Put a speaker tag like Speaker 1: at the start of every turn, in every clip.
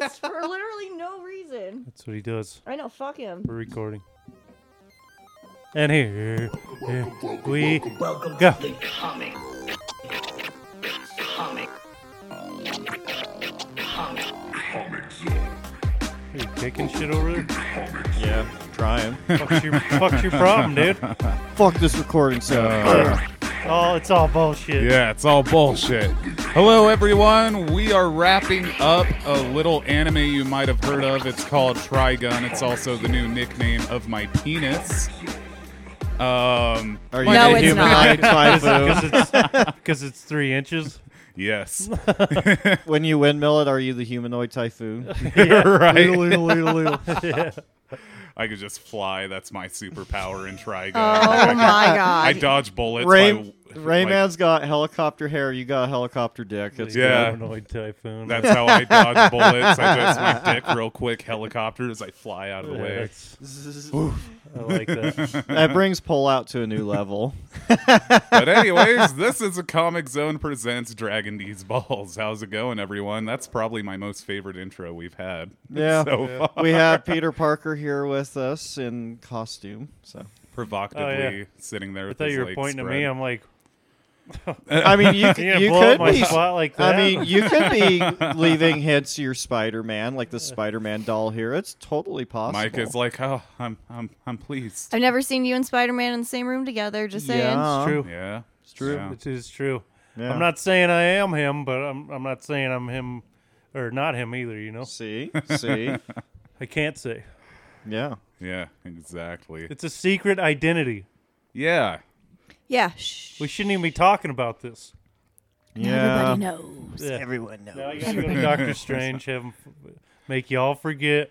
Speaker 1: just for literally no reason.
Speaker 2: That's what he does.
Speaker 1: I know, fuck him.
Speaker 2: We're recording. And here, here we go. Are you kicking shit over there?
Speaker 3: Yeah, trying.
Speaker 2: Fuck's your, fuck's your problem, dude?
Speaker 3: Fuck this recording sound.
Speaker 2: Oh, it's all bullshit.
Speaker 4: Uh, Yeah, it's all bullshit. Hello, everyone. We are wrapping up a little anime you might have heard of. It's called Trigun. It's also the new nickname of my penis. Um,
Speaker 3: Are you
Speaker 4: my-
Speaker 1: No,
Speaker 3: a
Speaker 1: it's
Speaker 3: humanoid typhoon?
Speaker 2: Because it's, because it's three inches.
Speaker 4: Yes.
Speaker 3: When you windmill it, are you the humanoid typhoon?
Speaker 4: right.
Speaker 2: Yeah.
Speaker 4: I could just fly. That's my superpower in Trigun.
Speaker 1: Oh my god.
Speaker 4: I dodge bullets.
Speaker 3: Ray,
Speaker 4: by- like,
Speaker 3: Rayman's got helicopter hair. You got helicopter dick. It's
Speaker 4: Yeah.
Speaker 2: Humanoid typhoon.
Speaker 4: that's how I dodge bullets. I just my dick real quick. Helicopters. I fly out of the
Speaker 2: Yeah,
Speaker 4: way.
Speaker 2: that's- I like that.
Speaker 3: good. that brings pull out to a new level.
Speaker 4: But anyways, this is a Comic Zone presents Dragon D's Balls. How's it going, everyone? That's probably my most favorite intro we've had.
Speaker 3: Yeah.
Speaker 4: So far.
Speaker 3: we have Peter Parker here with us in costume. So
Speaker 4: provocatively
Speaker 2: Oh, yeah.
Speaker 4: sitting there.
Speaker 2: I
Speaker 4: with
Speaker 2: thought
Speaker 4: his
Speaker 2: you were
Speaker 4: legs
Speaker 2: pointing at
Speaker 4: spread.
Speaker 2: me. I'm like,
Speaker 3: I mean, you,
Speaker 2: you,
Speaker 3: c-
Speaker 2: you
Speaker 3: you
Speaker 2: blow up
Speaker 3: could
Speaker 2: my
Speaker 3: be.
Speaker 2: spot like that?
Speaker 3: I mean, you could be leaving hints to your Spider-Man, like the Spider-Man doll here. It's totally possible.
Speaker 4: Mike is like, oh, I'm, I'm, I'm pleased.
Speaker 1: I've never seen you and Spider Man in the same room together, just saying.
Speaker 3: Yeah.
Speaker 2: it's true.
Speaker 4: Yeah, it's
Speaker 3: true.
Speaker 2: It is true.
Speaker 3: Yeah.
Speaker 2: I'm not saying I am him, but I'm I'm not saying I'm him or not him either, you know.
Speaker 3: See, see,
Speaker 2: I can't say.
Speaker 3: yeah.
Speaker 4: Yeah, exactly.
Speaker 2: It's a secret identity.
Speaker 4: Yeah,
Speaker 1: Yeah. Shh.
Speaker 2: We shouldn't even be talking about this.
Speaker 3: Yeah.
Speaker 1: Everybody knows.
Speaker 2: Yeah.
Speaker 3: Everyone knows.
Speaker 2: Now you gotta go to Doctor Strange, have him f- make y'all forget.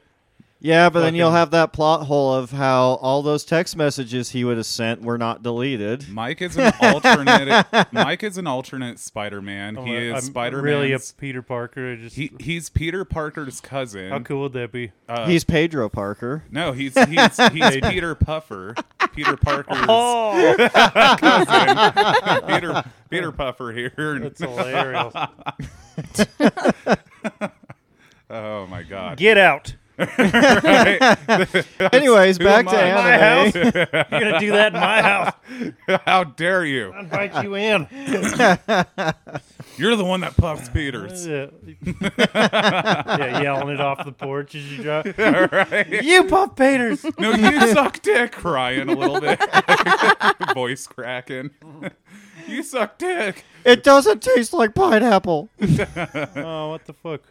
Speaker 3: Yeah, but then you'll
Speaker 2: Fucking-
Speaker 3: have that plot hole of how all those text messages he would have sent were not deleted.
Speaker 4: Mike is an alternate. Mike is an alternate Spider-Man.
Speaker 2: Oh, I'm
Speaker 4: he
Speaker 2: a-
Speaker 4: is
Speaker 2: I'm
Speaker 4: Spider-Man.
Speaker 2: Really a Peter Parker. I Just
Speaker 4: he, he's Peter Parker's cousin.
Speaker 2: how cool would that be?
Speaker 4: Uh,
Speaker 3: He's Pedro Parker.
Speaker 4: No, he's he's, he's Peter Puffer. Peter Parker's
Speaker 2: Oh,
Speaker 4: Peter Peter Puffer here.
Speaker 2: that's hilarious!
Speaker 4: Oh my god.
Speaker 2: Get out!
Speaker 3: Anyways, back to
Speaker 4: am I?
Speaker 2: My house.
Speaker 3: anime.
Speaker 2: You're gonna do that in my house.
Speaker 4: How dare you?
Speaker 2: I invite you in.
Speaker 4: You're the one that puffs Peters.
Speaker 2: Yeah. yeah, yelling it off the porch as you drive.
Speaker 4: All right.
Speaker 2: You puff painters.
Speaker 4: No, you suck dick crying a little bit. Voice cracking. you suck dick.
Speaker 3: It doesn't taste like pineapple.
Speaker 2: oh, what the fuck?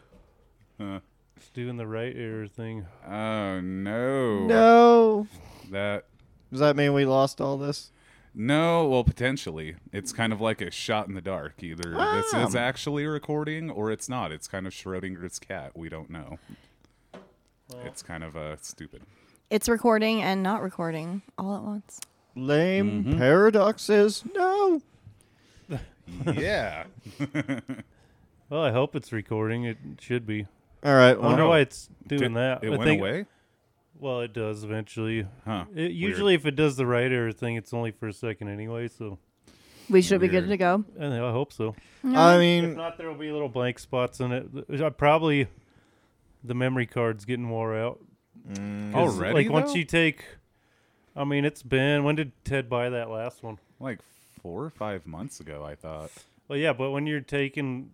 Speaker 4: Huh.
Speaker 2: It's doing the right ear thing.
Speaker 4: Oh no.
Speaker 3: No.
Speaker 4: That
Speaker 3: Does that mean we lost all this?
Speaker 4: no, well potentially. It's kind of like a shot in the dark. Either this is
Speaker 3: Ah.
Speaker 4: actually recording or it's not. It's kind of Schrodinger's cat. We don't know. It's kind of uh stupid.
Speaker 1: It's recording and not recording all at once.
Speaker 3: Lame paradoxes. No.
Speaker 4: Yeah.
Speaker 2: Well, I hope it's recording. It should be.
Speaker 3: All right.
Speaker 2: I wonder
Speaker 3: Well,
Speaker 2: why it's doing that.
Speaker 4: Oh. It
Speaker 2: I
Speaker 4: went
Speaker 2: think-
Speaker 4: away?
Speaker 2: Well, it does eventually.
Speaker 4: Huh.
Speaker 2: It, usually, if it does the right ear thing, it's only for a second anyway. So
Speaker 1: We should be
Speaker 4: Weird.
Speaker 1: good to go.
Speaker 2: I, know, I hope so.
Speaker 3: I
Speaker 2: If
Speaker 4: Mm.
Speaker 3: mean,
Speaker 2: not, there will be little blank spots in it. I probably the memory card's getting wore out. 'Cause,
Speaker 4: Already?
Speaker 2: Like once
Speaker 4: though?
Speaker 2: you take, I mean, it's been. When did Ted buy that last one?
Speaker 4: like four or five months ago, I thought.
Speaker 2: Well, yeah, but when you're taking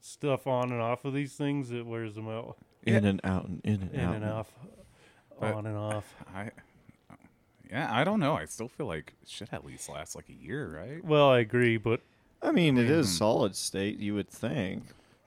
Speaker 2: stuff on and off of these things, it wears them out.
Speaker 3: in and out and in and
Speaker 2: In
Speaker 3: out.
Speaker 2: and off,
Speaker 4: But-
Speaker 2: on and off.
Speaker 4: I yeah, I don't know. I still feel like shit at least lasts like a year, right?
Speaker 2: Well, I agree, but
Speaker 3: I mean, it is solid state. You would think.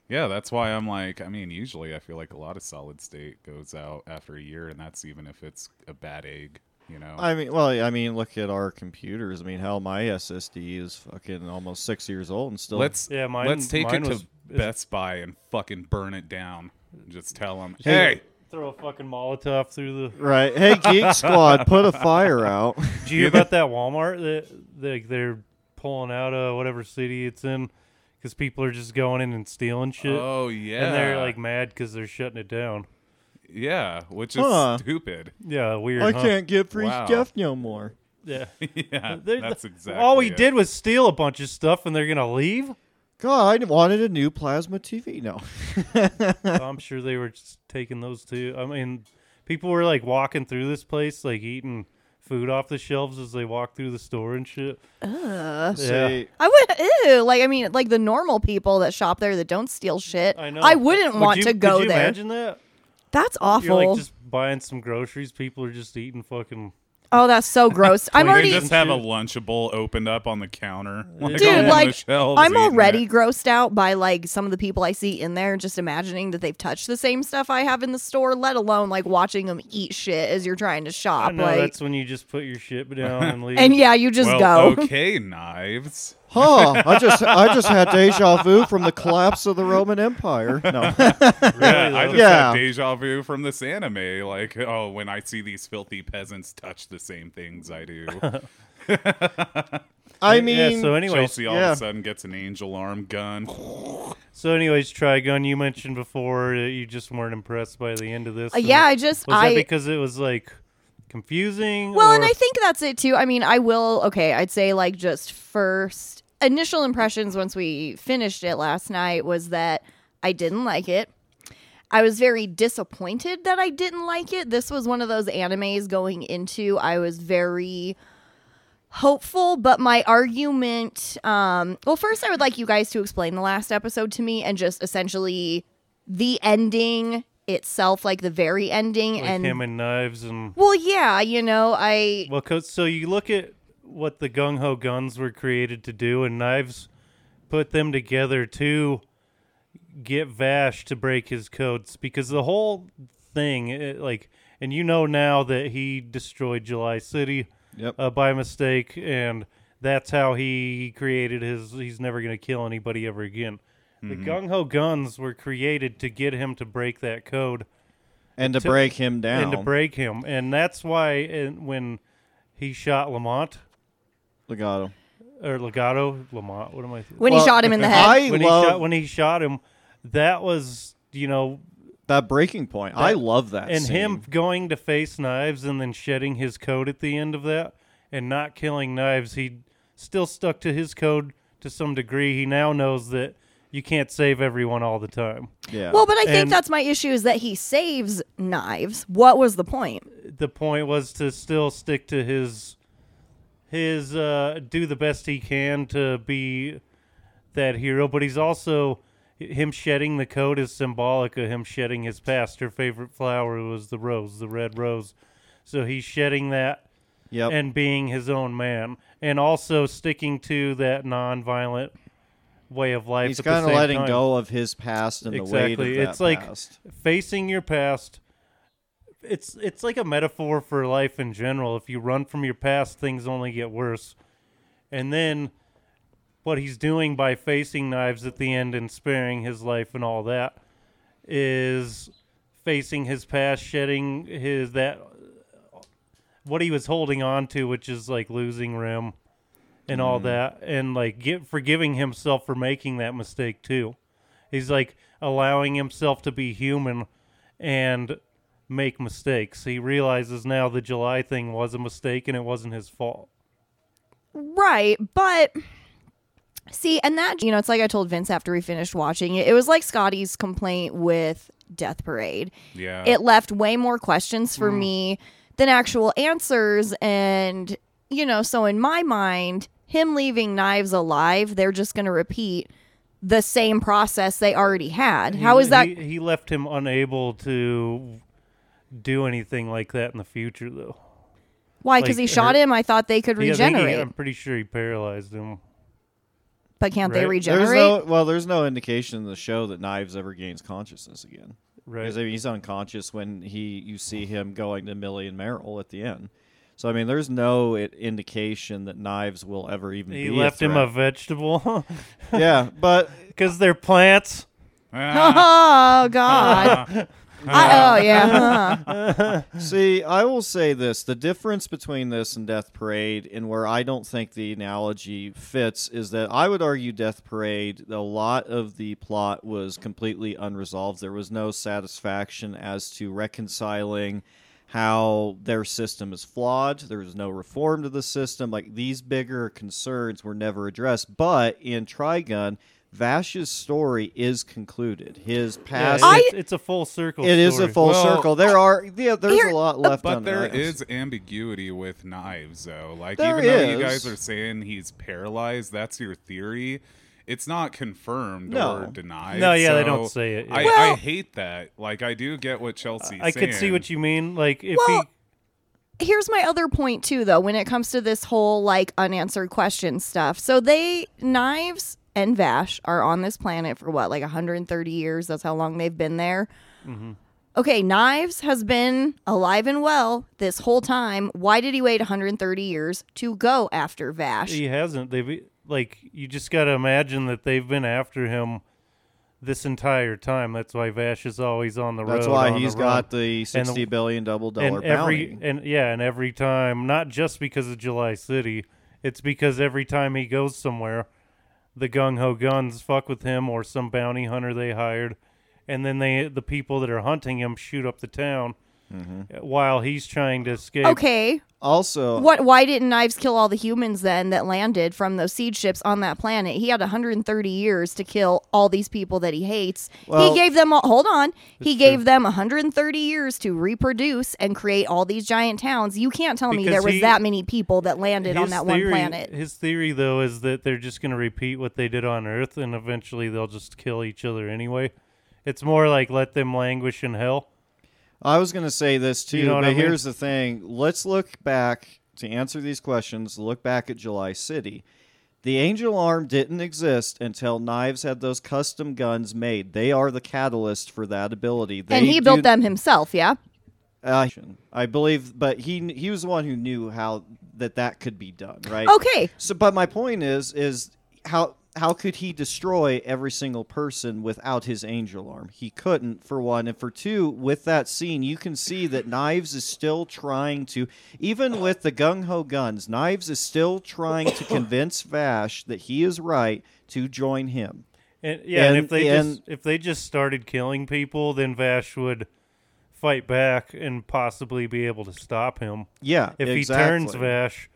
Speaker 4: Yeah, that's why I'm like. I mean, usually I feel like a lot of solid state goes out after a year, and that's even if it's a bad egg, you know.
Speaker 3: I mean, well, I mean, look at our computers. I mean, hell, my SSD is fucking almost six years old and still.
Speaker 4: let's
Speaker 2: Yeah, mine-
Speaker 4: let's take
Speaker 2: mine
Speaker 4: it to
Speaker 2: was- is-
Speaker 4: Best Buy and fucking burn it down. Just tell them,
Speaker 3: Hey.
Speaker 4: hey,
Speaker 2: throw a fucking Molotov through the.
Speaker 3: right. Hey, Geek Squad, put a fire out.
Speaker 2: Did you hear about that Walmart that they, they're pulling out of whatever city it's in because people are just going in and stealing shit,
Speaker 4: oh yeah,
Speaker 2: and they're like mad because they're shutting it down.
Speaker 4: yeah, which is
Speaker 3: Huh.
Speaker 4: stupid.
Speaker 2: Yeah, weird.
Speaker 3: I
Speaker 2: huh?
Speaker 3: can't get free
Speaker 4: Wow.
Speaker 3: stuff no more.
Speaker 2: Yeah,
Speaker 4: yeah,
Speaker 2: They're-
Speaker 4: that's exactly
Speaker 2: All we
Speaker 4: it.
Speaker 2: did was steal a bunch of stuff, and they're gonna leave.
Speaker 3: God wanted a new plasma TV. No,
Speaker 2: I'm sure they were just taking those too. I mean, people were like walking through this place, like eating food off the shelves as they walked through the store and shit.
Speaker 1: Ugh.
Speaker 2: Yeah.
Speaker 3: See,
Speaker 1: I would ew. Like I mean, like the normal people that shop there that don't steal shit.
Speaker 2: I know.
Speaker 1: I wouldn't
Speaker 2: Would
Speaker 1: want
Speaker 2: you-
Speaker 1: to go
Speaker 2: could you
Speaker 1: there.
Speaker 2: Imagine that.
Speaker 1: That's awful.
Speaker 2: You're like just buying some groceries. People are just eating fucking.
Speaker 1: oh, that's so gross. I'm
Speaker 4: Like,
Speaker 1: already
Speaker 4: they just have a lunchable opened up on the counter, like,
Speaker 1: Dude,
Speaker 4: on the
Speaker 1: like,
Speaker 4: shelves,
Speaker 1: I'm
Speaker 4: eating
Speaker 1: already
Speaker 4: it.
Speaker 1: grossed out by like some of the people I see in there, just imagining that they've touched the same stuff I have in the store. Let alone like watching them eat shit as you're trying to shop.
Speaker 2: I know
Speaker 1: like,
Speaker 2: that's when you just put your shit down and leave.
Speaker 1: and yeah, you just
Speaker 4: well,
Speaker 1: go.
Speaker 4: okay, knives.
Speaker 3: huh? I just I just had deja vu from the collapse of the Roman Empire. No,
Speaker 4: Yeah, I
Speaker 2: though.
Speaker 4: just
Speaker 3: Yeah.
Speaker 4: have deja vu from this anime. Like, oh, when I see these filthy peasants touch the same things I do,
Speaker 3: I mean,
Speaker 2: yeah. So, anyways,
Speaker 4: Chelsea all
Speaker 3: yeah.
Speaker 4: of a sudden gets an angel arm gun.
Speaker 2: so anyways, Trigun, you mentioned before that you just weren't impressed by the end of this.
Speaker 1: Uh, yeah, I just
Speaker 2: was
Speaker 1: I
Speaker 2: that because it was like confusing?
Speaker 1: Well,
Speaker 2: or-
Speaker 1: and I think that's it too. I mean, I will. Okay, I'd say like just first initial impressions once we finished it last night was that I didn't like it. I was very disappointed that I didn't like it. This was one of those animes going into I was very hopeful, but my argument um well first I would like you guys to explain the last episode to me and just essentially the ending itself like the very ending
Speaker 2: like
Speaker 1: and
Speaker 2: him and knives and
Speaker 1: well, yeah, you know, I
Speaker 2: Well, 'cause- so you look at what the gung ho guns were created to do, and knives put them together to get Vash to break his codes because the whole thing, it, like, and you know now that he destroyed July City
Speaker 3: Yep.
Speaker 2: uh, by mistake, and that's how he created his. He's never going to kill anybody ever again. The gung ho guns were created to get him to break that code
Speaker 3: and to break him down.
Speaker 2: and to break him, and that's why and when he shot Lamont
Speaker 3: Legato.
Speaker 2: or Legato Lamont. What am I?
Speaker 1: when
Speaker 3: Well,
Speaker 1: he shot him in the head.
Speaker 3: I
Speaker 2: when he
Speaker 3: love
Speaker 2: shot when he shot him, that was you know,
Speaker 3: that breaking point. I
Speaker 2: That-
Speaker 3: love that.
Speaker 2: and him
Speaker 3: scene.
Speaker 2: going to face knives and then shedding his code at the end of that and not killing knives. He still stuck to his code to some degree. He now knows that you can't save everyone all the time.
Speaker 3: Yeah.
Speaker 1: well, but I think
Speaker 2: and-
Speaker 1: that's my issue is that he saves knives. What was the point?
Speaker 2: The point was to still stick to his his uh do the best he can to be that hero, but he's also him shedding the coat is symbolic of him shedding his past. Her favorite flower was the rose, the red rose. So he's shedding that
Speaker 3: yep.
Speaker 2: and being his own man, and also sticking to that nonviolent way of life.
Speaker 3: He's
Speaker 2: at the
Speaker 3: kind of
Speaker 2: same
Speaker 3: letting
Speaker 2: time.
Speaker 3: go of his past and the weight
Speaker 2: Exactly.
Speaker 3: of that
Speaker 2: It's like
Speaker 3: past.
Speaker 2: facing your past. It's it's like a metaphor for life in general. If you run from your past, things only get worse. And then what he's doing by facing knives at the end and sparing his life and all that is facing his past, shedding his that what he was holding on to, which is like losing rim and all
Speaker 3: Mm-hmm.
Speaker 2: that, and like get forgiving himself for making that mistake too. He's like allowing himself to be human and make mistakes. He realizes now the July thing was a mistake and it wasn't his fault.
Speaker 1: Right, but see, and that you know, it's like I told Vince after we finished watching it. It was like Scotty's complaint with Death Parade.
Speaker 4: Yeah,
Speaker 1: it left way more questions for me than actual answers and you know so in my mind him leaving knives alive they're just going to repeat the same process they already had how is that
Speaker 2: He, he left him unable to do anything like that in the future, though.
Speaker 1: why because
Speaker 2: like,
Speaker 1: he shot
Speaker 2: her-
Speaker 1: him i thought they could
Speaker 2: Yeah, I think he-
Speaker 1: regenerate
Speaker 2: I'm pretty sure he paralyzed him.
Speaker 1: but can't they
Speaker 2: Right.
Speaker 1: regenerate
Speaker 3: There's no well. There's no indication in the show that Knives ever gains consciousness again.
Speaker 2: Right.
Speaker 3: Because I mean, he's unconscious when he you see him going to Millie and Merrill at the end. So I mean, there's no i- indication that Knives will ever even.
Speaker 2: He
Speaker 3: be
Speaker 2: left
Speaker 3: a
Speaker 2: him a vegetable
Speaker 3: threat. yeah, but
Speaker 2: because they're plants.
Speaker 4: Ah,
Speaker 1: oh god I, oh yeah
Speaker 3: See, I will say this: the difference between this and Death Parade, and where I don't think the analogy fits, is that I would argue Death Parade. A lot of the plot was completely unresolved. There was no satisfaction as to reconciling how their system is flawed. There was no reform to the system. Like these bigger concerns were never addressed. But in Trigun, Vash's story is concluded. His
Speaker 2: Yeah, it's,
Speaker 3: past.
Speaker 1: I-
Speaker 2: it's a full circle.
Speaker 3: it is a
Speaker 2: story.
Speaker 3: full
Speaker 4: Well,
Speaker 3: circle. There are yeah, there's
Speaker 1: here-
Speaker 3: a lot left
Speaker 4: But
Speaker 3: on
Speaker 4: there
Speaker 3: that.
Speaker 4: is ambiguity with knives, though. Like,
Speaker 3: There
Speaker 4: even though you
Speaker 3: is.
Speaker 4: guys are saying he's paralyzed, that's your theory. It's not confirmed
Speaker 3: No.
Speaker 4: or denied.
Speaker 2: No, yeah, they
Speaker 4: so
Speaker 2: don't say it, yeah.
Speaker 4: I, I
Speaker 1: Well-
Speaker 4: hate that. Like, I do get what Chelsea's
Speaker 2: I could see
Speaker 4: saying.
Speaker 2: what you mean. Like if
Speaker 1: Well,
Speaker 2: he
Speaker 1: here's my other point too though when it comes to this whole like unanswered question stuff so they knives and vash are on this planet for what like 130 years that's how long they've been there okay knives has been alive and well this whole time why did he wait 130 years to go after vash
Speaker 2: he hasn't, they've e, like you just got to imagine that they've been after him this entire time. That's why Vash is always on the road.
Speaker 3: That's why
Speaker 2: on
Speaker 3: he's
Speaker 2: the run.
Speaker 3: got the
Speaker 2: And the-
Speaker 3: sixty billion double dollar
Speaker 2: and every
Speaker 3: bounty.
Speaker 2: and yeah, and every time, not just because of July City, it's because every time he goes somewhere, the gung ho guns fuck with him or some bounty hunter they hired, and then they the people that are hunting him shoot up the town
Speaker 3: Mm-hmm.
Speaker 2: while he's trying to escape.
Speaker 1: okay
Speaker 3: Also,
Speaker 1: what why didn't knives kill all the humans then that landed from those seed ships on that planet he had 130 years to kill all these people that he hates
Speaker 3: Well-
Speaker 1: he gave them all hold on he
Speaker 2: It's
Speaker 1: gave
Speaker 2: true.
Speaker 1: them 130 years to reproduce and create all these giant towns you can't tell me
Speaker 2: Because
Speaker 1: there was
Speaker 2: he-
Speaker 1: that many people that landed on
Speaker 2: His
Speaker 1: that
Speaker 2: theory-
Speaker 1: one planet
Speaker 2: His theory, though, is that they're just going to repeat what they did on Earth, and eventually they'll just kill each other anyway. It's more like let them languish in hell.
Speaker 3: I was going to say this too,
Speaker 2: You know what
Speaker 3: but
Speaker 2: I mean?
Speaker 3: here's the thing. Let's look back to answer these questions. Look back at July City. The Angel Arm didn't exist until Knives had those custom guns made. They are the catalyst for that ability. They
Speaker 1: and he
Speaker 3: do-
Speaker 1: built them himself yeah
Speaker 3: uh, I believe, but he he was the one who knew how that that could be done, right?
Speaker 1: okay
Speaker 3: So, but my point is, is how how could he destroy every single person without his angel arm? He couldn't, for one, and for two, with that scene, you can see that Knives is still trying to, even with the gung ho guns, Knives is still trying to convince Vash that he is right to join him.
Speaker 2: And yeah, and,
Speaker 3: And-
Speaker 2: if they
Speaker 3: and-
Speaker 2: just if they just started killing people, then Vash would fight back and possibly be able to stop him.
Speaker 3: Yeah,
Speaker 2: If
Speaker 3: exactly.
Speaker 2: he turns Vash,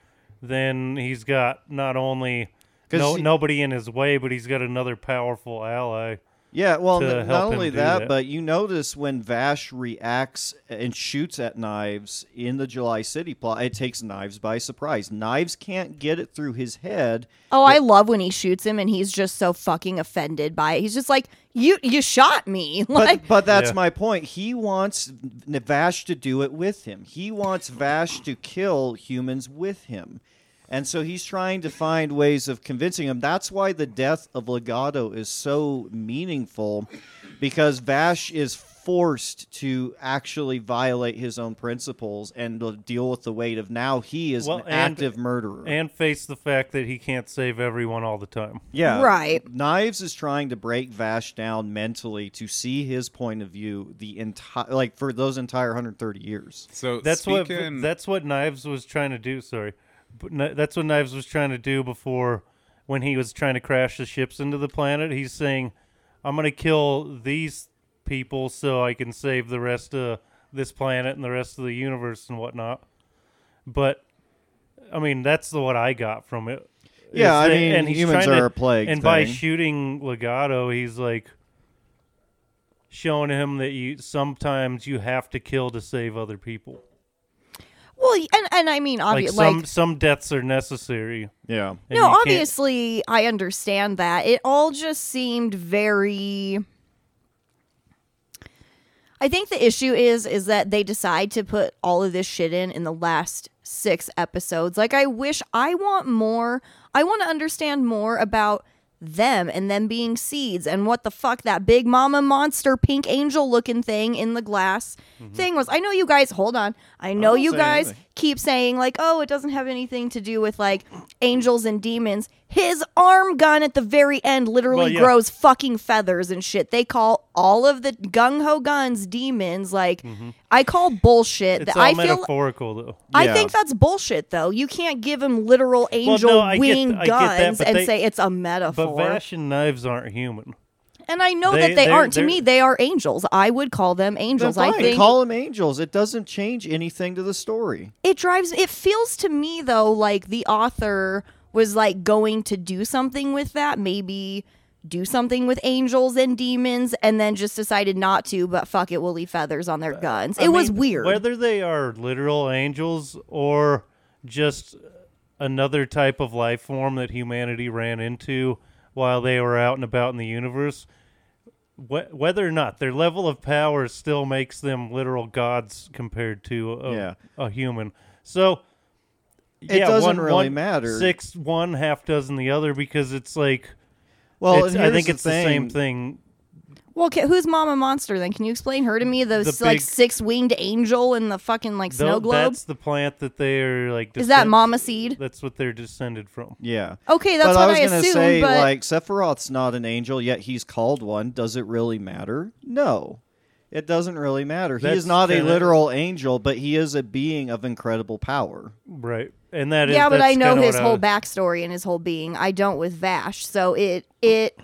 Speaker 2: then he's got not only
Speaker 3: 'Cause
Speaker 2: no,
Speaker 3: he-
Speaker 2: nobody in his way, but he's got another powerful ally.
Speaker 3: Yeah, well,
Speaker 2: to
Speaker 3: n- not
Speaker 2: help him
Speaker 3: only
Speaker 2: do
Speaker 3: that,
Speaker 2: that.
Speaker 3: but you notice when Vash reacts and shoots at Knives in the July City plot, it takes Knives by surprise. Knives can't get it through his head.
Speaker 1: oh i love when he shoots him and he's just so fucking offended by it he's just like you you shot me like
Speaker 3: But, but that's
Speaker 2: Yeah.
Speaker 3: my point. He wants N- Vash to do it with him. He wants Vash to kill humans with him. And so he's trying to find ways of convincing him. That's why the death of Legato is so meaningful because Vash is forced to actually violate his own principles and to deal with the weight of now he is
Speaker 2: Well,
Speaker 3: an
Speaker 2: and-
Speaker 3: active murderer.
Speaker 2: And face the fact that he can't save everyone all the time.
Speaker 3: Yeah.
Speaker 1: Right.
Speaker 3: Knives is trying to break Vash down mentally to see his point of view the entire like for those entire 130 years.
Speaker 4: So
Speaker 2: That's
Speaker 4: speaking,
Speaker 2: what that's what Knives was trying to do. Sorry, but Kn- that's what Knives was trying to do before when he was trying to crash the ships into the planet. He's saying, "I'm going to kill these people so I can save the rest of this planet and the rest of the universe and whatnot." But I mean, that's the what I got from it.
Speaker 3: Yeah,
Speaker 2: Is
Speaker 3: I
Speaker 2: that-
Speaker 3: mean,
Speaker 2: and he's
Speaker 3: humans
Speaker 2: trying to-
Speaker 3: are a plague
Speaker 2: And by
Speaker 3: thing.
Speaker 2: shooting Legato, he's like showing him that you sometimes you have to kill to save other people
Speaker 1: well and, and i mean
Speaker 2: like
Speaker 1: obviously
Speaker 2: some some deaths are necessary.
Speaker 3: Yeah.
Speaker 2: and
Speaker 1: no,
Speaker 2: you can't-
Speaker 1: obviously, I understand that. It all just seemed very. I think the issue is is that they decide to put all of this shit in in the last 6 episodes. Like I wish I want more. I want to understand more about them and them being seeds and what the fuck that big mama monster pink angel looking thing in the glass
Speaker 2: Mm-hmm.
Speaker 1: thing was. I know you guys, hold on. I know
Speaker 3: not
Speaker 1: you
Speaker 3: saying
Speaker 1: guys
Speaker 3: anything.
Speaker 1: keep saying like oh it doesn't have anything to do with like angels and demons his arm gun at the very end literally
Speaker 2: Well, yeah.
Speaker 1: grows fucking feathers and shit they call all of the gung-ho guns demons like i call bullshit
Speaker 2: Mm-hmm. it's
Speaker 1: that
Speaker 2: all
Speaker 1: i feel
Speaker 2: metaphorical though.
Speaker 1: i
Speaker 3: Yeah.
Speaker 1: think that's bullshit though you can't give him literal angel
Speaker 2: no, I get-
Speaker 1: wing
Speaker 2: I get that,
Speaker 1: guns
Speaker 2: but
Speaker 1: and
Speaker 2: they-
Speaker 1: say it's a
Speaker 2: But
Speaker 1: metaphor
Speaker 2: Vash and knives aren't human.
Speaker 1: and i know
Speaker 2: they-
Speaker 1: that they
Speaker 2: they're-
Speaker 1: aren't to
Speaker 2: they're-
Speaker 1: me they are angels i would call them
Speaker 3: Then
Speaker 1: angels i
Speaker 3: fine,
Speaker 1: think
Speaker 3: call them angels. It doesn't change anything to the story.
Speaker 1: it drives it feels to me though like the author was like going to do something with that maybe do something with angels and demons and then just decided not to, but fuck it, we'll leave feathers on their guns. It
Speaker 2: I
Speaker 1: was
Speaker 2: mean,
Speaker 1: weird.
Speaker 2: Whether they are literal angels or just another type of life form that humanity ran into while they were out and about in the universe, wh- whether or not their level of power still makes them literal gods compared to a,
Speaker 3: Yeah.
Speaker 2: a human. So
Speaker 3: It
Speaker 2: yeah,
Speaker 3: doesn't
Speaker 2: one-
Speaker 3: really
Speaker 2: one-
Speaker 3: matter.
Speaker 2: Six, one half dozen the other because it's like
Speaker 3: Well,
Speaker 2: it's-
Speaker 3: and
Speaker 2: I
Speaker 3: here's
Speaker 2: think it's the same thing
Speaker 1: well, ca- who's Mama Monster then? Can you explain her to me? The,
Speaker 2: The
Speaker 1: s- like
Speaker 2: big-
Speaker 1: six winged angel in the fucking like
Speaker 2: Tho-
Speaker 1: snow globe?
Speaker 2: That's the plant that they're like.
Speaker 1: Is that
Speaker 2: descend-
Speaker 1: Mama Seed?
Speaker 2: That's what they're descended from.
Speaker 3: Yeah.
Speaker 1: Okay, that's
Speaker 3: but
Speaker 1: what
Speaker 3: I was
Speaker 1: I
Speaker 3: gonna
Speaker 1: assumed,
Speaker 3: say,
Speaker 1: but-
Speaker 3: like Sephiroth's not an angel, yet he's called one. Does it really matter? No, it doesn't really matter. he
Speaker 2: That's
Speaker 3: is not a
Speaker 2: kinda-
Speaker 3: literal angel, but he is a being of incredible power.
Speaker 2: Right, and that is.
Speaker 1: yeah, but
Speaker 2: that's
Speaker 1: I know
Speaker 2: kinda
Speaker 1: his
Speaker 2: what
Speaker 1: whole
Speaker 2: was-
Speaker 1: backstory and his whole being. I don't with Vash, so it it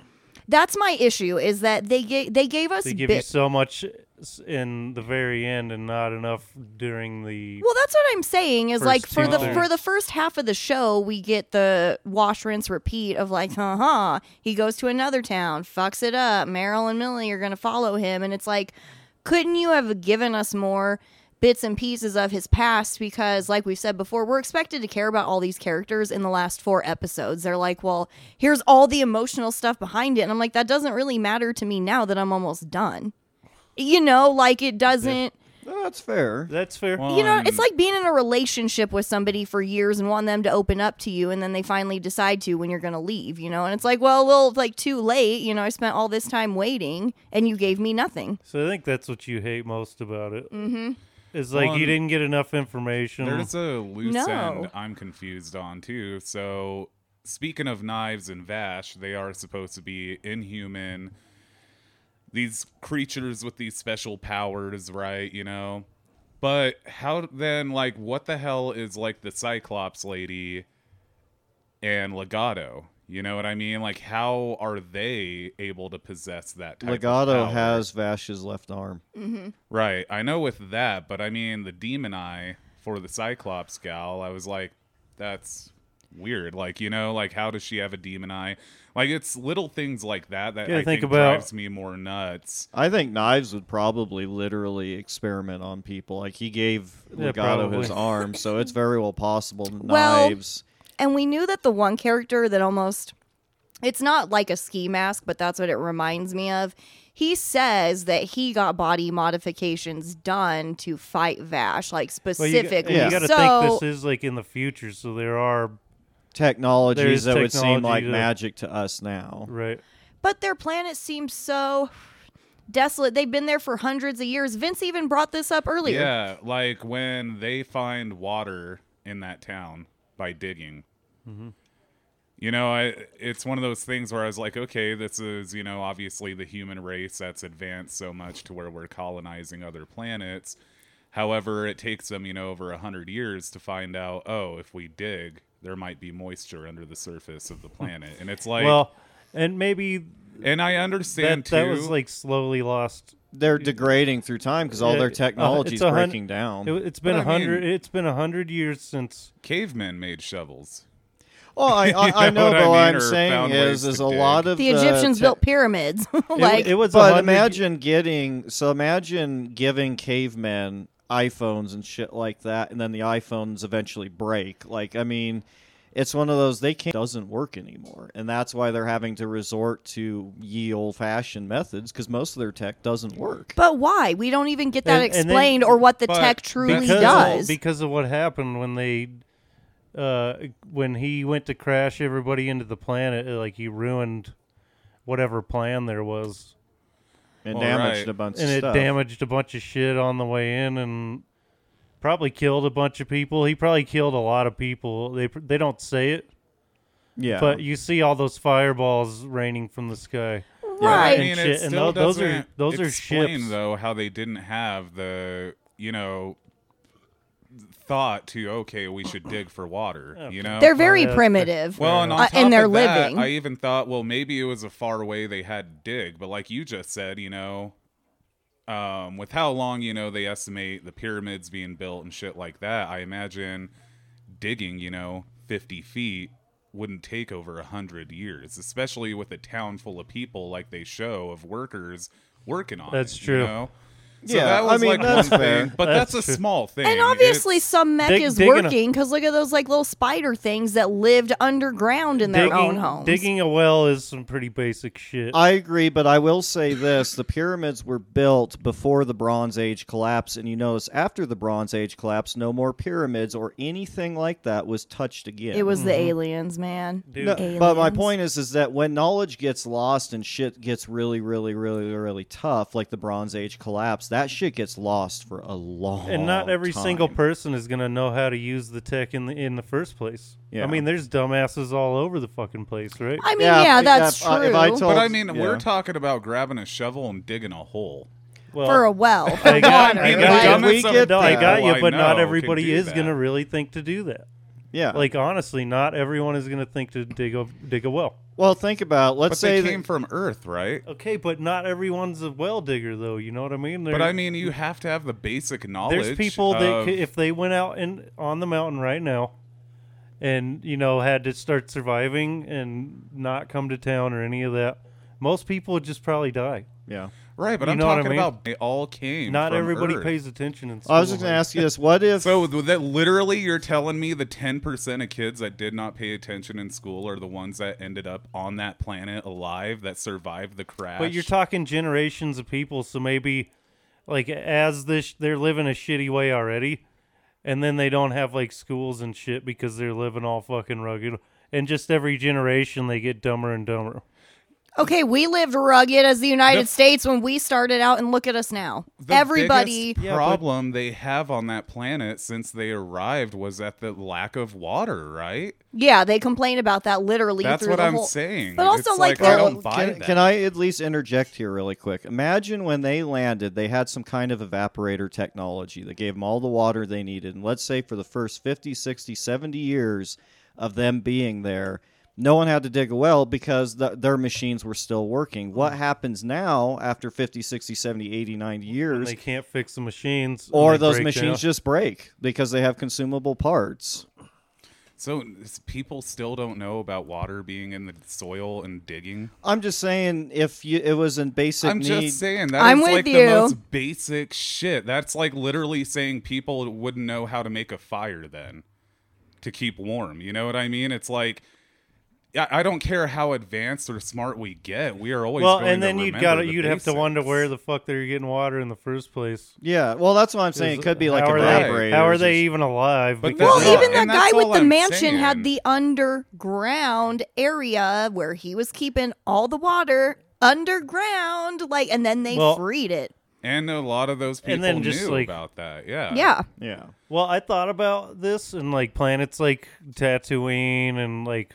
Speaker 1: that's my issue is that they ga- they gave us
Speaker 2: They give you
Speaker 1: bit-
Speaker 2: so much s- in the very end, and not enough during the.
Speaker 1: Well, that's what I'm saying is
Speaker 2: First
Speaker 1: like for
Speaker 2: two
Speaker 1: the
Speaker 2: thirds.
Speaker 1: for the first half of the show, we get the wash, rinse, repeat of like, huh, huh. He goes to another town, fucks it up. Meryl and Millie are gonna follow him, and it's like, couldn't you have given us more? bits and pieces of his past because like we've said before we're expected to care about all these characters in the last four episodes they're like well here's all the emotional stuff behind it and i'm like that doesn't really matter to me now that i'm almost done you know like it doesn't
Speaker 3: Well, that's fair.
Speaker 2: that's fair.
Speaker 4: Well,
Speaker 1: you know,
Speaker 4: and-
Speaker 2: Um,
Speaker 1: it's like being in a relationship with somebody for years and wanting them to open up to you, and then they finally decide to when you're going to leave. You know, and it's like, well, a little like too late. You know, I spent all this time waiting, and you gave me nothing.
Speaker 2: so I think that's what you hate most about it. Mm-hmm. Is like
Speaker 4: Well,
Speaker 2: you didn't get enough information.
Speaker 4: There's a loose
Speaker 1: No.
Speaker 4: end I'm confused on too. So speaking of knives and Vash, they are supposed to be inhuman. These creatures with these special powers, right? You know, but how then? Like, what the hell is like the Cyclops lady and Legato? You know what I mean? Like, how are they able to possess that? Type of
Speaker 3: Legato
Speaker 4: power?
Speaker 3: has Vash's left arm.
Speaker 4: Right. I know with that, but I mean the demon eye for the Cyclops gal, I was like, that's weird. Like, you know, like how does she have a demon eye? Like it's little things like that that
Speaker 2: Yeah,
Speaker 4: I
Speaker 2: think
Speaker 4: think,
Speaker 2: about-
Speaker 4: drives me more nuts.
Speaker 3: I think Knives would probably literally experiment on people. Like he gave
Speaker 2: Yeah,
Speaker 3: Legato his
Speaker 2: probably.
Speaker 3: arm, so it's very well possible that
Speaker 1: Well,
Speaker 3: Knives.
Speaker 1: And we knew that the one character that almost it's not like a ski mask, but that's what it reminds me of. He says that he got body modifications done to fight Vash, like
Speaker 2: Well, you,
Speaker 1: specifically.
Speaker 2: you
Speaker 3: yeah.
Speaker 2: got to
Speaker 1: so
Speaker 2: think this is like in the future, so there are There's
Speaker 3: Technologies that would seem
Speaker 2: technology
Speaker 3: like
Speaker 2: to-
Speaker 3: magic to us now.
Speaker 2: right.
Speaker 1: But their planet seems so desolate. They've been there for hundreds of years. Vince even brought this up earlier.
Speaker 4: Yeah, like when they find water in that town by digging.
Speaker 2: Mm-hmm.
Speaker 4: You know, I, it's one of those things where I was like, okay, this is, you know, obviously the human race that's advanced so much to where we're colonizing other planets. However, it takes them, you know, over a 100 years to find out, oh, if we dig, there might be moisture under the surface of the planet. And it's like,
Speaker 2: well, and maybe
Speaker 4: and I
Speaker 2: that
Speaker 4: understand too.
Speaker 2: that was like slowly lost
Speaker 3: They're degrading through time because all
Speaker 2: Yeah,
Speaker 3: their
Speaker 2: it's a hun-
Speaker 3: technology's breaking down.
Speaker 2: It, it's been a
Speaker 4: Um, But I mean-
Speaker 2: hundred. It's been a hundred years since.
Speaker 4: cavemen made shovels.
Speaker 3: Well, I, I, I
Speaker 4: You
Speaker 3: know,
Speaker 4: know what
Speaker 3: but
Speaker 4: I
Speaker 3: what
Speaker 4: mean,
Speaker 3: I'm
Speaker 4: or
Speaker 3: saying
Speaker 4: found
Speaker 3: is,
Speaker 4: ways
Speaker 3: is
Speaker 4: to
Speaker 3: a
Speaker 4: dig.
Speaker 3: lot of
Speaker 1: The Egyptians
Speaker 3: te-
Speaker 1: built pyramids. like
Speaker 2: it, was. a
Speaker 3: But
Speaker 2: hundred-
Speaker 3: imagine getting so imagine giving cavemen iPhones and shit like that, and then the iPhones eventually break. Like, I mean, it's one of those they can't doesn't work anymore, and that's why they're having to resort to ye old fashioned methods because most of their tech doesn't work.
Speaker 1: But why? We don't even get that
Speaker 2: And- and then-
Speaker 1: explained or what the
Speaker 4: but
Speaker 1: tech truly
Speaker 2: because
Speaker 1: does.
Speaker 2: Of, because of what happened when they uh when he went to crash everybody into the planet uh, like he ruined whatever plan there was
Speaker 3: and
Speaker 4: Well,
Speaker 3: damaged
Speaker 4: right.
Speaker 3: a bunch
Speaker 2: and
Speaker 3: of
Speaker 2: it
Speaker 3: stuff.
Speaker 2: damaged a bunch of shit on the way in and probably killed a bunch of people he probably killed a lot of people they pr- they don't say it
Speaker 3: yeah,
Speaker 2: but you see all those fireballs raining from the sky
Speaker 1: right.
Speaker 4: I mean,
Speaker 2: And
Speaker 4: it
Speaker 2: shit, and
Speaker 4: still
Speaker 2: tho- those are-
Speaker 4: doesn't
Speaker 2: those are
Speaker 4: explain,
Speaker 2: ships.
Speaker 4: though, how they didn't have the you know thought to okay, we should dig for
Speaker 2: Oh,
Speaker 4: water. You know,
Speaker 1: They're very
Speaker 2: yeah.
Speaker 1: primitive.
Speaker 4: well, and, on
Speaker 1: uh,
Speaker 4: top
Speaker 1: and they're
Speaker 4: of that,
Speaker 1: living.
Speaker 4: I even thought, well, maybe it was a far way they had to dig, but like you just said, you know, um, with how long you know they estimate the pyramids being built and shit like that, I imagine digging, you know, fifty feet wouldn't take over a hundred years, especially with a town full of people like they show of workers working on
Speaker 2: That's
Speaker 4: it.
Speaker 2: true.
Speaker 4: You know? So
Speaker 3: Yeah,
Speaker 4: that was
Speaker 3: I mean,
Speaker 4: like
Speaker 3: that's
Speaker 4: one
Speaker 3: fair.
Speaker 4: thing, but that's,
Speaker 2: That's
Speaker 4: a
Speaker 2: true.
Speaker 4: small thing.
Speaker 1: And obviously,
Speaker 4: It's-
Speaker 1: some mech
Speaker 2: Dig-
Speaker 1: is
Speaker 2: digging a-
Speaker 1: working because look at those like little spider things that lived underground in their
Speaker 2: digging,
Speaker 1: own homes.
Speaker 2: digging a well is some pretty basic shit.
Speaker 3: I agree, but I will say this: the pyramids were built before the Bronze Age collapse, and you notice after the Bronze Age collapse, no more pyramids or anything like that was touched again.
Speaker 1: It was the aliens, man.
Speaker 2: Dude.
Speaker 3: No,
Speaker 1: Aliens.
Speaker 3: but my point is, is that when knowledge gets lost and shit gets really, really, really, really tough, like the Bronze Age collapse, that shit gets lost for a long.
Speaker 2: and not every
Speaker 3: time.
Speaker 2: single person is gonna know how to use the tech in the in the first place.
Speaker 3: Yeah.
Speaker 2: I mean, there's dumbasses all over the fucking place, right?
Speaker 1: I mean, yeah,
Speaker 3: if-
Speaker 1: that's
Speaker 3: if
Speaker 1: true.
Speaker 3: I- if I told-
Speaker 4: but I mean,
Speaker 3: yeah.
Speaker 4: we're talking about grabbing a shovel and digging a hole.
Speaker 2: well,
Speaker 1: for a well, for
Speaker 2: I got,
Speaker 1: water.
Speaker 2: I
Speaker 4: Even
Speaker 2: got-
Speaker 3: Like,
Speaker 4: dumbest
Speaker 3: we
Speaker 4: of
Speaker 3: get
Speaker 4: dumb
Speaker 2: I
Speaker 3: that.
Speaker 2: got
Speaker 4: people
Speaker 2: you,
Speaker 4: I
Speaker 2: but
Speaker 4: know
Speaker 2: not
Speaker 4: can
Speaker 2: everybody
Speaker 4: do
Speaker 2: is
Speaker 4: that. Uh.
Speaker 2: gonna really think to do that.
Speaker 3: yeah.
Speaker 2: Like honestly, not everyone is gonna think to dig a dig a well.
Speaker 3: well, think about. Let's
Speaker 4: But
Speaker 3: say
Speaker 4: they
Speaker 3: that-
Speaker 4: came from Earth, right?
Speaker 2: Okay, but not everyone's a well digger, though. You know what I mean?
Speaker 4: But
Speaker 2: There-
Speaker 4: I mean, you have to have the basic knowledge.
Speaker 2: there's people that
Speaker 4: of-
Speaker 2: could, if they went out and on the mountain right now, and you know had to start surviving and not come to town or any of that, most people would just probably die.
Speaker 3: yeah.
Speaker 4: right, but
Speaker 2: you
Speaker 4: I'm
Speaker 2: know what I
Speaker 4: talking
Speaker 2: mean?
Speaker 4: about they all came.
Speaker 2: Not
Speaker 4: from
Speaker 2: everybody
Speaker 4: Earth.
Speaker 2: pays attention. In
Speaker 3: I was
Speaker 2: school,
Speaker 3: just gonna
Speaker 2: man.
Speaker 3: ask you this: What if?
Speaker 4: So th- that literally, you're telling me the 10% of kids that did not pay attention in school are the ones that ended up on that planet alive that survived the crash.
Speaker 2: But you're talking generations of people, so maybe like as this they're living a shitty way already, and then they don't have like schools and shit because they're living all fucking rugged. And just every generation they get dumber and dumber.
Speaker 1: Okay, we lived rugged as the United
Speaker 4: The-
Speaker 1: States when we started out, and look at us now.
Speaker 4: the
Speaker 1: Everybody,
Speaker 4: biggest problem they have on that planet since they arrived was that the lack of water, right?
Speaker 1: yeah, they complain about that literally.
Speaker 4: That's
Speaker 1: through
Speaker 4: what
Speaker 1: the
Speaker 4: I'm
Speaker 1: whole-
Speaker 4: saying.
Speaker 1: But also,
Speaker 4: It's
Speaker 1: like,
Speaker 4: I
Speaker 1: they're-
Speaker 4: don't buy
Speaker 3: can,
Speaker 4: that.
Speaker 3: can I at least interject here really quick? Imagine when they landed, they had some kind of evaporator technology that gave them all the water they needed. And let's say for the first 50, 60, 70 years of them being there, no one had to dig a well because th their machines were still working. What
Speaker 4: Mm.
Speaker 3: happens now after 50, 60, 70, 80, 90 years?
Speaker 2: They can't fix the machines. and they
Speaker 3: Or those
Speaker 2: break
Speaker 3: machines
Speaker 2: down.
Speaker 3: just break because they have consumable parts.
Speaker 4: So s- people still don't know about water being in the soil and digging.
Speaker 3: I'm just saying, if you, it was in basic
Speaker 4: I'm
Speaker 3: need,
Speaker 4: just saying that
Speaker 1: I'm
Speaker 4: is,
Speaker 1: with
Speaker 4: like
Speaker 1: you.
Speaker 4: the most basic shit. That's like literally saying people wouldn't know how to make a fire then to keep warm. You know what I mean? It's like I I don't care how advanced or smart we get. We are always
Speaker 2: well,
Speaker 4: going
Speaker 2: and
Speaker 4: to
Speaker 2: then you'd
Speaker 4: remember
Speaker 2: got
Speaker 4: the
Speaker 2: you'd have to
Speaker 4: basics.
Speaker 2: wonder where the fuck they're getting water in the first place.
Speaker 3: yeah. Well, that's what I'm saying. It could be like
Speaker 2: how are they,
Speaker 3: evaporators.
Speaker 2: how are
Speaker 3: or
Speaker 2: they even alive?
Speaker 4: But
Speaker 2: Because-
Speaker 4: that's-
Speaker 1: Well, even
Speaker 4: Yeah,
Speaker 1: that
Speaker 4: and that's
Speaker 1: guy with
Speaker 4: all
Speaker 1: the
Speaker 4: I'm
Speaker 1: mansion
Speaker 4: saying.
Speaker 1: had the underground area where he was keeping all the water underground, like, and then they
Speaker 2: Well-
Speaker 1: freed it.
Speaker 4: and a lot of those people
Speaker 2: And then just,
Speaker 4: knew
Speaker 2: like-
Speaker 4: about that. Yeah,
Speaker 1: Yeah,
Speaker 3: Yeah.
Speaker 2: Well, I thought about this and like planets like Tatooine and like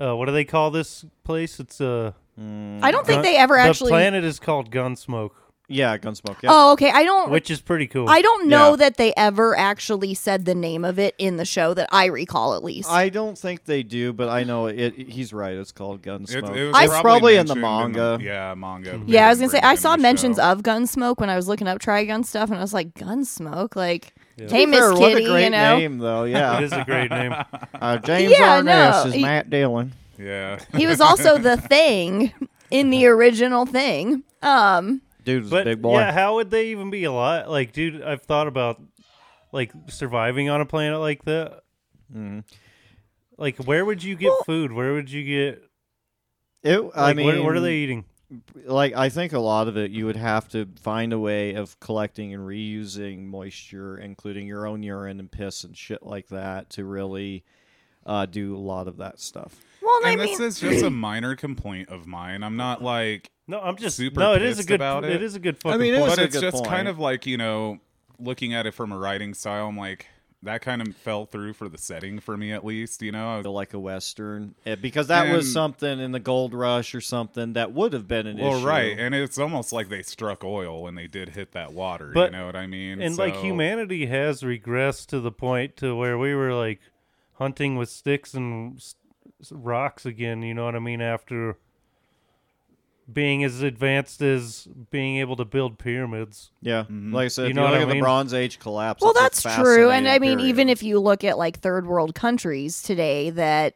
Speaker 2: uh, what do they call this place? It's uh,
Speaker 1: I don't think
Speaker 2: gun-
Speaker 1: they ever
Speaker 2: uh, the
Speaker 1: actually.
Speaker 2: planet is called Gunsmoke,
Speaker 3: Yeah, Gunsmoke. Yeah.
Speaker 1: oh, okay. I don't.
Speaker 2: which is pretty cool.
Speaker 1: I don't know
Speaker 3: Yeah.
Speaker 1: that they ever actually said the name of it in the show that I recall, at least.
Speaker 3: I don't think they do, but I know it. He's right. It's called Gunsmoke.
Speaker 4: It, it was
Speaker 1: I-
Speaker 3: it's probably in the
Speaker 4: mentioned
Speaker 3: manga.
Speaker 4: yeah, manga. but they
Speaker 1: yeah, I was gonna
Speaker 4: didn't
Speaker 1: say
Speaker 4: bring it
Speaker 1: I
Speaker 4: in
Speaker 1: saw
Speaker 4: the
Speaker 1: mentions
Speaker 4: show.
Speaker 1: of Gunsmoke when I was looking up Trigun stuff, and I was like, Gunsmoke, like, hey,
Speaker 3: To be
Speaker 1: Miss
Speaker 3: fair, what a
Speaker 1: Kitty,
Speaker 3: great
Speaker 1: you know.
Speaker 3: name, though.
Speaker 2: It
Speaker 3: Yeah,
Speaker 2: is a great name.
Speaker 3: uh, James
Speaker 1: Yeah,
Speaker 3: R.
Speaker 1: no,
Speaker 3: Ness is
Speaker 1: he-
Speaker 3: Matt Dillon.
Speaker 4: Yeah,
Speaker 1: He was also the thing in the original thing. Um,
Speaker 3: Dude was a
Speaker 2: But
Speaker 3: big boy.
Speaker 2: yeah, how would they even be alive? Like, dude, I've thought about like surviving on a planet like that.
Speaker 3: Mm-hmm.
Speaker 2: Like, where would you get food? Where would you get?
Speaker 3: It- I
Speaker 2: like,
Speaker 3: mean,
Speaker 2: what, what are they eating?
Speaker 3: Like, I think a lot of it, you would have to find a way of collecting and reusing moisture, including your own urine and piss and shit like that, to really uh, do a lot of that stuff.
Speaker 1: well, I
Speaker 4: and
Speaker 1: mean,
Speaker 4: this is just a minor complaint of mine. I'm not like
Speaker 2: No, I'm just
Speaker 4: Super
Speaker 2: no. It is a
Speaker 4: pissed
Speaker 2: good.
Speaker 4: about it.
Speaker 2: it is a good fucking.
Speaker 3: mean, it
Speaker 2: point.
Speaker 3: is-
Speaker 4: but
Speaker 3: a
Speaker 4: it's
Speaker 3: good
Speaker 4: just
Speaker 3: point.
Speaker 4: kind of like you know looking at it from a writing style i'm like that kind of fell through for the setting for me at least you know I was-
Speaker 3: Like a western, eh, because that was
Speaker 4: And-
Speaker 3: something in the gold rush or something that would have been an
Speaker 4: well
Speaker 3: issue.
Speaker 4: right and it's almost like they struck oil when they did hit that water
Speaker 2: But-
Speaker 4: you know what i mean
Speaker 2: and like
Speaker 4: So-
Speaker 2: humanity has regressed to the point to where we were like hunting with sticks and s- s- rocks again. You know what I mean? After being as advanced as being able to build pyramids.
Speaker 3: Yeah, like I said,
Speaker 2: Mm-hmm. You
Speaker 3: if
Speaker 2: know
Speaker 3: you
Speaker 2: what
Speaker 3: look
Speaker 2: I
Speaker 3: at the
Speaker 2: mean?
Speaker 3: Bronze Age collapse.
Speaker 1: well,
Speaker 3: that's a
Speaker 1: that's true. And
Speaker 3: fascinating
Speaker 1: I mean,
Speaker 3: period.
Speaker 1: even if you look at like third world countries today that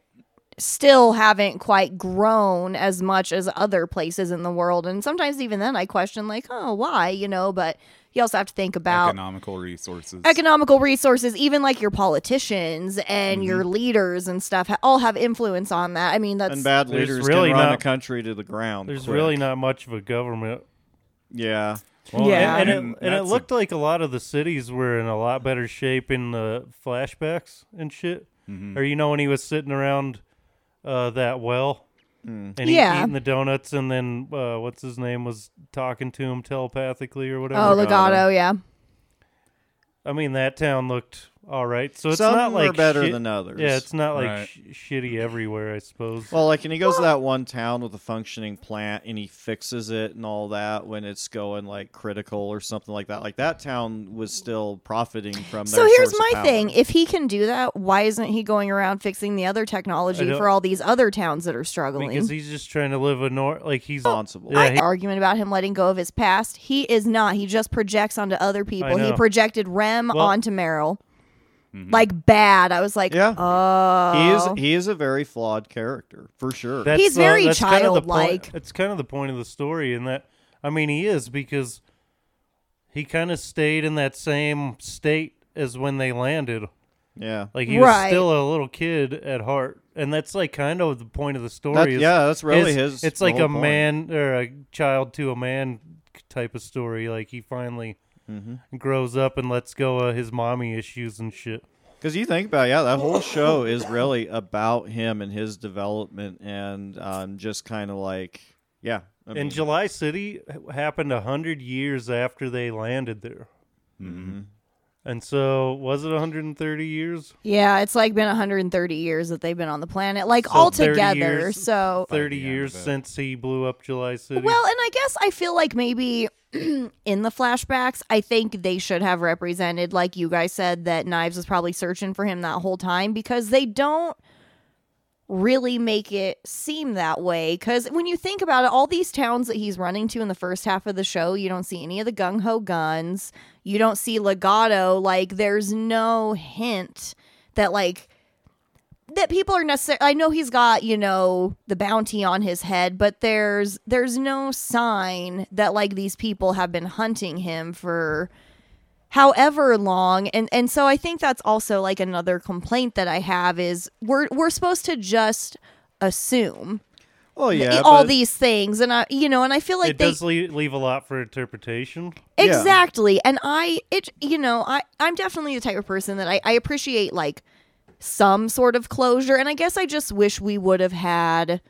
Speaker 1: still haven't quite grown as much as other places in the world. And sometimes even then I question like, oh, why, you know, but you also have to think about
Speaker 4: Economical resources.
Speaker 1: economical resources, even like your politicians and
Speaker 2: Mm-hmm.
Speaker 1: your leaders and stuff ha- all have influence on that. I mean, that's
Speaker 3: and bad
Speaker 2: There's
Speaker 3: leaders
Speaker 2: really
Speaker 3: can run
Speaker 2: not-
Speaker 3: a country to the ground.
Speaker 2: There's
Speaker 3: quick.
Speaker 2: really not much of a government.
Speaker 3: yeah.
Speaker 1: Well, Yeah.
Speaker 2: and,
Speaker 4: I
Speaker 2: and
Speaker 4: mean,
Speaker 2: it, and it
Speaker 4: that's a-
Speaker 2: looked like a lot of the cities were in a lot better shape in the flashbacks and shit.
Speaker 3: Mm-hmm.
Speaker 2: Or you know when he was sitting around uh, that well
Speaker 3: Mm.
Speaker 2: and he
Speaker 1: Yeah.
Speaker 2: eating the donuts, and then uh, what's his name was talking to him telepathically or whatever.
Speaker 1: oh,
Speaker 2: uh,
Speaker 1: Legato, yeah.
Speaker 2: I mean that town looked all right. So it's
Speaker 3: Some
Speaker 2: not
Speaker 3: were
Speaker 2: like
Speaker 3: better
Speaker 2: shit-
Speaker 3: than others.
Speaker 2: Yeah, it's not like
Speaker 4: Right.
Speaker 2: sh- shitty everywhere. I suppose.
Speaker 3: Well, like, and he goes to that one town with a functioning plant, and he fixes it and all that when it's going like critical or something like that. Like that town was still profiting from.
Speaker 1: So
Speaker 3: their
Speaker 1: here's
Speaker 3: source of
Speaker 1: my
Speaker 3: power.
Speaker 1: thing. If he can do that, why isn't he going around fixing the other technology
Speaker 2: don't-
Speaker 1: for all these other towns that are struggling?
Speaker 2: because he's just trying to live a nor like he's
Speaker 3: Responsible.
Speaker 2: Yeah, he-
Speaker 1: argument about him letting go of his past. He is not. He just projects onto other people. He
Speaker 2: know.
Speaker 1: projected Rem
Speaker 2: Well- Mm-hmm.
Speaker 1: onto Meryl. Like bad. I was like,
Speaker 3: Yeah. He is.
Speaker 1: oh.
Speaker 3: He is a very flawed charecter for sure.
Speaker 2: That's
Speaker 1: He's
Speaker 2: the-
Speaker 1: very
Speaker 2: that's kind of the point-
Speaker 1: childlike.
Speaker 2: That's kind of the point of the story, in that I mean, he is because he kind of stayed in that same state as when they landed.
Speaker 3: yeah.
Speaker 2: Like he was
Speaker 1: Right.
Speaker 2: still a little kid at heart, and that's like kind of the point of the story.
Speaker 3: That-
Speaker 2: is-
Speaker 3: yeah, that's really
Speaker 2: is-
Speaker 3: his-
Speaker 2: It's
Speaker 3: the
Speaker 2: like
Speaker 3: whole
Speaker 2: a
Speaker 3: point.
Speaker 2: man or a child to a man type of story. Like he finally
Speaker 3: Mm-hmm.
Speaker 2: grows up and lets go of his mommy issues and shit.
Speaker 3: Because you think about it, yeah, that whole show is really about him and his development, and um, just kind of like yeah. I mean,
Speaker 2: and July City h- happened a hundred years after they landed there.
Speaker 3: Mm-hmm.
Speaker 2: And so, was it 130 years?
Speaker 1: Yeah, it's like been 130 years that they've been on the planet, like
Speaker 2: So
Speaker 1: all
Speaker 2: 30
Speaker 1: together.
Speaker 2: years-
Speaker 1: So,
Speaker 2: 30
Speaker 4: the end
Speaker 2: years
Speaker 4: of it.
Speaker 2: since he blew up July City.
Speaker 1: well, and I guess I feel like maybe in the flashbacks, I think they should have represented, like you guys said, that Knives was probably searching for him that whole time because they don't really make it seem that way. Because when you think about it, all these towns that he's running to in the first half of the show, you don't see any of the gung ho guns. You don't see legato. Like, there's no hint that, like, that people are necessary. I know he's got you know the bounty on his head, but there's there's no sign that like these people have been hunting him for however long and and so i think that's also like another complaint that i have is we're we're supposed to just assume
Speaker 3: oh yeah,
Speaker 1: all
Speaker 3: but-
Speaker 1: these things and i you know and i feel like
Speaker 2: it
Speaker 1: they
Speaker 2: does leave, leave a lot for interpretation.
Speaker 3: Yeah.
Speaker 1: Exactly. And I it you know, I I'm definitely the type of person that I, I appreciate like some sort of closure. And I guess I just wish we would have had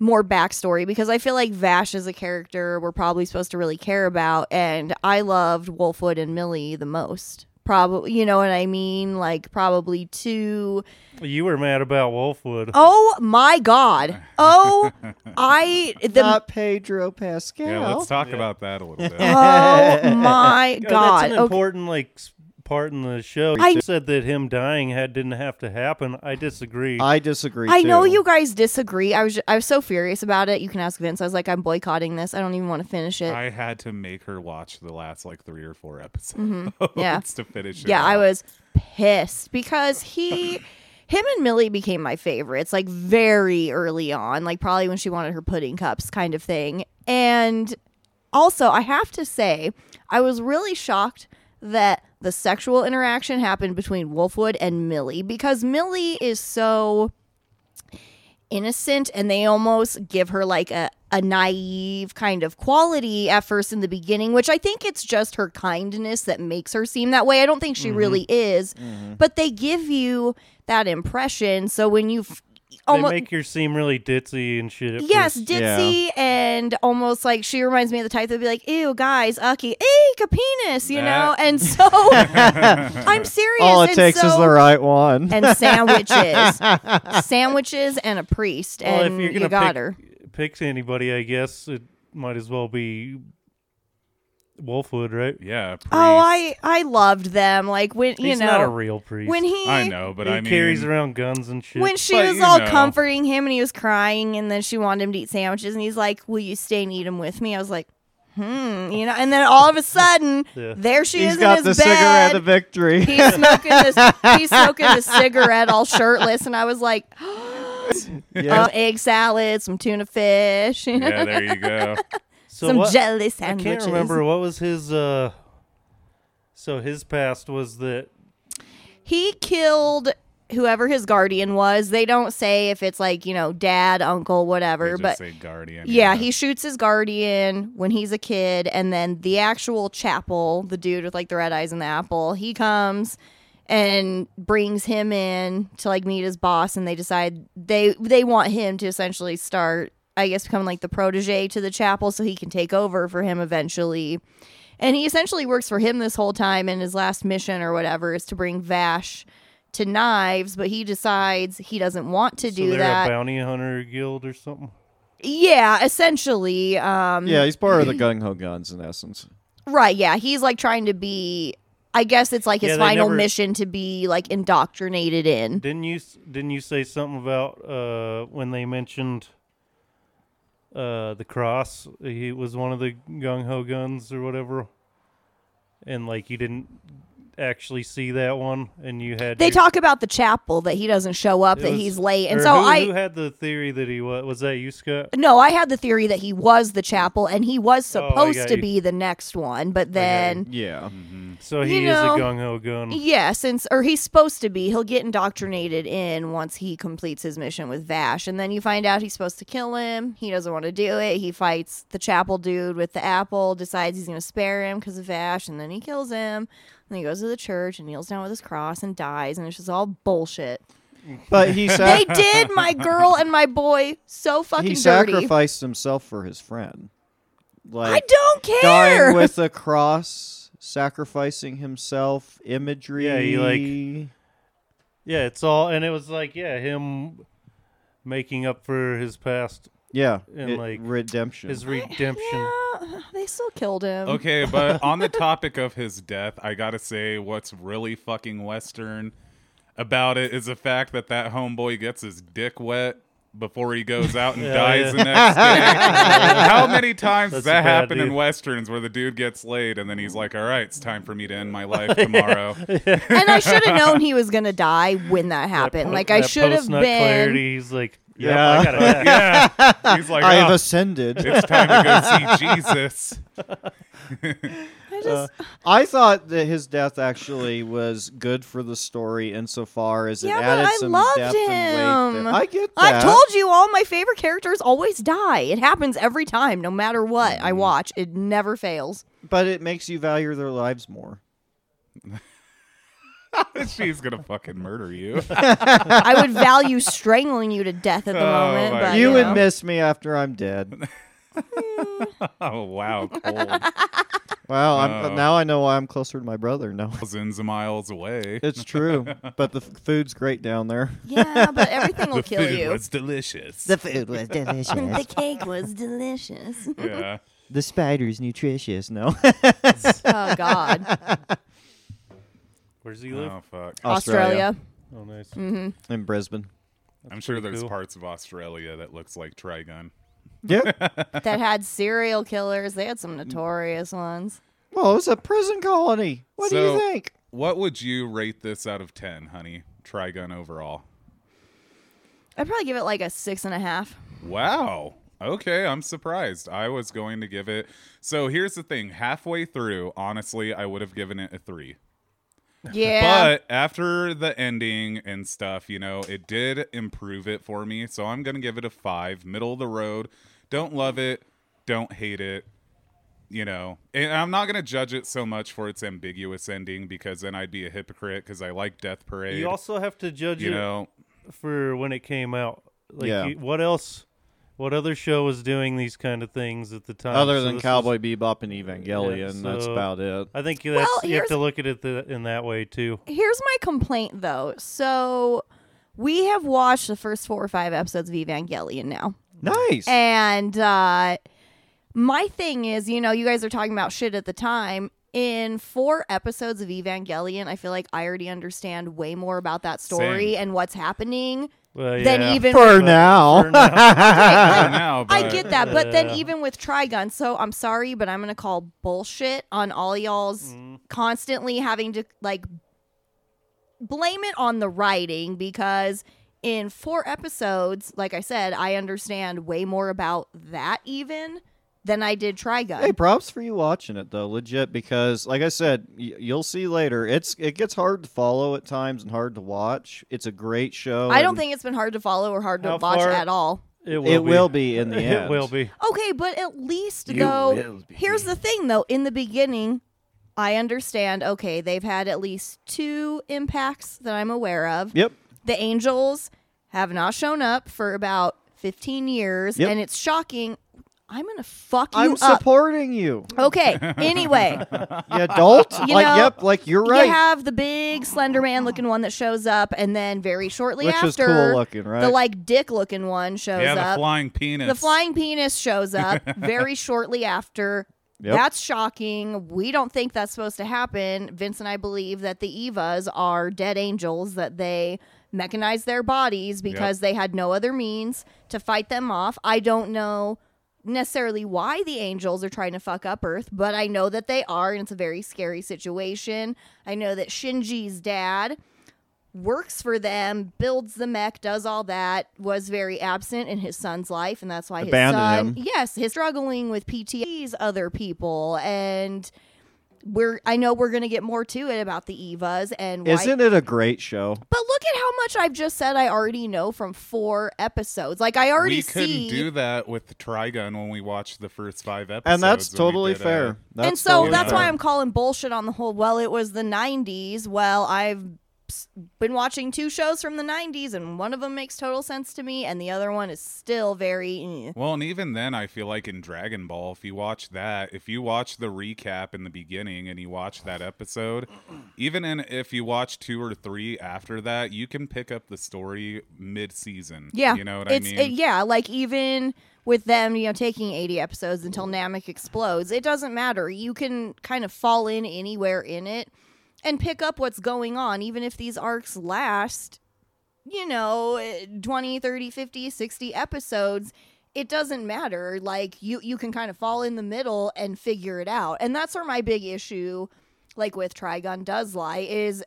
Speaker 1: more backstory because I feel like Vash is a character we're probably supposed to really care about and I loved Wolfwood and Millie the most. Probably you know what I mean? Like probably two
Speaker 2: You were mad about Wolfwood.
Speaker 1: Oh my god. Oh I the
Speaker 3: not Pedro Pascal.
Speaker 4: Yeah, let's talk about that a little bit.
Speaker 1: Oh my
Speaker 2: You know,
Speaker 1: god.
Speaker 2: that's an
Speaker 1: Okay.
Speaker 2: important like s- part in the show.
Speaker 1: I-
Speaker 2: you said that him dying had didn't have to happen. I disagree.
Speaker 3: I disagree.
Speaker 1: I know
Speaker 3: too.
Speaker 1: you guys disagree. I was ju- I was so furious about it. You can ask Vince. I was like, I'm boycotting this. I don't even want to finish it.
Speaker 4: I had to make her watch the last like three or four episodes
Speaker 1: Mm-hmm. Yeah.
Speaker 4: to finish it.
Speaker 1: yeah, I
Speaker 4: out.
Speaker 1: was pissed because he, him and Millie became my favorites like very early on, like probably when she wanted her pudding cups kind of thing. And also, I have to say, I was really shocked that the sexual interaction happened between Wolfwood and Millie because Millie is so innocent and they almost give her like a, a naive kind of quality at first in the beginning, which I think it's just her kindness that makes her seem that way. I don't think
Speaker 2: Mm-hmm.
Speaker 1: she really is, but they give you that impression. So when you f-
Speaker 2: they
Speaker 1: almost.
Speaker 2: make her seem really ditzy and shit. at
Speaker 1: Yes,
Speaker 2: first.
Speaker 1: ditzy and almost like she reminds me of the type that'd be like, "Ew, guys, ucky, eek, a penis," you know.
Speaker 4: That-
Speaker 1: And so I'm serious.
Speaker 3: All it
Speaker 1: and
Speaker 3: takes is
Speaker 1: so-
Speaker 3: the right one.
Speaker 1: and sandwiches, sandwiches, and a priest,
Speaker 2: Well,
Speaker 1: and
Speaker 2: if you're
Speaker 1: you
Speaker 2: gonna
Speaker 1: got
Speaker 2: pick,
Speaker 1: her.
Speaker 2: pick anybody, I guess it might as well be Wolfwood, right?
Speaker 4: Yeah. Priest.
Speaker 1: Oh, I I loved them. Like when you
Speaker 2: He's
Speaker 1: know
Speaker 2: not a real priest.
Speaker 1: when he
Speaker 4: I know, but
Speaker 2: he
Speaker 4: I mean,
Speaker 2: carries around guns and shit.
Speaker 1: when she
Speaker 4: But
Speaker 1: was
Speaker 4: you
Speaker 1: all
Speaker 4: know.
Speaker 1: comforting him and he was crying and then she wanted him to eat sandwiches and he's like, "Will you stay and eat them with me?" I was like, "Hmm," you know. And then all of a sudden,
Speaker 2: Yeah.
Speaker 1: there she
Speaker 3: He's
Speaker 1: is uh,
Speaker 3: got
Speaker 1: in
Speaker 3: the
Speaker 1: his
Speaker 3: cigarette
Speaker 1: bed.
Speaker 3: of victory.
Speaker 1: he's smoking this. He's smoking the cigarette all shirtless, and I was like.
Speaker 4: salads.
Speaker 3: Yeah.
Speaker 1: Uh, egg salad, some tuna fish,
Speaker 4: yeah, there you go.
Speaker 2: So
Speaker 1: some
Speaker 2: what-
Speaker 1: jelly
Speaker 2: I
Speaker 1: sandwiches.
Speaker 2: can't remember what was his. uh So his past was that
Speaker 1: He killed whoever his guardian was. They don't say if it's like you know dad, uncle,
Speaker 4: They
Speaker 1: whatever,
Speaker 4: just
Speaker 1: but.
Speaker 4: say guardian.
Speaker 1: Yeah, he shoots his guardian when he's a kid, and then the actual chapel, the dude with like the red eyes and the apple, he comes and brings him in to like meet his boss, and they decide they they want him to essentially start, I guess, becoming like the protege to the chapel, so he can take over for him eventually. And he essentially works for him this whole time, and his last mission or whatever is to bring Vash to knives, but he decides he doesn't want to
Speaker 2: so
Speaker 1: do
Speaker 2: they're
Speaker 1: that.
Speaker 2: a bounty hunter guild or something.
Speaker 1: yeah, essentially. Um,
Speaker 3: yeah, he's part of the gung ho guns in essence.
Speaker 1: Right, yeah. He's like trying to be I guess it's like his
Speaker 2: Yeah, they
Speaker 1: final
Speaker 2: never-
Speaker 1: mission to be like indoctrinated in.
Speaker 2: Didn't you s- didn't you say something about uh, when they mentioned uh, the cross? He was one of the gung ho guns or whatever, and like you didn't actually see that one, and you had
Speaker 1: They
Speaker 2: your-
Speaker 1: talk about the chapel that he doesn't show up,
Speaker 2: it
Speaker 1: that
Speaker 2: was-
Speaker 1: he's late. And
Speaker 2: or
Speaker 1: so
Speaker 2: who,
Speaker 1: I
Speaker 2: who had the theory that he was was that you Scott?
Speaker 1: no, I had the theory that he was the chapel and he was
Speaker 2: Oh, I
Speaker 1: supposed
Speaker 2: got
Speaker 1: to
Speaker 2: you.
Speaker 1: be the next one, but then
Speaker 3: Yeah.
Speaker 2: So
Speaker 1: Uh, You
Speaker 2: he
Speaker 1: know-
Speaker 2: is a gung ho gun.
Speaker 1: yeah, since or he's supposed to be, he'll get indoctrinated in once he completes his mission with Vash, and then you find out he's supposed to kill him. He doesn't want to do it. He fights the chapel dude with the apple, decides he's going to spare him because of Vash, and then he kills him. And he goes to the church and kneels down with his cross and dies, and it's just all bullshit.
Speaker 3: But he sac-
Speaker 1: They did my girl and my boy so fucking
Speaker 3: he
Speaker 1: dirty.
Speaker 3: sacrificed himself for his friend.
Speaker 1: I
Speaker 3: Like
Speaker 1: don't care.
Speaker 3: dying with a cross, sacrificing himself, imagery.
Speaker 2: Yeah, he, like- Yeah, it's all, and it was like yeah, him making up for his past,
Speaker 3: yeah,
Speaker 2: And,
Speaker 3: it-
Speaker 2: like,
Speaker 3: redemption.
Speaker 2: his redemption.
Speaker 1: yeah, they still killed him.
Speaker 4: Okay, but on the topic of his death, I gotta say, what's really fucking Western about it is the fact that that homeboy gets his dick wet before he goes out and
Speaker 2: Yeah,
Speaker 4: dies
Speaker 2: yeah.
Speaker 4: the next day. How many times does
Speaker 2: That's a
Speaker 4: that
Speaker 2: bad
Speaker 4: happen in
Speaker 2: dude.
Speaker 4: Westerns where the dude gets laid and then he's like, all right, it's time for me to end my life tomorrow?
Speaker 1: and I should have known he was gonna die when that happened. like I
Speaker 2: That
Speaker 1: should have
Speaker 2: post-nut
Speaker 1: been.
Speaker 2: Clarity, he's like, yep,
Speaker 3: Yeah.
Speaker 2: I gotta act.
Speaker 4: yeah. He's like,
Speaker 3: I have
Speaker 4: "Oh,
Speaker 3: ascended.
Speaker 4: it's time to go see Jesus.
Speaker 1: I
Speaker 4: Uh,
Speaker 1: just,
Speaker 3: I thought that his death actually was good for the story insofar as
Speaker 1: Yeah,
Speaker 3: it
Speaker 1: but
Speaker 3: added
Speaker 1: I
Speaker 3: some
Speaker 1: loved
Speaker 3: depth and weight.
Speaker 1: him.
Speaker 3: there. I get that.
Speaker 1: I've told you all my favorite characters always die. It happens every time, no matter what
Speaker 4: Mm.
Speaker 1: I watch. It never fails.
Speaker 3: but it makes you value their lives more.
Speaker 4: She's gonna fucking murder you.
Speaker 1: I would value strangling you to death at the
Speaker 4: Oh
Speaker 1: moment,
Speaker 4: my
Speaker 1: but
Speaker 3: you
Speaker 1: you
Speaker 3: would
Speaker 1: know.
Speaker 3: miss me after I'm dead.
Speaker 4: Oh wow, cold.
Speaker 3: Wow, I'm,
Speaker 4: Oh.
Speaker 3: now I know why I'm closer to my brother. No,
Speaker 4: Thousands of miles away.
Speaker 3: it's true, but the f- food's great down there.
Speaker 1: yeah, but everything will
Speaker 4: the
Speaker 1: kill
Speaker 4: food
Speaker 1: you.
Speaker 4: was delicious.
Speaker 3: food was
Speaker 1: the
Speaker 3: delicious.
Speaker 1: cake was delicious.
Speaker 4: yeah.
Speaker 3: the spider's nutritious. No,
Speaker 1: oh God,
Speaker 2: Where's he live?
Speaker 4: Oh fuck.
Speaker 1: Australia.
Speaker 2: Oh, nice.
Speaker 3: in Brisbane.
Speaker 4: I'm sure there's
Speaker 2: cool.
Speaker 4: parts of Australia that looks like Trigun.
Speaker 3: Yeah.
Speaker 1: that had serial killers. They had some notorious ones.
Speaker 3: Well, it's a prison colony. What do
Speaker 4: So-
Speaker 3: you think?
Speaker 4: What would you rate this out of ten, honey? Trigun overall.
Speaker 1: I'd probably give it like a six and a half.
Speaker 4: Wow. Okay, I'm surprised. I was going to give it. So here's the thing. Halfway through, honestly, I would have given it a three.
Speaker 1: Yeah.
Speaker 4: But after the ending and stuff, you know, it did improve it for me. So I'm going to give it a five, middle of the road. Don't love it. Don't hate it. You know, and I'm not going to judge it so much for its ambiguous ending because then I'd be a hypocrite because I like Death Parade.
Speaker 2: You also have to judge
Speaker 4: you
Speaker 2: it
Speaker 4: know,
Speaker 2: for when it came out. Like,
Speaker 3: Yeah.
Speaker 2: you- what else? What other show was doing these kind of things at the time?
Speaker 3: uh, Other
Speaker 2: So
Speaker 3: than
Speaker 2: this
Speaker 3: Cowboy
Speaker 2: is-
Speaker 3: Bebop and Evangelion, that's
Speaker 2: so-
Speaker 3: about it.
Speaker 2: I think that's you have
Speaker 1: here's-
Speaker 2: to look at it th- in that way too.
Speaker 1: Here's my complaint though. So we have watched the first four or five episodes of Evangelion now.
Speaker 3: Nice.
Speaker 1: And uh my thing is, you know, you guys are talking about shit at the time. In four episodes of Evangelion, I feel like I already understand way more about that story
Speaker 4: Same.
Speaker 1: and what's happening
Speaker 2: Well, Uh, yeah.
Speaker 1: than even
Speaker 3: For now.
Speaker 4: for now,
Speaker 1: I
Speaker 4: but-
Speaker 1: get that, but then
Speaker 2: Yeah.
Speaker 1: even with Trigun, so I'm sorry, but I'm gonna call bullshit on all y'all's
Speaker 2: Mm-hmm.
Speaker 1: constantly having to like blame it on the writing because in four episodes, like I said, I understand way more about that even than I did Trigun.
Speaker 3: Hey, props for you watching it though, legit. Because, like I said, y- you'll see later. It's it gets hard to follow at times and hard to watch. It's a great show.
Speaker 1: I don't
Speaker 3: and
Speaker 1: think it's been hard to follow or hard to
Speaker 2: How
Speaker 1: watch
Speaker 2: far-
Speaker 1: at all.
Speaker 2: It will,
Speaker 3: it
Speaker 2: be.
Speaker 3: will be in the
Speaker 2: It
Speaker 3: end.
Speaker 2: will be.
Speaker 1: Okay, but at least
Speaker 3: You will
Speaker 1: though,
Speaker 3: be.
Speaker 1: here's the thing though. In the beginning, I understand. Okay, they've had at least two impacts that I'm aware of.
Speaker 3: Yep.
Speaker 1: The Angels have not shown up for about 15 years,
Speaker 3: Yep.
Speaker 1: and it's shocking. I'm gonna fuck you
Speaker 3: I'm
Speaker 1: up.
Speaker 3: supporting you,
Speaker 1: okay. Anyway,
Speaker 3: you adult.
Speaker 1: You
Speaker 3: like,
Speaker 1: know,
Speaker 3: yep, like you're right.
Speaker 1: you have the big slender man looking one that shows up, and then very shortly
Speaker 3: Which
Speaker 1: after,
Speaker 3: is cool looking,
Speaker 1: the
Speaker 3: right?
Speaker 1: like dick looking one shows
Speaker 4: yeah, the
Speaker 1: up.
Speaker 4: flying penis.
Speaker 1: The flying penis shows up very shortly after.
Speaker 3: Yep.
Speaker 1: That's shocking. We don't think that's supposed to happen. Vince and I believe that the Evas are dead angels, that they mechanized their bodies because they had no other means to fight them off. I don't know necessarily why the angels are trying to fuck up Earth, but I know that they are, and it's a very scary situation. I know that Shinji's dad works for them, builds the mech, does all that, was very absent in his son's life, and that's why
Speaker 3: Abandoned
Speaker 1: his son, yes, he's struggling with PTAs, other people, and we're. I know we're gonna get more to it about the Evas and why,
Speaker 3: Isn't it a great show?
Speaker 1: but look at how much I've just said. I already know from four episodes. Like I already
Speaker 4: we couldn't
Speaker 1: see.
Speaker 4: do that with the Trigun when we watched the first five episodes.
Speaker 3: And that's
Speaker 4: when we
Speaker 3: totally
Speaker 4: did, uh,
Speaker 3: fair. That's
Speaker 1: and so
Speaker 3: totally
Speaker 1: that's
Speaker 3: fair.
Speaker 1: why I'm calling bullshit on the whole. Well, it was the 90s. Well, I've s- been watching two shows from the 90s, and one of them makes total sense to me, and the other one is still very. eh.
Speaker 4: Well, and even then, I feel like in Dragon Ball, if you watch that, if you watch the recap in the beginning and you watch that episode, even in, if you watch two or three after that, you can pick up the story mid-season.
Speaker 1: Yeah,
Speaker 4: you know what
Speaker 1: it's
Speaker 4: I mean.
Speaker 1: eh, yeah, like even with them, you know, taking 80 episodes until Namek explodes, it doesn't matter. You can kind of fall in anywhere in it and pick up what's going on, even if these arcs last you know eh, 20 30 50 60 episodes it doesn't matter like you you can kind of fall in the middle and figure it out and that's where my big issue like with trigon does lie is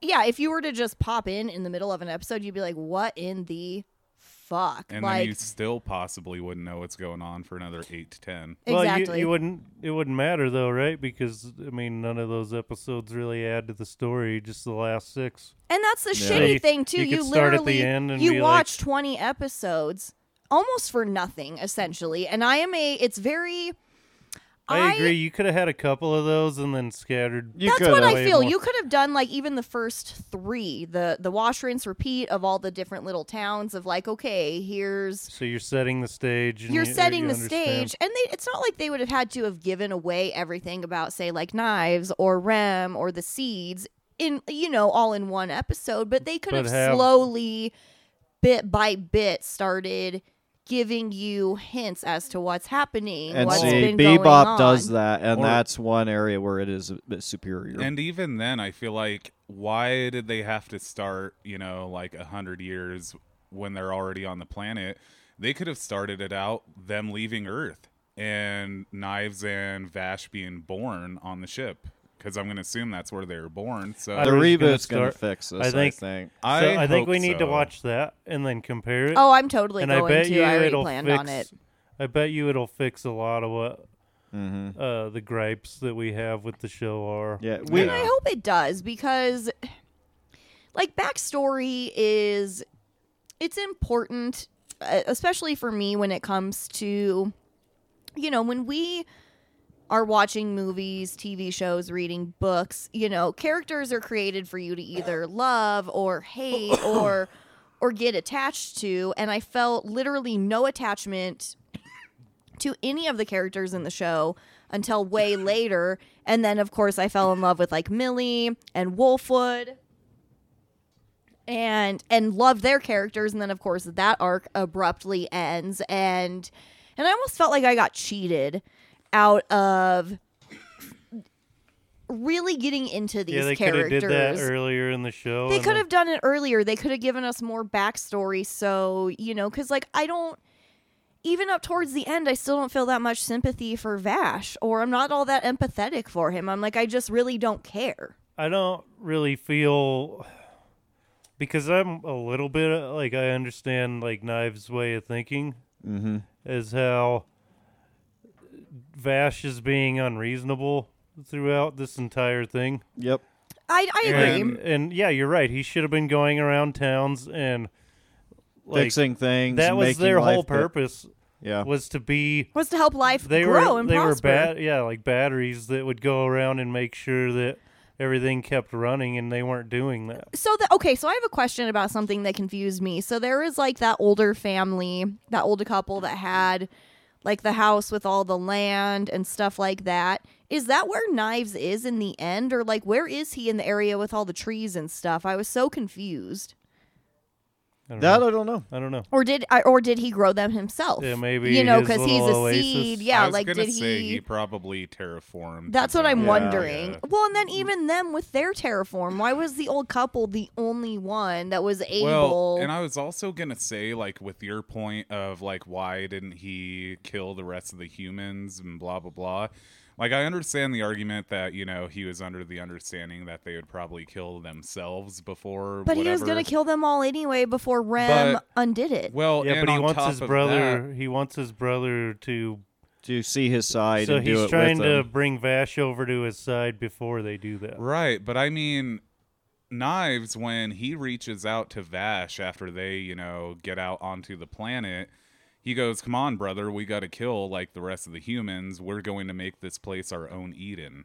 Speaker 1: yeah if you were to just pop in in the middle of an episode you'd be like what in the fuck
Speaker 4: and
Speaker 1: like
Speaker 4: then you still possibly wouldn't know what's going on for another eight to ten.
Speaker 1: exactly
Speaker 2: Well, you, you wouldn't. It wouldn't matter though, right? Because I mean, none of those episodes really add to the story. Just the last six.
Speaker 1: And that's the
Speaker 3: Yeah.
Speaker 1: shitty
Speaker 2: You-
Speaker 1: thing too.
Speaker 2: you
Speaker 1: You,
Speaker 2: could start at the
Speaker 1: literally
Speaker 2: end and
Speaker 1: you
Speaker 2: be like-
Speaker 1: watch 20 episodes almost for nothing essentially. And I am a it's very
Speaker 2: I, agree. You could have had a couple of those and then scattered.
Speaker 3: You
Speaker 1: That's
Speaker 3: could
Speaker 1: what
Speaker 3: have.
Speaker 1: I
Speaker 2: Way
Speaker 1: feel.
Speaker 2: more.
Speaker 1: You could have done like even the first three, the the wash, rinse, repeat of all the different little towns of like, okay, here's
Speaker 2: So you're setting the stage. And
Speaker 1: you're
Speaker 2: you- you
Speaker 1: setting the
Speaker 2: understand.
Speaker 1: stage and they it's not like they would have had to have given away everything about say like knives or rem or the seeds in you know all in one episode but they could
Speaker 2: But
Speaker 1: have,
Speaker 2: have-
Speaker 1: slowly bit by bit started giving you hints as to what's happening
Speaker 3: And
Speaker 1: what's
Speaker 3: see,
Speaker 1: been going on.
Speaker 3: Bebop does that, and
Speaker 2: Or-
Speaker 3: that's one area where it is a bit superior.
Speaker 4: And even then, I feel like why did they have to start? You know, like a hundred years when they're already on the planet? They could have started it out them leaving Earth and Knives and Vash being born on the ship because I'm going to assume that's where they were born. So
Speaker 3: the
Speaker 2: I was gonna
Speaker 3: reboot's going to
Speaker 2: start-
Speaker 3: fix this,
Speaker 2: I think-
Speaker 3: I think.
Speaker 2: So I, think
Speaker 4: hope
Speaker 2: we need to
Speaker 4: so.
Speaker 2: watch that and then compare it.
Speaker 1: oh i'm totally
Speaker 2: and I
Speaker 1: going
Speaker 2: bet
Speaker 1: to
Speaker 2: you
Speaker 1: i already
Speaker 2: it'll
Speaker 1: planned
Speaker 2: fix.
Speaker 1: on it
Speaker 2: I bet you it'll fix a lot of what uh, the gripes that we have with the show are.
Speaker 3: Yeah, we,
Speaker 4: Yeah.
Speaker 1: I hope it does because like backstory is it's important uh, especially for me when it comes to you know when we are watching movies, TV shows, reading books, you know, characters are created for you to either love or hate or or get attached to and I felt literally no attachment to any of the characters in the show until way later. And then, of course, I fell in love with like Millie and Wolfwood, and and loved their characters. And then, of course, that arc abruptly ends. And and I almost felt like I got cheated out of really getting into these
Speaker 2: yeah, they could have
Speaker 1: characters.
Speaker 2: did that earlier in the show.
Speaker 1: They
Speaker 2: and
Speaker 1: could
Speaker 2: then-
Speaker 1: have done it earlier. They could have given us more backstory. So, you know, because, like, I don't. Even up towards the end, I still don't feel that much sympathy for Vash, or I'm not all that empathetic for him. I'm like, I just really don't care.
Speaker 2: I don't really feel because I'm a little bit uh, like I understand like Knives' way of thinking
Speaker 3: Mm-hmm.
Speaker 2: is how Vash is being unreasonable throughout this entire thing.
Speaker 3: Yep.
Speaker 1: I, I agree.
Speaker 4: And-
Speaker 2: And yeah, you're right. He should have been going around towns and like
Speaker 3: Fixing things.
Speaker 2: that was
Speaker 3: making
Speaker 2: their
Speaker 3: life
Speaker 2: whole
Speaker 3: bet-
Speaker 2: purpose
Speaker 3: Yeah.
Speaker 2: was to be
Speaker 1: was to help life
Speaker 2: they
Speaker 1: grow
Speaker 2: were
Speaker 1: and
Speaker 2: they were
Speaker 1: prosper.
Speaker 2: bat yeah like batteries that would go around and make sure that everything kept running and they weren't doing that
Speaker 1: so the, okay so i have a question about something that confused me so there was like that older family that older couple that had like the house with all the land and stuff like that is that where knives is in the end or like where is he in the area with all the trees and stuff i was so confused
Speaker 2: I don't
Speaker 3: That
Speaker 2: know.
Speaker 3: I don't know.
Speaker 2: I don't know
Speaker 1: or did I, or did he grow them himself
Speaker 2: Yeah, maybe
Speaker 1: you know
Speaker 2: his
Speaker 1: because he's a
Speaker 2: little oasis.
Speaker 1: seed
Speaker 4: I
Speaker 1: yeah
Speaker 4: was
Speaker 1: like
Speaker 4: gonna
Speaker 1: did
Speaker 4: say
Speaker 1: he,
Speaker 4: he probably terraformed.
Speaker 1: that's
Speaker 4: his
Speaker 1: what
Speaker 4: own
Speaker 1: i'm
Speaker 3: Yeah.
Speaker 1: wondering
Speaker 4: area.
Speaker 1: well and then
Speaker 4: Mm.
Speaker 1: even them with their terraform why was the old couple the only one that was able
Speaker 4: Well, and I was also gonna say, like, with your point of like, why didn't he kill the rest of the humans and blah blah blah. Like, I understand the argument that you know he was under the understanding that they would probably kill themselves before.
Speaker 1: But he was
Speaker 4: whatever.
Speaker 1: going to kill them all anyway before Rem
Speaker 4: But-
Speaker 1: undid it.
Speaker 4: Well,
Speaker 2: yeah
Speaker 4: and
Speaker 2: but he
Speaker 4: on
Speaker 2: wants
Speaker 4: top
Speaker 2: his
Speaker 4: of
Speaker 2: brother he wants his brother to
Speaker 3: To see his side
Speaker 2: so
Speaker 3: and do
Speaker 2: he's
Speaker 3: it
Speaker 2: trying
Speaker 3: with
Speaker 2: to
Speaker 3: him.
Speaker 2: bring Vash over to his side before they do that
Speaker 4: that- right? But I mean, knives when he reaches out to Vash after they, you know, get out onto the planet. He goes, "Come on, brother, we got to kill like the rest of the humans. We're going to make this place our own Eden,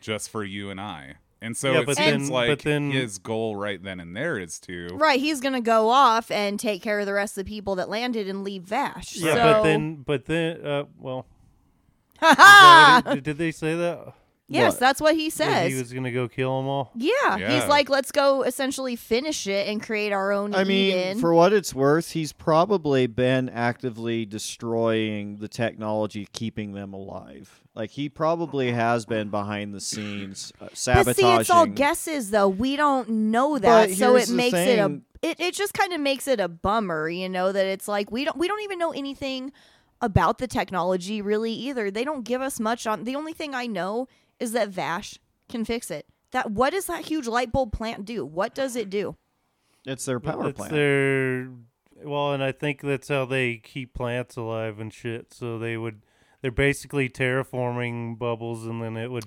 Speaker 4: just for you and I." And so
Speaker 2: Yeah,
Speaker 4: it
Speaker 2: but
Speaker 4: seems
Speaker 2: then-
Speaker 4: like
Speaker 2: but then-
Speaker 4: his goal right then and there is to
Speaker 1: Right, he's going to go off and take care of the rest of the people that landed and leave Vash.
Speaker 2: yeah
Speaker 1: so,
Speaker 2: but then but then uh well
Speaker 1: Ha
Speaker 2: is
Speaker 1: ha!
Speaker 2: that what it- did they say that
Speaker 1: yes,
Speaker 3: What?
Speaker 1: that's what he
Speaker 2: That
Speaker 1: says.
Speaker 2: he was gonna go kill them all
Speaker 1: yeah,
Speaker 4: Yeah.
Speaker 1: he's like, let's go essentially finish it and create our own
Speaker 3: I mean,
Speaker 1: Eden.
Speaker 3: for what it's worth, he's probably been actively destroying the technology keeping them alive. Like he probably has been behind the scenes uh,
Speaker 1: but
Speaker 3: sabotaging.
Speaker 1: see, it's all guesses though. We don't know that,
Speaker 3: But
Speaker 1: so
Speaker 3: here's
Speaker 1: it
Speaker 3: the
Speaker 1: makes it a
Speaker 3: thing.
Speaker 1: it, it just kind of makes it a bummer, you know, that it's like we don't we don't even know anything about the technology really either. They don't give us much on the only thing I know is that Vash can fix it. That what does that huge light bulb plant do? What does it do?
Speaker 3: It's their power
Speaker 2: it's
Speaker 3: plant.
Speaker 2: their well and i think that's how they keep plants alive and shit so they would they're basically terraforming bubbles and then it would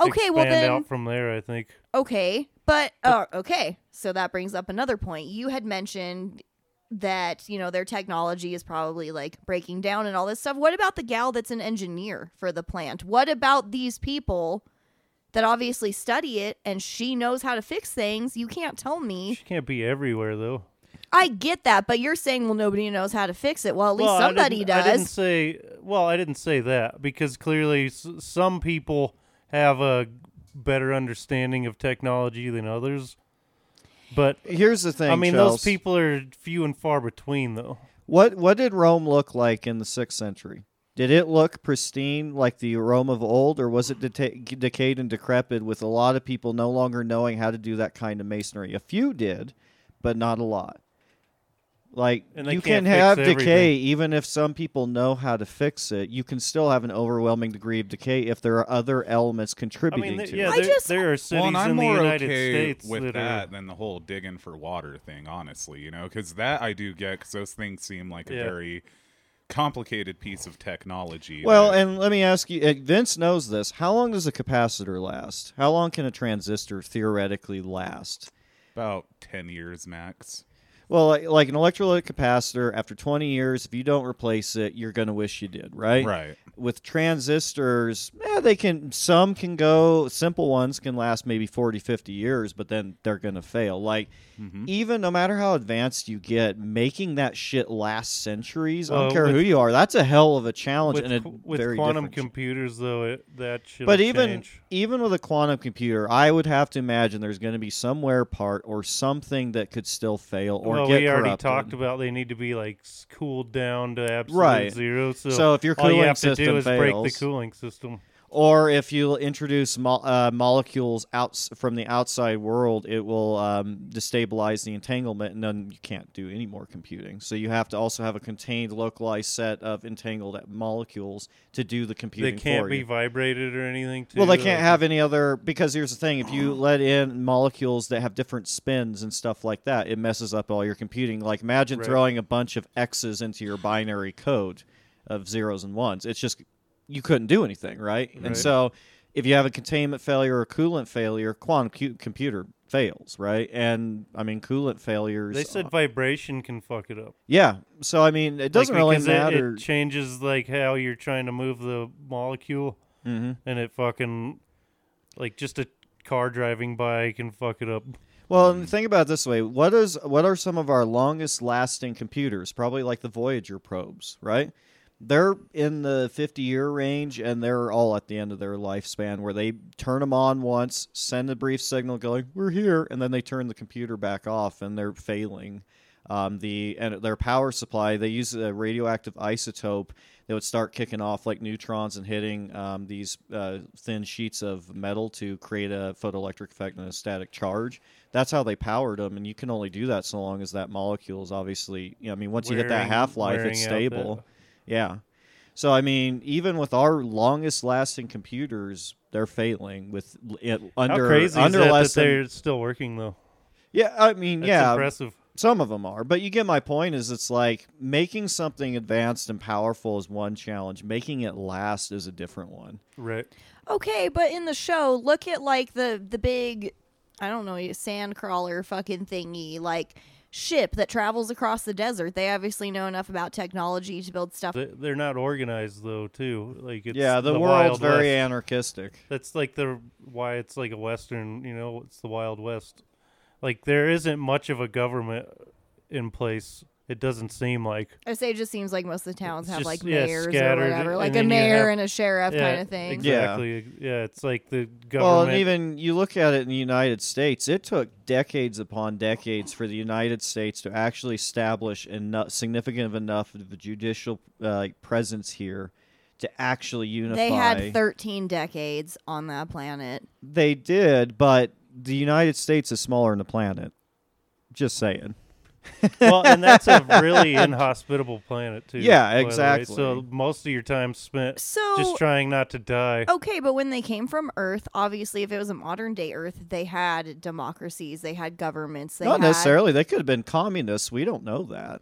Speaker 1: Okay, well
Speaker 2: expand
Speaker 1: then-
Speaker 2: out from there i think
Speaker 1: Okay, but uh, okay, so that brings up another point. You had mentioned that you know their technology is probably like breaking down and all this stuff. What about the gal that's an engineer for the plant? What about these people that obviously study it and she knows how to fix things? You can't tell me.
Speaker 2: she can't be everywhere though
Speaker 1: I get that, but you're saying well nobody knows how to fix it. Well, at least
Speaker 2: Well, I
Speaker 1: somebody
Speaker 2: didn't-
Speaker 1: does.
Speaker 2: I didn't say. Well, I didn't say that because clearly s- some people have a better understanding of technology than others. But
Speaker 3: Here's the thing.
Speaker 2: I mean,
Speaker 3: Charles.
Speaker 2: those people are few and far between, though.
Speaker 3: What what did Rome look like in the sixth century? Did it look pristine like the Rome of old, or was it deta- decayed and decrepit with a lot of people no longer knowing how to do that kind of masonry? A few did, but not a lot. Like
Speaker 2: And they
Speaker 3: you can
Speaker 2: can't
Speaker 3: have
Speaker 2: fix
Speaker 3: decay, even if some people know how to fix it. You can still have an overwhelming degree of decay if there are other elements
Speaker 2: I
Speaker 3: contributing
Speaker 2: mean, th-
Speaker 3: to
Speaker 2: yeah,
Speaker 3: it.
Speaker 1: I
Speaker 2: there,
Speaker 1: just-
Speaker 2: there are
Speaker 4: Well,
Speaker 2: cities
Speaker 4: and I'm
Speaker 2: in the
Speaker 4: more
Speaker 2: United
Speaker 4: okay
Speaker 2: States
Speaker 4: with
Speaker 2: that,
Speaker 4: that
Speaker 2: are.
Speaker 4: than the whole digging for water thing, honestly. You know, because that I do get, because those things seem like a
Speaker 2: Yeah.
Speaker 4: very complicated piece of technology.
Speaker 3: Well,
Speaker 4: that-
Speaker 3: and let me ask you, uh, Vince knows this. How long does a capacitor last? How long can a transistor theoretically last?
Speaker 4: about ten years max.
Speaker 3: Well, like, like an electrolytic capacitor, after 20 years, if you don't replace it, you're going to wish you did, right?
Speaker 4: Right.
Speaker 3: With transistors, eh, they can some can go simple ones can last maybe 40, 50 years, but then they're going to fail. Like
Speaker 2: Mm-hmm.
Speaker 3: even no matter how advanced you get, making that shit last centuries, I
Speaker 2: Well,
Speaker 3: don't care who
Speaker 2: with-
Speaker 3: you are, that's a hell of a challenge
Speaker 2: With,
Speaker 3: and a
Speaker 2: qu- with
Speaker 3: very
Speaker 2: quantum
Speaker 3: different-
Speaker 2: computers, though, it, that should
Speaker 3: but even
Speaker 2: change.
Speaker 3: even with a quantum computer, I would have to imagine there's going to be somewhere part or something that could still fail or
Speaker 2: well,
Speaker 3: get
Speaker 2: we already
Speaker 3: corrupted.
Speaker 2: talked about they need to be like s- cooled down to absolute
Speaker 3: Right.
Speaker 2: zero. So,
Speaker 3: So if your
Speaker 2: all you
Speaker 3: cooling
Speaker 2: have to do
Speaker 3: system
Speaker 2: is break the
Speaker 3: fails-
Speaker 2: cooling system.
Speaker 3: Or if you introduce mo- uh, molecules out from the outside world, it will um, destabilize the entanglement, and then you can't do any more computing. So you have to also have a contained, localized set of entangled molecules to do the
Speaker 2: They
Speaker 3: computing.
Speaker 2: can't
Speaker 3: for
Speaker 2: be
Speaker 3: you.
Speaker 2: vibrated or anything. Too,
Speaker 3: Well, they
Speaker 2: like-
Speaker 3: can't have any other because here's the thing: if you let in molecules that have different spins and stuff like that, it messes up all your computing. Like imagine
Speaker 2: Right.
Speaker 3: throwing a bunch of X's into your binary code of zeros and ones. It's just you couldn't do anything, right?
Speaker 2: Right.
Speaker 3: And so, if you have a containment failure or coolant failure, quantum cu- computer fails, right? And I mean, coolant failures.
Speaker 2: They said vibration can fuck it up.
Speaker 3: yeah. So I mean, it doesn't
Speaker 2: Like,
Speaker 3: really
Speaker 2: because it-
Speaker 3: matter.
Speaker 2: It, changes like how you're trying to move the molecule,
Speaker 3: Mm-hmm.
Speaker 2: and it fucking like just a car driving by can fuck it up.
Speaker 3: Well, and think about it this way: what is what are some of our longest lasting computers? Probably like the Voyager probes, right? They're in the fifty-year range, and they're all at the end of their lifespan, where they turn them on once, send a brief signal going "We're here," and then they turn the computer back off, and they're failing. Um, the and their power supply, they use a radioactive isotope that would start kicking off like neutrons and hitting um, these uh, thin sheets of metal to create a photoelectric effect and a static charge. That's how they powered them, and you can only do that so long as that molecule is obviously. You know, I mean, once you hit that
Speaker 2: Wearing-
Speaker 3: half life,
Speaker 2: wearing
Speaker 3: it's
Speaker 2: out
Speaker 3: stable.
Speaker 2: that-
Speaker 3: Yeah. So I mean, even with our longest lasting computers, they're failing with l- it,
Speaker 2: How
Speaker 3: under
Speaker 2: crazy
Speaker 3: under
Speaker 2: is that,
Speaker 3: less
Speaker 2: that
Speaker 3: than-
Speaker 2: they're still working though?
Speaker 3: yeah, I mean,
Speaker 2: That's
Speaker 3: yeah,
Speaker 2: impressive.
Speaker 3: some of them are, but you get my point. Is it's like making something advanced and powerful is one challenge. Making it last is a different one.
Speaker 2: Right.
Speaker 1: Okay, but in the show, look at like the the big, I don't know, sand crawler fucking thingy, like ship that travels across the desert. They obviously know enough about technology to build stuff.
Speaker 2: They- They're not organized though, too. Like it's
Speaker 3: yeah, the,
Speaker 2: Wild
Speaker 3: world's very
Speaker 2: West.
Speaker 3: anarchistic.
Speaker 2: That's like the why it's like a western. You know, it's the Wild West. Like there isn't much of a government in place. It doesn't seem like.
Speaker 1: I say it just seems like most of the towns
Speaker 2: It's
Speaker 1: have like
Speaker 2: just, yeah,
Speaker 1: mayors or
Speaker 2: scattered,
Speaker 1: whatever,
Speaker 2: and
Speaker 1: like a
Speaker 2: then you
Speaker 1: mayor
Speaker 2: have-
Speaker 1: and a sheriff
Speaker 2: yeah,
Speaker 1: kind of thing.
Speaker 3: exa-
Speaker 2: Exactly. Yeah. it's like the government.
Speaker 3: Well, and even you look at it in the United States, it took decades upon decades for the United States to actually establish enough significant enough of a judicial uh, like, presence here to actually unify.
Speaker 1: They had 13 decades on that planet.
Speaker 3: They did, but the United States is smaller than the planet. Just saying.
Speaker 2: well, and that's a really inhospitable planet too.
Speaker 3: Yeah,
Speaker 2: by the way.
Speaker 3: exactly.
Speaker 2: So most of your time spent
Speaker 1: So- Oh.
Speaker 2: just trying not to die.
Speaker 1: Okay, but when they came from Earth, obviously, if it was a modern day Earth, they had democracies, they had governments, they
Speaker 3: Not
Speaker 1: had-
Speaker 3: necessarily. They could have been communists. We don't know that.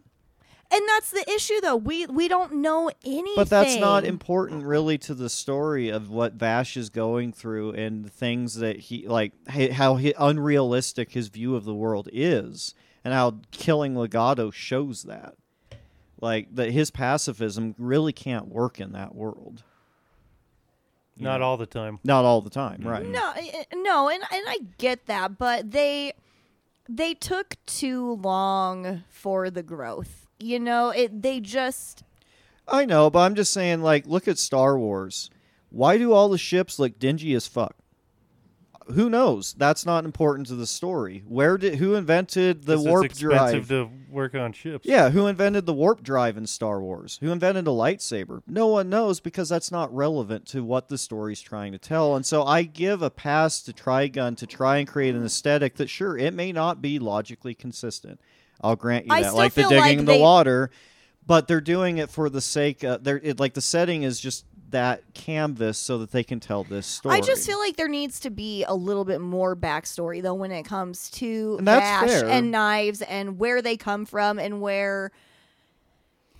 Speaker 1: And that's the issue, though. We we don't know anything.
Speaker 3: But that's not important, really, to the story of what Vash is going through and the things that he like, h- how he, unrealistic his view of the world is, and how killing Legato shows that, like that his pacifism really can't work in that world.
Speaker 2: Not all the time.
Speaker 3: Not all the time, right?
Speaker 1: No, I- I- no, and and I get that, but they they took too long for the growth. You know, it they just
Speaker 3: I know, but I'm just saying, like, look at Star Wars. Why do all the ships look dingy as fuck? Who knows? That's not important to the story. Where did who invented the
Speaker 2: 'Cause
Speaker 3: warp
Speaker 2: it's expensive
Speaker 3: drive?
Speaker 2: to work on ships.
Speaker 3: yeah, who invented the warp drive in Star Wars? Who invented a lightsaber? No one knows because that's not relevant to what the story's trying to tell. And so I give a pass to Trigun to try and create an aesthetic that sure it may not be logically consistent. I'll grant you
Speaker 1: I
Speaker 3: that.
Speaker 1: still
Speaker 3: Like the
Speaker 1: feel
Speaker 3: digging
Speaker 1: like
Speaker 3: in
Speaker 1: they-
Speaker 3: the water, but they're doing it for the sake of they're it, like the setting is just that canvas so that they can tell this story.
Speaker 1: I just feel like there needs to be a little bit more backstory though when it comes to
Speaker 3: And that's
Speaker 1: Vash
Speaker 3: fair.
Speaker 1: and knives and where they come from and where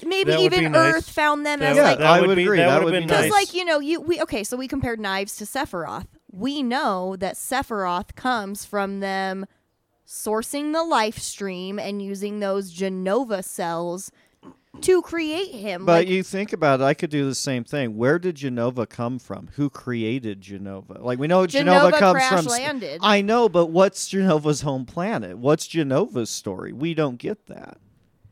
Speaker 1: maybe
Speaker 2: That would be
Speaker 1: even
Speaker 2: nice.
Speaker 1: Earth found them
Speaker 2: That,
Speaker 1: as
Speaker 3: Yeah,
Speaker 1: like
Speaker 2: that
Speaker 3: I would
Speaker 2: be,
Speaker 3: agree.
Speaker 2: That,
Speaker 3: That
Speaker 2: would
Speaker 3: would
Speaker 2: have
Speaker 3: be
Speaker 2: been
Speaker 1: Because,
Speaker 2: nice.
Speaker 1: like, you know, you we okay, so we compared knives to Sephiroth. We know that Sephiroth comes from them sourcing the life stream and using those Genova cells to create him.
Speaker 3: But
Speaker 1: like,
Speaker 3: you think about it, I could do the same thing. Where did Genova come from? Who created Genova? Like we know Genova,
Speaker 1: Genova
Speaker 3: comes
Speaker 1: crash
Speaker 3: from.
Speaker 1: landed.
Speaker 3: I know, but what's Genova's home planet? What's Genova's story? We don't get that.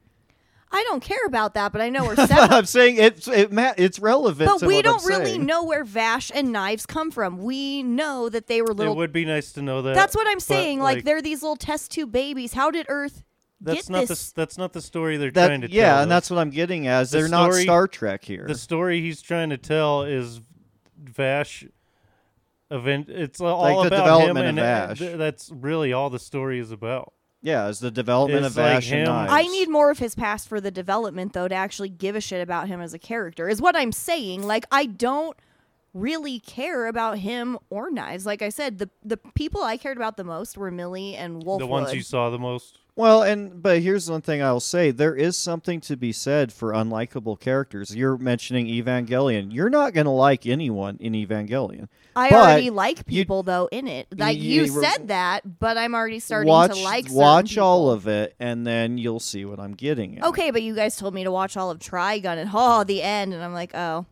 Speaker 1: I don't care about that, but I know where
Speaker 3: But
Speaker 1: Sephiroth
Speaker 3: I'm saying it's it ma- it's relevant.
Speaker 1: But
Speaker 3: to
Speaker 1: we
Speaker 3: what
Speaker 1: don't
Speaker 3: I'm
Speaker 1: really
Speaker 3: saying.
Speaker 1: know where Vash and Knives come from. We know that they were
Speaker 2: it
Speaker 1: little
Speaker 2: would be nice to know that.
Speaker 1: That's what I'm
Speaker 2: but,
Speaker 1: saying. like, they're these little test tube babies. How did Earth get
Speaker 2: that's not
Speaker 1: this?
Speaker 2: the that's not the story they're
Speaker 3: That-
Speaker 2: trying to
Speaker 3: yeah,
Speaker 2: tell.
Speaker 3: and
Speaker 2: though.
Speaker 3: that's what I'm getting at. Is
Speaker 2: The
Speaker 3: they're not
Speaker 2: story-
Speaker 3: Star Trek here.
Speaker 2: the story he's trying to tell is Vash event. It's all
Speaker 3: Like the
Speaker 2: about
Speaker 3: development
Speaker 2: him,
Speaker 3: of
Speaker 2: and
Speaker 3: Vash.
Speaker 2: th- that's really all the story is about.
Speaker 3: Yeah, it's the development
Speaker 2: It's
Speaker 3: of
Speaker 2: like
Speaker 3: Ash and
Speaker 2: him-
Speaker 3: Knives.
Speaker 1: I need more of his past for the development, though, to actually give a shit about him as a character, is what I'm saying. Like, I don't really care about him or Knives. Like I said, the the people I cared about the most were Millie and Wolfwood.
Speaker 2: The ones you saw the most.
Speaker 3: Well, and but here's one thing I'll say: there is something to be said for unlikable characters. You're mentioning Evangelion. You're not going to like anyone in Evangelion.
Speaker 1: I
Speaker 3: but
Speaker 1: already like
Speaker 3: you-
Speaker 1: people, though, in it. Like,
Speaker 3: you-
Speaker 1: you,
Speaker 3: you were-
Speaker 1: said that, but I'm already starting
Speaker 3: watch
Speaker 1: to like certain
Speaker 3: watch
Speaker 1: people.
Speaker 3: all of it, and then you'll see what I'm getting. At.
Speaker 1: Okay, but you guys told me to watch all of Trigun and oh, the end, and I'm like, oh.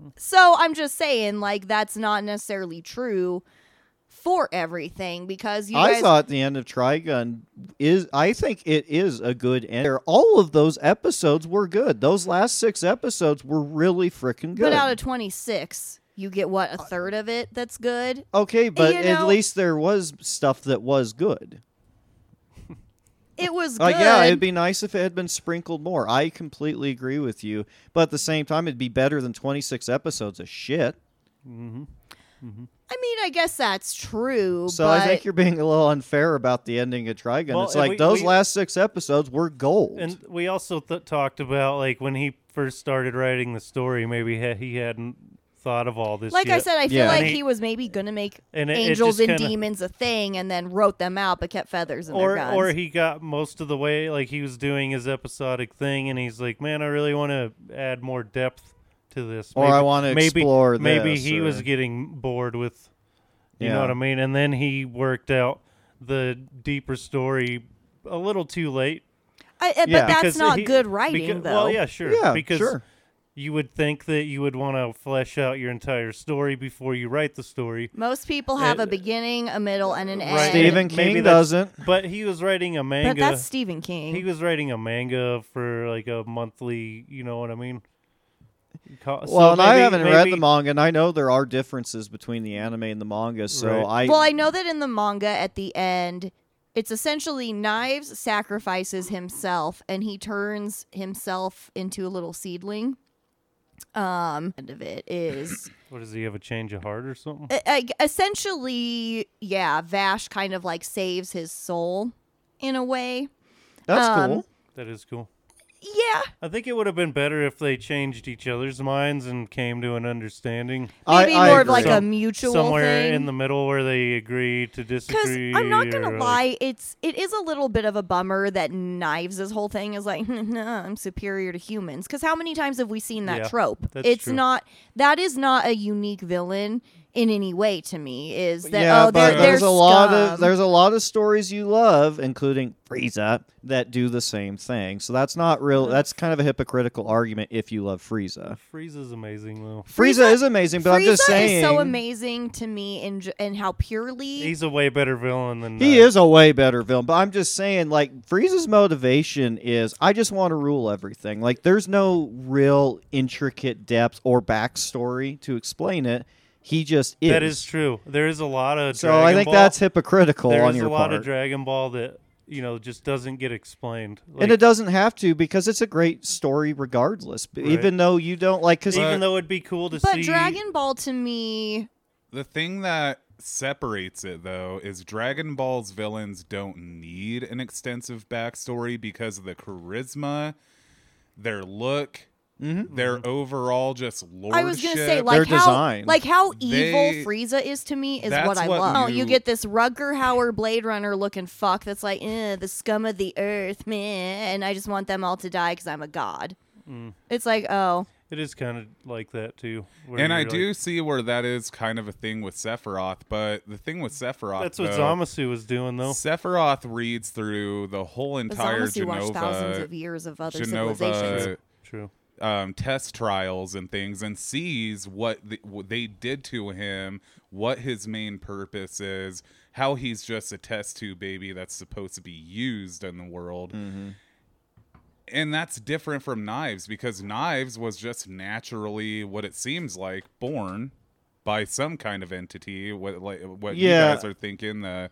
Speaker 3: Hmm.
Speaker 1: So I'm just saying, like, that's not necessarily true for everything because you
Speaker 3: I
Speaker 1: guys.
Speaker 3: thought the end of Trigun is. I think it is a good end. All of those episodes were good. Those last six episodes were really freaking good.
Speaker 1: But out of 26, you get what a third of it that's good.
Speaker 3: okay, but
Speaker 1: you
Speaker 3: at
Speaker 1: know-
Speaker 3: least there was stuff that was good.
Speaker 1: It was good.
Speaker 3: Like, Uh, yeah, it'd be nice if it had been sprinkled more. I completely agree with you, but at the same time, it'd be better than 26 episodes of shit.
Speaker 1: I mean, I guess that's true.
Speaker 3: So
Speaker 1: but
Speaker 3: I think you're being a little unfair about the ending of Trigun.
Speaker 2: Well,
Speaker 3: it's
Speaker 2: and
Speaker 3: like
Speaker 2: we-
Speaker 3: those
Speaker 2: we-
Speaker 3: last six episodes were gold.
Speaker 2: And we also th- talked about like when he first started writing the story, maybe ha- he hadn't thought of all this.
Speaker 1: like I
Speaker 2: yet.
Speaker 1: said, I feel
Speaker 3: Yeah.
Speaker 1: like
Speaker 2: And
Speaker 1: he,
Speaker 2: he-
Speaker 1: was maybe gonna make
Speaker 2: And it- it
Speaker 1: angels
Speaker 2: just
Speaker 1: and
Speaker 2: kinda-
Speaker 1: demons a thing, and then wrote them out, but kept feathers in their
Speaker 2: or
Speaker 1: guns.
Speaker 2: or he got most of the way like he was doing his episodic thing and he's like man i really want to add more depth to this
Speaker 3: Or I wanna
Speaker 2: maybe-
Speaker 3: explore
Speaker 2: maybe
Speaker 3: this,
Speaker 2: he was
Speaker 3: or-
Speaker 2: getting bored with you
Speaker 3: Yeah.
Speaker 2: know what i mean and then he worked out the deeper story a little too late
Speaker 1: I, I-
Speaker 3: Yeah.
Speaker 1: but that's
Speaker 2: because
Speaker 1: not
Speaker 2: he-
Speaker 1: good writing,
Speaker 2: because-
Speaker 1: though.
Speaker 2: well yeah sure
Speaker 3: Yeah,
Speaker 2: because
Speaker 3: sure.
Speaker 2: you would think that you would want to flesh out your entire story before you write the story
Speaker 1: Most people have a
Speaker 2: It-
Speaker 1: beginning, a middle, and an
Speaker 2: Right.
Speaker 1: end.
Speaker 3: Stephen
Speaker 2: Maybe
Speaker 3: King
Speaker 2: that's-
Speaker 3: doesn't.
Speaker 2: but he was writing a manga
Speaker 1: But that's Stephen
Speaker 2: uh, He
Speaker 1: King.
Speaker 2: was writing a manga for like a monthly, you know what I mean? Co- so
Speaker 3: well, and I
Speaker 2: maybe-
Speaker 3: haven't read the
Speaker 2: maybe-
Speaker 3: manga, and I know there are differences between the anime and the manga. So
Speaker 2: Right.
Speaker 3: I,
Speaker 1: well, I know that in the manga at the end, it's essentially Knives sacrifices himself and he turns himself into a little seedling. Um, end of it is
Speaker 2: What does he have a change of heart or something?
Speaker 1: e- e- essentially, yeah, Vash kind of like saves his soul in a way.
Speaker 3: that's
Speaker 1: um,
Speaker 3: cool.
Speaker 2: That is cool.
Speaker 1: Yeah,
Speaker 2: I think it would have been better if they changed each other's minds and came to an understanding
Speaker 1: maybe
Speaker 3: I, I
Speaker 1: more of
Speaker 3: agree.
Speaker 1: like a
Speaker 2: Some-
Speaker 1: mutual
Speaker 2: somewhere
Speaker 1: thing.
Speaker 2: in the middle where they agree to
Speaker 1: Because
Speaker 2: disagree.
Speaker 1: I'm not
Speaker 2: or, uh,
Speaker 1: gonna
Speaker 2: like-
Speaker 1: lie, it's it is a little bit of a bummer that Knives' whole thing is like "Nah, I'm superior to humans. Because how many times have we seen that
Speaker 2: Yeah,
Speaker 1: trope?
Speaker 2: that's
Speaker 1: It's
Speaker 2: true.
Speaker 1: not that is not a unique villain in any way to me. Is that
Speaker 3: yeah,
Speaker 1: oh they're,
Speaker 3: but
Speaker 1: they're
Speaker 3: there's a lot of
Speaker 1: scum.
Speaker 3: there's a lot of stories you love, including Frieza, that do the same thing. So that's not
Speaker 1: Mm-hmm.
Speaker 3: real. That's kind of a hypocritical argument if you love Frieza.
Speaker 2: Frieza's amazing though.
Speaker 3: Frieza,
Speaker 1: Frieza-
Speaker 3: is amazing, but I'm just
Speaker 1: Frieza is
Speaker 3: saying
Speaker 1: so amazing to me in ju- and how purely
Speaker 2: He's a way better villain than
Speaker 3: he
Speaker 2: uh,
Speaker 3: is a way better villain. But I'm just saying, like Frieza's motivation is I just want to rule everything. Like there's no real intricate depth or backstory to explain it. He just is.
Speaker 2: That is true. There is a lot of
Speaker 3: So
Speaker 2: Dragon
Speaker 3: I think
Speaker 2: Ball.
Speaker 3: that's hypocritical
Speaker 2: There
Speaker 3: on
Speaker 2: is
Speaker 3: your
Speaker 2: a lot
Speaker 3: part.
Speaker 2: of Dragon Ball that you know just doesn't get explained.
Speaker 3: and
Speaker 2: Like,
Speaker 3: it doesn't have to because it's a great story regardless. B-
Speaker 2: Right.
Speaker 3: Even though you don't like, because
Speaker 2: even though it'd be cool to
Speaker 1: but
Speaker 2: see
Speaker 1: Dragon Ball to me
Speaker 4: The thing that separates it though is Dragon Ball's villains don't need an extensive backstory because of the charisma, their look, their
Speaker 2: Mm-hmm.
Speaker 4: overall just lore.
Speaker 1: Mm-hmm. I was gonna say
Speaker 4: ship.
Speaker 1: like
Speaker 3: Their
Speaker 1: how
Speaker 3: design.
Speaker 1: like how evil
Speaker 4: They-
Speaker 1: Frieza is to me is
Speaker 4: That's
Speaker 1: what I
Speaker 4: what
Speaker 1: love. Oh,
Speaker 4: you-
Speaker 1: you get this Rugger Hauer Blade Runner looking fuck that's like eh, the scum of the earth, man, and I just want them all to die because I'm a god.
Speaker 4: Mm.
Speaker 1: It's like oh
Speaker 2: It is kind of like that too. where
Speaker 4: and I
Speaker 2: you're
Speaker 4: do
Speaker 2: like-
Speaker 4: see where that is kind of a thing with Sephiroth, but the thing with Sephiroth
Speaker 2: that's what
Speaker 4: though,
Speaker 2: Zamasu was doing though.
Speaker 4: Sephiroth reads through the whole entire
Speaker 1: Zamasu watched thousands
Speaker 4: Genova,
Speaker 1: of years of other civilizations.
Speaker 4: Genova
Speaker 2: True.
Speaker 4: um, test trials and things and sees what, the, what they did to him, what his main purpose is, how he's just a test tube baby that's supposed to be used in the world. And that's different from Knives because Knives was just naturally what it seems like born by some kind of entity. What like what
Speaker 3: Yeah.
Speaker 4: you guys are thinking? The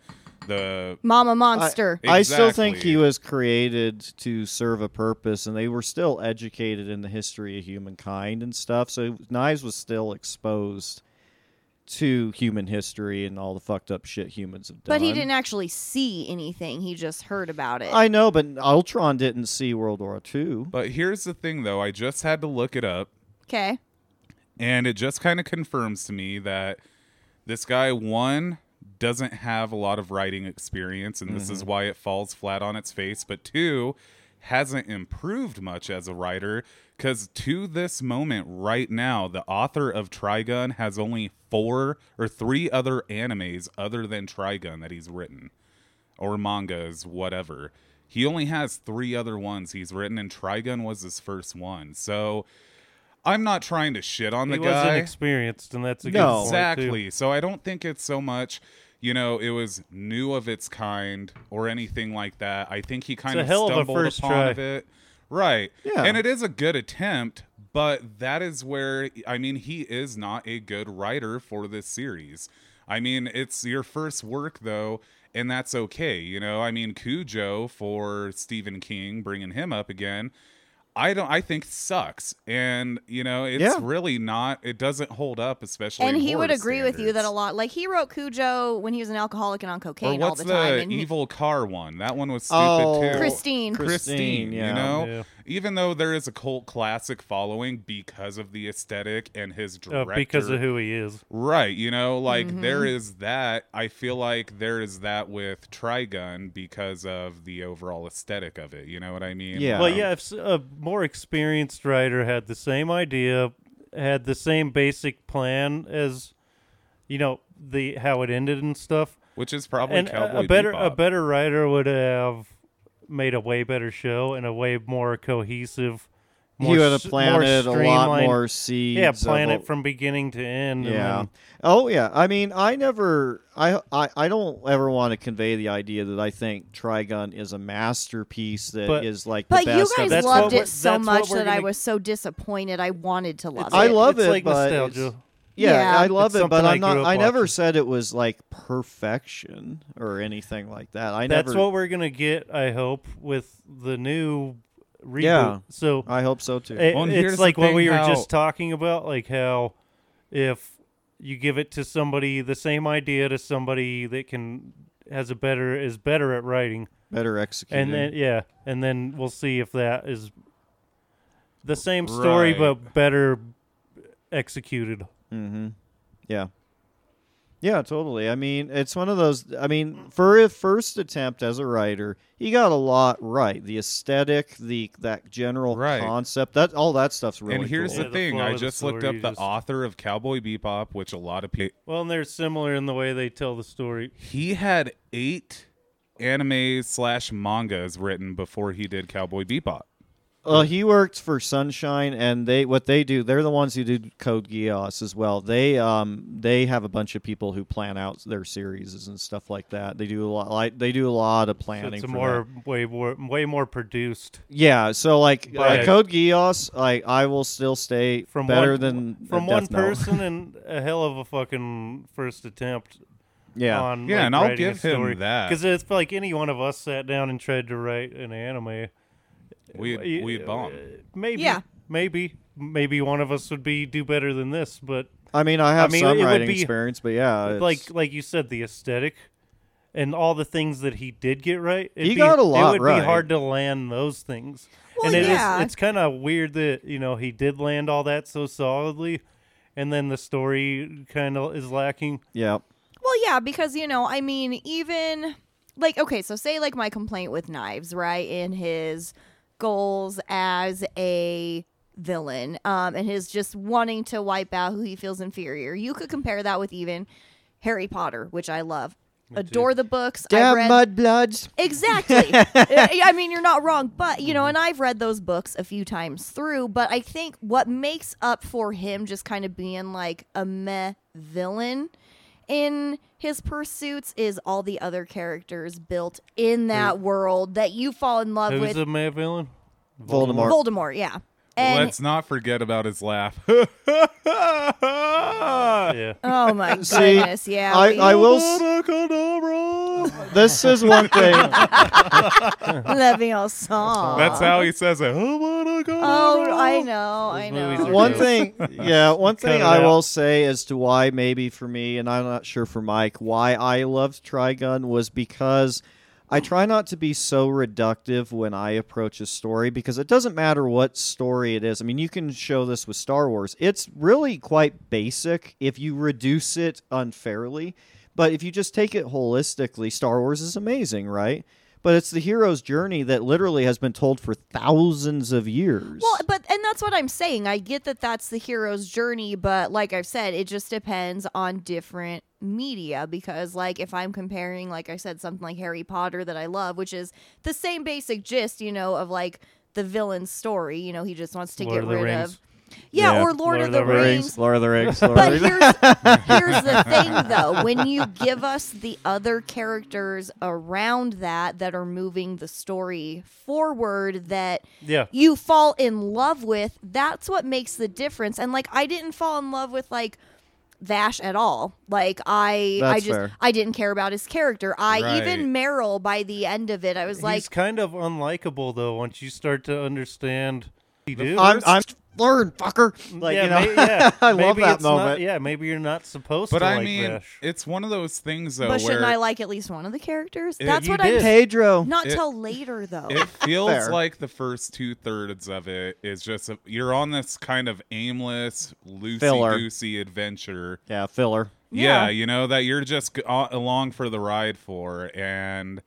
Speaker 4: the
Speaker 1: Mama Monster.
Speaker 4: I-
Speaker 3: I still think
Speaker 4: Exactly.
Speaker 3: he was created to serve a purpose, and they were still educated in the history of humankind and stuff. So Knives was still exposed to human history and all the fucked up shit humans have done.
Speaker 1: but he didn't actually see anything. He just heard about it.
Speaker 3: I know, but Ultron didn't see World War II.
Speaker 4: but here's the thing though. I just had to look it up.
Speaker 1: okay.
Speaker 4: And it just kind of confirms to me that this guy, one, doesn't have a lot of writing experience, and this is why it falls flat on its face, but two, hasn't improved much as a writer because to this moment right now, the author of Trigun has only four or three other animes other than Trigun that he's written or mangas, whatever. He only has three other ones he's written, and Trigun was his first one. So I'm not trying to shit on
Speaker 2: He
Speaker 4: the guy.
Speaker 2: wasn't experienced, and that's a
Speaker 3: No.
Speaker 2: good point, too.
Speaker 4: exactly. So I don't think it's so much, you know, it was new of its kind or anything like that. I think he kind
Speaker 2: a
Speaker 4: of
Speaker 2: hell of a
Speaker 4: stumbled
Speaker 2: first
Speaker 4: upon
Speaker 2: try.
Speaker 4: of it. Right.
Speaker 3: Yeah.
Speaker 4: And it is a good attempt, but that is where I mean he is not a good writer for this series. I mean, it's your first work though, and that's okay. You know, I mean Cujo for Stephen King bringing him up again. I don't I think sucks. And you know, it's
Speaker 3: Yeah.
Speaker 4: really not it doesn't hold up especially
Speaker 1: And
Speaker 4: in
Speaker 1: he would
Speaker 4: horror
Speaker 1: agree with you that a
Speaker 4: standards.
Speaker 1: lot. Like he wrote Cujo when he was an alcoholic and on
Speaker 4: Or
Speaker 1: cocaine all
Speaker 4: what's
Speaker 1: the
Speaker 4: the,
Speaker 1: time. and he-
Speaker 4: evil car one? That one was stupid
Speaker 3: Oh.
Speaker 4: too.
Speaker 1: Christine.
Speaker 3: Chris-
Speaker 4: Christine,
Speaker 3: Christine, yeah.
Speaker 4: you know,
Speaker 2: Yeah.
Speaker 4: even though there is a cult classic following because of the aesthetic and his
Speaker 2: Uh,
Speaker 4: director,
Speaker 2: because of who he is.
Speaker 4: right? You know, like
Speaker 1: Mm-hmm.
Speaker 4: there is that. I feel like there is that with Trigun because of the overall aesthetic of it. You know what I mean?
Speaker 3: Yeah.
Speaker 2: Well,
Speaker 3: Um,
Speaker 2: yeah, if s- a more experienced writer had the same idea, had the same basic plan as, you know, the how it ended and stuff,
Speaker 4: which is probably
Speaker 2: and a,
Speaker 4: Cowboy
Speaker 2: a better a
Speaker 4: Bebop.
Speaker 2: better writer would have made a way better show and a way more cohesive. More
Speaker 3: you would
Speaker 2: s-
Speaker 3: have
Speaker 2: more
Speaker 3: planted a lot
Speaker 2: streamlined-
Speaker 3: more seeds.
Speaker 2: Yeah,
Speaker 3: of
Speaker 2: plan
Speaker 3: a-
Speaker 2: it from beginning to end. and
Speaker 3: Yeah.
Speaker 2: then-
Speaker 3: Oh yeah. I mean, I never I I, I don't ever want to convey the idea that I think Trigun is a masterpiece that is
Speaker 2: But-
Speaker 3: like the
Speaker 1: but you
Speaker 3: best of
Speaker 1: guys
Speaker 2: That's
Speaker 3: its
Speaker 2: what
Speaker 1: loved
Speaker 2: we're-
Speaker 1: it so
Speaker 2: that's what
Speaker 1: much
Speaker 2: we're
Speaker 1: that I
Speaker 2: gonna-
Speaker 1: was so disappointed. I wanted to love it.
Speaker 3: I love
Speaker 2: it's
Speaker 3: it,
Speaker 2: like
Speaker 3: but
Speaker 2: nostalgia.
Speaker 3: it's- Yeah,
Speaker 1: Yeah.
Speaker 3: I love
Speaker 2: It's
Speaker 3: it, but
Speaker 2: something I
Speaker 3: I'm not.
Speaker 2: grew up
Speaker 3: I never
Speaker 2: watching.
Speaker 3: said it was like perfection or anything like that. I
Speaker 2: That's
Speaker 3: never.
Speaker 2: what we're gonna get. I hope with the new reboot.
Speaker 3: Yeah.
Speaker 2: So
Speaker 3: I hope so too.
Speaker 2: It-
Speaker 4: Oh, Well, and here's
Speaker 2: it's
Speaker 4: the
Speaker 2: like what
Speaker 4: thing,
Speaker 2: we were
Speaker 4: how-
Speaker 2: just talking about, like how if you give it to somebody the same idea to somebody that can has a better is better at writing,
Speaker 3: Better executed.
Speaker 2: and then yeah, and then we'll see if that is the same story
Speaker 4: Right.
Speaker 2: but better executed.
Speaker 3: Yeah. Yeah, totally. I mean, it's one of those. I mean, for his first attempt as a writer, he got a lot right. The aesthetic, the that general
Speaker 4: Right.
Speaker 3: concept, that all that stuff's really.
Speaker 4: and here's
Speaker 3: cool.
Speaker 4: the
Speaker 2: Yeah, the
Speaker 4: thing:
Speaker 2: flow
Speaker 4: I
Speaker 2: of the
Speaker 4: just looked
Speaker 2: story,
Speaker 4: up the
Speaker 2: just-
Speaker 4: author of Cowboy Bebop, which a lot of people
Speaker 2: Well, and they're similar in the way they tell the story.
Speaker 4: he had eight anime slash mangas written before he did Cowboy Bebop.
Speaker 3: Uh, he worked for Sunshine, and they what they do. They're the ones who do Code Geass as well. They um they have a bunch of people who plan out their series and stuff like that. They do a lot like they do a lot of
Speaker 2: So
Speaker 3: planning.
Speaker 2: it's a
Speaker 3: for
Speaker 2: more
Speaker 3: that.
Speaker 2: way more way more produced
Speaker 3: yeah. So like
Speaker 2: Right.
Speaker 3: uh, Code Geass, like I will still stay
Speaker 2: from
Speaker 3: better
Speaker 2: one,
Speaker 3: than
Speaker 2: from
Speaker 3: Death
Speaker 2: one
Speaker 3: Note.
Speaker 2: person and a hell of a fucking first attempt.
Speaker 3: yeah.
Speaker 2: on,
Speaker 4: Yeah,
Speaker 2: like,
Speaker 4: and I'll
Speaker 2: writing a
Speaker 4: give him
Speaker 2: story.
Speaker 4: that.
Speaker 2: because it's like any one of us sat down and tried to write an anime.
Speaker 4: We
Speaker 2: You-
Speaker 4: we bomb.
Speaker 2: Maybe,
Speaker 1: Yeah.
Speaker 2: maybe, maybe one of us would be do better than this. But
Speaker 3: I mean, I have
Speaker 2: mean,
Speaker 3: some
Speaker 2: it would
Speaker 3: writing
Speaker 2: be-
Speaker 3: experience, but yeah, it's-
Speaker 2: like, like you said, the aesthetic and all the things that he did get right. it'd
Speaker 3: He
Speaker 2: be-
Speaker 3: got a lot
Speaker 2: It would
Speaker 3: right.
Speaker 2: be hard to land those things.
Speaker 1: Well,
Speaker 2: and it is-
Speaker 1: yeah.
Speaker 2: it's kind of weird that you know he did land all that so solidly, and then the story kind of is lacking.
Speaker 3: yeah,
Speaker 1: Well, yeah, because you know, I mean, even like okay, so say like my complaint with Knives, right, in his goals as a villain, um, and his just wanting to wipe out who he feels inferior. You could compare that with even Harry Potter, which I love. Adore the books. I
Speaker 3: damn
Speaker 1: read
Speaker 3: mudbloods.
Speaker 1: Exactly. I I mean, you're not wrong, but you know, and I've read those books a few times through, but I think what makes up for him just kind of being like a meh villain in his pursuits is all the other characters built in that world that you fall in love
Speaker 2: Who's
Speaker 1: with.
Speaker 2: the mad villain?
Speaker 3: Voldemort.
Speaker 1: Voldemort, yeah. And
Speaker 4: Let's not forget about his laugh.
Speaker 2: Yeah.
Speaker 1: oh my
Speaker 3: See,
Speaker 1: goodness, yeah.
Speaker 3: I,
Speaker 1: we-
Speaker 3: I will. s- This is one thing.
Speaker 1: loving all song.
Speaker 4: That's how he says it.
Speaker 1: Oh,
Speaker 4: Oh,
Speaker 1: I know, I
Speaker 2: movies
Speaker 1: know.
Speaker 2: are
Speaker 3: one
Speaker 2: good.
Speaker 3: thing, yeah, one
Speaker 2: Cut
Speaker 3: thing
Speaker 2: it
Speaker 3: I
Speaker 2: out.
Speaker 3: will say as to why maybe for me, and I'm not sure for Mike, why I loved Trigun was because I try not to be so reductive when I approach a story because it doesn't matter what story it is. I mean, you can show this with Star Wars. It's really quite basic if you reduce it unfairly. But if you just take it holistically, Star Wars is amazing, right? But it's the hero's journey that literally has been told for thousands of years.
Speaker 1: Well, but and that's what I'm saying. I get that that's the hero's journey, but like I've said, it just depends on different media because like if I'm comparing like I said something like Harry Potter that I love, which is the same basic gist, you know, of like the villain's story, you know, he just wants to
Speaker 2: Lord
Speaker 1: get
Speaker 2: of the
Speaker 1: rid
Speaker 2: Rings.
Speaker 1: of yeah,
Speaker 3: Yeah,
Speaker 1: or Lord, of the, Rings.
Speaker 3: Lord of the Rings. Lord of
Speaker 1: But
Speaker 3: the
Speaker 1: here's here's the thing though. When you give us the other characters around that that are moving the story forward that
Speaker 2: Yeah.
Speaker 1: you fall in love with, that's what makes the difference. And like I didn't fall in love with like Vash at all. Like I I
Speaker 3: That's
Speaker 1: just
Speaker 3: fair.
Speaker 1: I didn't care about his character. I even Meryl by the end of it I was like
Speaker 2: He's kind of unlikable though once you start to understand what he do.
Speaker 3: I'm, Mm, I'm learn, fucker. Like
Speaker 2: yeah,
Speaker 3: you know,
Speaker 2: may- yeah.
Speaker 3: I love
Speaker 2: Maybe
Speaker 3: that
Speaker 2: it's not-
Speaker 3: moment.
Speaker 2: yeah, maybe you're not supposed
Speaker 4: But
Speaker 2: to
Speaker 4: I
Speaker 2: like
Speaker 4: mean,
Speaker 2: Vash.
Speaker 4: it's one of those things though
Speaker 1: but shouldn't
Speaker 4: where
Speaker 1: I like at least one of the characters?
Speaker 4: It-
Speaker 1: That's
Speaker 2: you
Speaker 1: what
Speaker 2: did.
Speaker 1: I'm
Speaker 3: Pedro.
Speaker 1: not
Speaker 4: It-
Speaker 1: till later though.
Speaker 4: it feels
Speaker 3: Fair.
Speaker 4: like the first two thirds of it is just a, you're on this kind of aimless, loosey
Speaker 3: Filler.
Speaker 4: goosey adventure.
Speaker 3: Yeah, filler.
Speaker 4: yeah.
Speaker 1: Yeah.
Speaker 4: you know that you're just g- a- along for the ride for and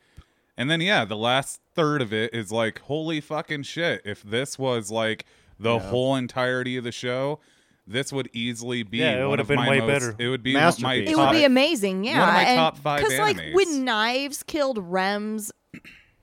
Speaker 4: and then yeah the last third of it is like holy fucking shit if this was like the whole entirety of the show this would easily be
Speaker 2: Yeah, it
Speaker 4: one
Speaker 2: would have been
Speaker 4: of my
Speaker 2: way
Speaker 4: most-
Speaker 2: better.
Speaker 4: it would be
Speaker 3: Masterpiece.
Speaker 4: my
Speaker 3: It
Speaker 1: It
Speaker 4: top-
Speaker 1: would be amazing, yeah.
Speaker 4: my
Speaker 1: and,
Speaker 4: top five
Speaker 1: Because like
Speaker 4: animes.
Speaker 1: when Knives killed Rem's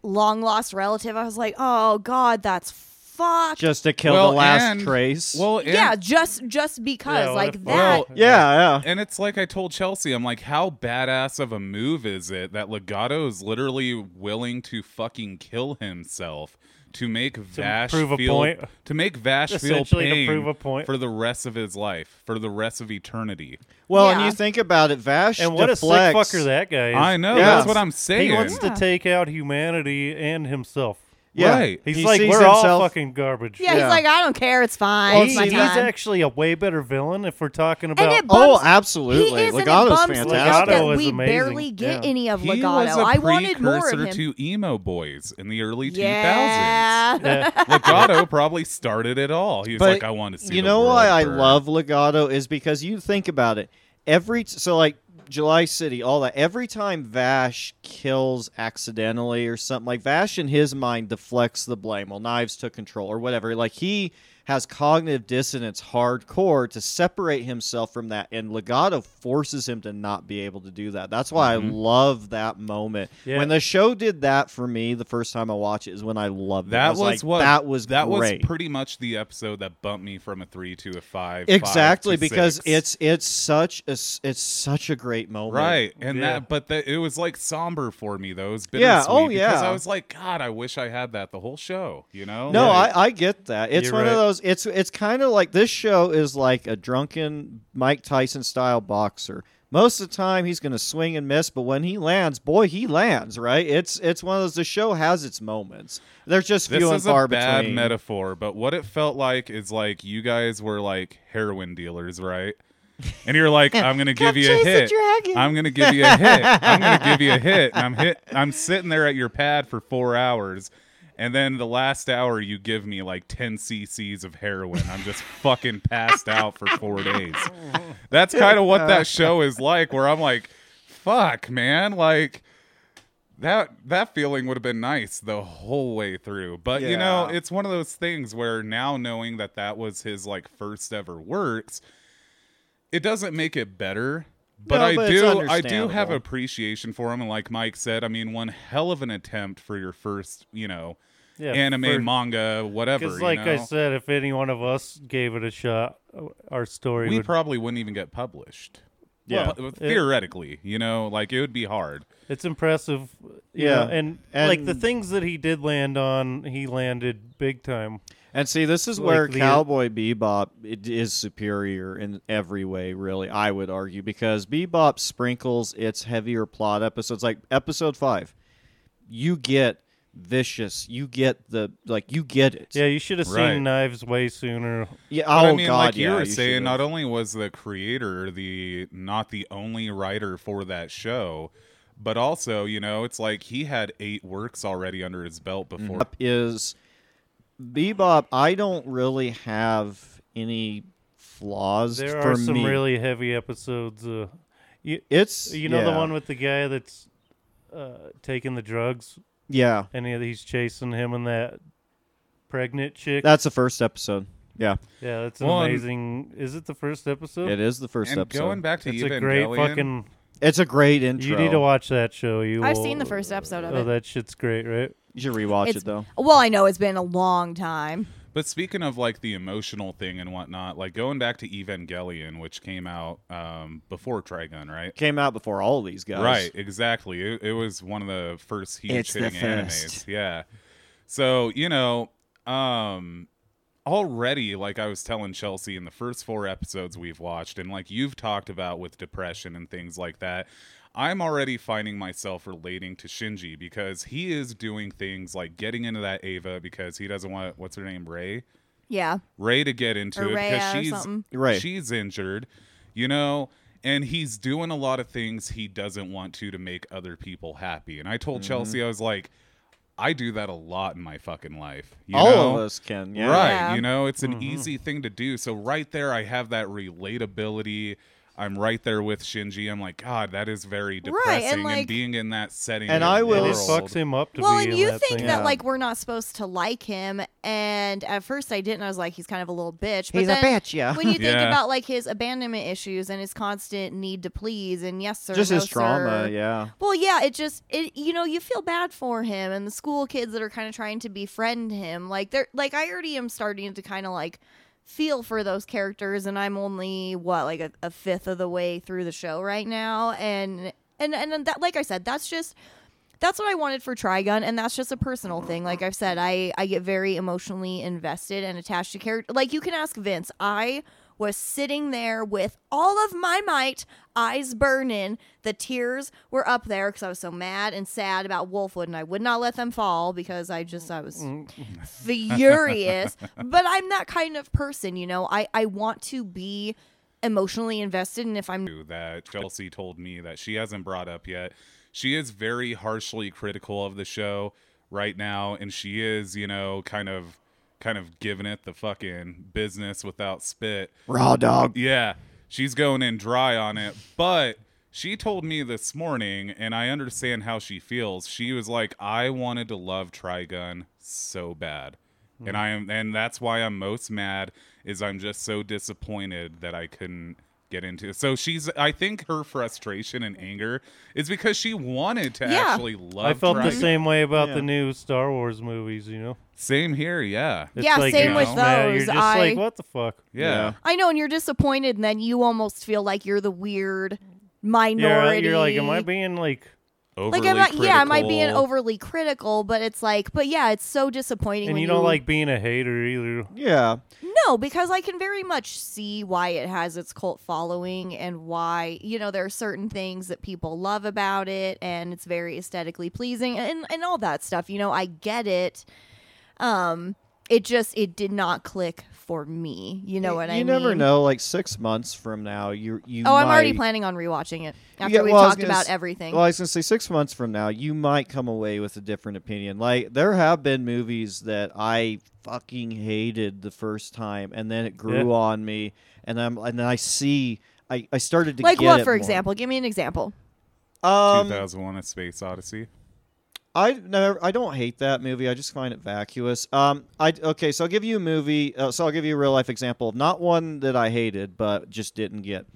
Speaker 1: long lost relative, I was like, oh god, that's fucked.
Speaker 3: Just to kill
Speaker 4: Well,
Speaker 3: the last
Speaker 4: and-
Speaker 3: trace.
Speaker 4: well and,
Speaker 1: yeah, just just because
Speaker 2: Yeah, what
Speaker 1: like
Speaker 2: if-
Speaker 1: that.
Speaker 4: well,
Speaker 3: yeah, yeah.
Speaker 4: and it's like I told Chelsea, I'm like, how badass of a move is it that Legato is literally willing to fucking kill himself to make Vash
Speaker 2: prove a
Speaker 4: feel
Speaker 2: point.
Speaker 4: to make Vash feel
Speaker 2: Essentially to
Speaker 4: pain
Speaker 2: prove a point.
Speaker 4: for the rest of his life, for the rest of eternity.
Speaker 3: Well, and
Speaker 1: Yeah.
Speaker 3: you think about it, Vash
Speaker 2: and what
Speaker 3: deflects.
Speaker 2: a sick fucker that guy is.
Speaker 4: I know
Speaker 3: Yeah.
Speaker 4: that's what I'm saying.
Speaker 2: He wants
Speaker 1: Yeah.
Speaker 2: to take out humanity and himself.
Speaker 3: Yeah.
Speaker 4: Right.
Speaker 2: He's
Speaker 3: He
Speaker 2: like,
Speaker 3: sees
Speaker 2: we're all
Speaker 3: himself-
Speaker 2: fucking garbage.
Speaker 1: yeah,
Speaker 3: yeah.
Speaker 1: he's like, I don't care, it's fine.
Speaker 2: He-
Speaker 1: it's
Speaker 2: he's
Speaker 1: my time.
Speaker 2: actually a way better villain if we're talking about.
Speaker 1: it bu-
Speaker 3: Oh,
Speaker 1: Bums- he
Speaker 3: absolutely.
Speaker 1: is
Speaker 3: Legato's
Speaker 1: and it bums me out
Speaker 3: fantastic.
Speaker 2: Legato
Speaker 1: that
Speaker 2: is
Speaker 1: we
Speaker 2: amazing.
Speaker 1: barely get
Speaker 2: Yeah.
Speaker 1: any of
Speaker 4: he was
Speaker 1: Legato.
Speaker 4: a
Speaker 1: I wanted more of
Speaker 4: precursor
Speaker 1: him.
Speaker 4: to emo boys in the early 2000s.
Speaker 1: yeah.
Speaker 2: Yeah.
Speaker 4: Legato probably started it all. He was
Speaker 3: But
Speaker 4: like, I want to see.
Speaker 3: You
Speaker 4: the
Speaker 3: know
Speaker 4: world
Speaker 3: why I
Speaker 4: burn."
Speaker 3: love Legato is because you think about it. Every t- so like July City, all that. Every time Vash kills accidentally or something like Vash in his mind deflects the blame. Well, Knives took control or whatever. Like he has cognitive dissonance hardcore to separate himself from that and legato forces him to not be able to do that that's why
Speaker 4: Mm-hmm.
Speaker 3: i love that moment
Speaker 2: Yeah.
Speaker 3: when the show did that for me the first time i watched it is when i loved it I
Speaker 4: That was,
Speaker 3: like,
Speaker 4: what
Speaker 3: that was
Speaker 4: that
Speaker 3: great.
Speaker 4: was pretty much the episode that bumped me from a three to a five.
Speaker 3: exactly
Speaker 4: five to
Speaker 3: because
Speaker 4: six.
Speaker 3: it's it's such a s- it's such a great moment
Speaker 4: right, and
Speaker 2: Yeah.
Speaker 4: that but that it was like somber for me though. It was
Speaker 3: Yeah,
Speaker 4: bittersweet
Speaker 3: oh,
Speaker 4: because
Speaker 3: yeah.
Speaker 4: I was like, God, I wish I had that the whole show. You know,
Speaker 3: no
Speaker 4: Like,
Speaker 3: I, I get that it's
Speaker 2: You're
Speaker 3: one of
Speaker 2: right.
Speaker 3: those it's it's kind of like this show is like a drunken mike tyson style boxer most of the time he's going to swing and miss but when he lands boy he lands right it's it's one of those the show has its moments they're just
Speaker 4: this
Speaker 3: few and
Speaker 4: is a
Speaker 3: far
Speaker 4: bad
Speaker 3: between
Speaker 4: metaphor, but what it felt like is like you guys were like heroin dealers, right? And you're like, I'm gonna give you a
Speaker 3: chase the
Speaker 4: hit.
Speaker 3: dragon.
Speaker 4: I'm gonna give you a hit. I'm gonna give you a hit. And I'm hit. I'm sitting there at your pad for four hours, and then the last hour you give me like 10 cc's of heroin. I'm just fucking passed out for four days. That's kind of what that show is like. Where I'm like, fuck, man, like. That that feeling would have been nice the whole way through. But you know,
Speaker 3: Yeah.
Speaker 4: it's one of those things where now knowing that that was his like first ever works, it doesn't make it better. But,
Speaker 3: No,
Speaker 4: I
Speaker 3: but it's
Speaker 4: do I do have
Speaker 3: understandable.
Speaker 4: appreciation for him and like Mike said, I mean, one hell of an attempt for your first, you know,
Speaker 2: yeah,
Speaker 4: anime,
Speaker 2: for-
Speaker 4: manga, whatever,
Speaker 2: Because,
Speaker 4: you
Speaker 2: like I
Speaker 4: know?
Speaker 2: said, if any one of us gave it a shot, uh, our story
Speaker 4: we
Speaker 2: would.
Speaker 4: probably wouldn't even get published.
Speaker 3: Yeah.
Speaker 4: Well, theoretically, you know, like it would be hard.
Speaker 2: it's impressive. you
Speaker 3: Yeah.
Speaker 2: know, and,
Speaker 3: And-
Speaker 2: like the things that he did land on, he landed big time.
Speaker 3: And see, this is where
Speaker 2: Like the-
Speaker 3: Cowboy Bebop it is superior in every way, really. I would argue because Bebop sprinkles its heavier plot episodes, like episode five. You get vicious. You get the like. You get it.
Speaker 2: Yeah, you should have
Speaker 4: Right.
Speaker 2: seen Knives way sooner.
Speaker 3: Yeah,
Speaker 4: But
Speaker 3: oh
Speaker 4: I mean,
Speaker 3: God!
Speaker 4: like
Speaker 3: yeah,
Speaker 4: you were
Speaker 3: you
Speaker 4: saying,
Speaker 3: should've.
Speaker 4: not only was the creator the not the only writer for that show, but also, you know, it's like he had eight works already under his belt before.
Speaker 3: up is Bebop. I don't really have any flaws
Speaker 2: There
Speaker 3: for
Speaker 2: are some
Speaker 3: me.
Speaker 2: really heavy episodes. Uh, you,
Speaker 3: it's
Speaker 2: you know the
Speaker 3: yeah.
Speaker 2: one with the guy that's uh, taking the drugs,
Speaker 3: yeah.
Speaker 2: and he- he's chasing him and that pregnant chick.
Speaker 3: That's the first episode. Yeah,
Speaker 2: yeah, that's an
Speaker 4: Well, and-
Speaker 2: amazing. Is it the first episode?
Speaker 3: it is the first
Speaker 4: And
Speaker 3: episode.
Speaker 4: going back to
Speaker 2: It's
Speaker 4: Evangelion,
Speaker 2: a great fucking.
Speaker 3: it's a great intro.
Speaker 2: You need to watch that show. You.
Speaker 1: I've
Speaker 2: will-
Speaker 1: seen the first episode of
Speaker 2: Oh,
Speaker 1: it.
Speaker 2: that shit's great, right?
Speaker 3: You should rewatch
Speaker 1: It's-
Speaker 3: it though.
Speaker 1: Well, I know it's been a long time.
Speaker 4: But speaking of like the emotional thing and whatnot, like going back to Evangelion, which came out um, before Trigun, right?
Speaker 3: Came out before all these guys.
Speaker 4: Right, exactly. It, it was one of the first huge
Speaker 3: It's the
Speaker 4: hitting
Speaker 3: first.
Speaker 4: animes. Yeah. So you know, um, already like I was telling Chelsea in the first four episodes we've watched, and like you've talked about with depression and things like that. I'm already finding myself relating to Shinji because he is doing things like getting into that Ava because he doesn't want what's her name Ray.
Speaker 1: Yeah.
Speaker 4: Ray to get into
Speaker 1: Or
Speaker 4: it because
Speaker 1: Rhea or
Speaker 4: she's
Speaker 1: something.
Speaker 3: Right.
Speaker 4: she's injured, you know, and he's doing a lot of things he doesn't want to to make other people happy. And I told
Speaker 3: Mm-hmm.
Speaker 4: Chelsea I was like, I do that a lot in my fucking life. You
Speaker 3: all
Speaker 4: know?
Speaker 3: of us can. Yeah. Mm-hmm.
Speaker 4: Right.
Speaker 1: Yeah.
Speaker 4: You know, it's an easy thing to do. So right there I have that relatability. I'm right there with Shinji. I'm like, God, that is very
Speaker 1: and,
Speaker 4: depressing.
Speaker 1: like-
Speaker 4: being in that setting,
Speaker 3: And I will-
Speaker 2: And it
Speaker 4: world,
Speaker 2: fucks him up to
Speaker 1: Well,
Speaker 2: be
Speaker 1: and
Speaker 2: in
Speaker 1: you
Speaker 2: that
Speaker 1: think
Speaker 2: thing.
Speaker 1: that
Speaker 3: Yeah.
Speaker 1: like we're not supposed to like him, and at first I didn't. I was like, he's kind of a little bitch. But
Speaker 3: He's a
Speaker 1: then
Speaker 3: bitch, yeah.
Speaker 1: When you think
Speaker 4: Yeah.
Speaker 1: about like his abandonment issues and his constant need to please and yes sir,
Speaker 3: Just
Speaker 1: no,
Speaker 3: his trauma.
Speaker 1: sir.
Speaker 3: Yeah.
Speaker 1: Well, yeah, it just it you know you feel bad for him and the school kids that are kind of trying to befriend him. Like they're like I already am starting to kind of like feel for those characters, and I'm only what like a, a fifth of the way through the show right now, and and and that like I said, that's just that's what I wanted for Trigun, and that's just a personal thing. Like I've said, I I get very emotionally invested and attached to character. Like you can ask Vince, I was sitting there with all of my might, eyes burning. The tears were up there because I was so mad and sad about Wolfwood, and I would not let them fall because I just I was furious. but I'm that kind of person, you know. I I want to be emotionally invested, and if I'm
Speaker 4: that Chelsea told me that she hasn't brought up yet. She is very harshly critical of the show right now, and she is, you know, kind of kind of giving it the fucking business without spit.
Speaker 3: Raw dog.
Speaker 4: Yeah, she's going in dry on it. But she told me this morning, and I understand how she feels. She was like, I wanted to love Trigun so bad. And I am and that's why I'm most mad is I'm just so disappointed that I couldn't get into it. So she's I think her frustration and anger is because she wanted to
Speaker 1: Yeah.
Speaker 4: actually love
Speaker 2: I felt the
Speaker 4: Trigun.
Speaker 2: same way about
Speaker 3: Yeah.
Speaker 2: the new Star Wars movies. You know,
Speaker 4: Same here, yeah.
Speaker 2: It's
Speaker 1: Yeah,
Speaker 2: like,
Speaker 1: same
Speaker 2: you're
Speaker 4: with
Speaker 2: just mad, You're
Speaker 1: those.
Speaker 2: just
Speaker 1: I-
Speaker 2: like, what the fuck?
Speaker 4: Yeah.
Speaker 1: I know, and you're disappointed, and then you almost feel like you're the weird
Speaker 2: Yeah,
Speaker 1: minority.
Speaker 2: you're like, am I being like?
Speaker 4: Overly
Speaker 1: like I'm not, yeah, am I being
Speaker 4: critical.
Speaker 1: overly critical? But it's like, but yeah, it's so disappointing.
Speaker 2: And
Speaker 1: when
Speaker 2: you don't like being a hater either.
Speaker 3: Yeah.
Speaker 1: no, because I can very much see why it has its cult following and why you know there are certain things that people love about it, and it's very aesthetically pleasing and and all that stuff. You know, I get it. Um, it just it did not click for me. You know what
Speaker 3: you
Speaker 1: I mean?
Speaker 3: never know. Like six months from now, you you.
Speaker 1: Oh, I'm already
Speaker 3: might-
Speaker 1: planning on rewatching it after
Speaker 3: Yeah,
Speaker 1: we've
Speaker 3: well, I was
Speaker 1: talked
Speaker 3: gonna
Speaker 1: about
Speaker 3: s-
Speaker 1: everything.
Speaker 3: Well, I was gonna say six months from now, you might come away with a different opinion. Like there have been movies that I fucking hated the first time, and then it grew
Speaker 2: Yeah.
Speaker 3: on me, and I'm and I see. I, I started to
Speaker 1: like
Speaker 3: get
Speaker 1: what,
Speaker 3: it
Speaker 1: for
Speaker 3: more.
Speaker 1: example? Give me an example.
Speaker 3: Um,
Speaker 4: 2001 A Space Odyssey.
Speaker 3: I no, I don't hate that movie. I just find it vacuous. Um, I okay, so I'll give you a movie. Uh, so I'll give you a real life example of not one that I hated, but just didn't get.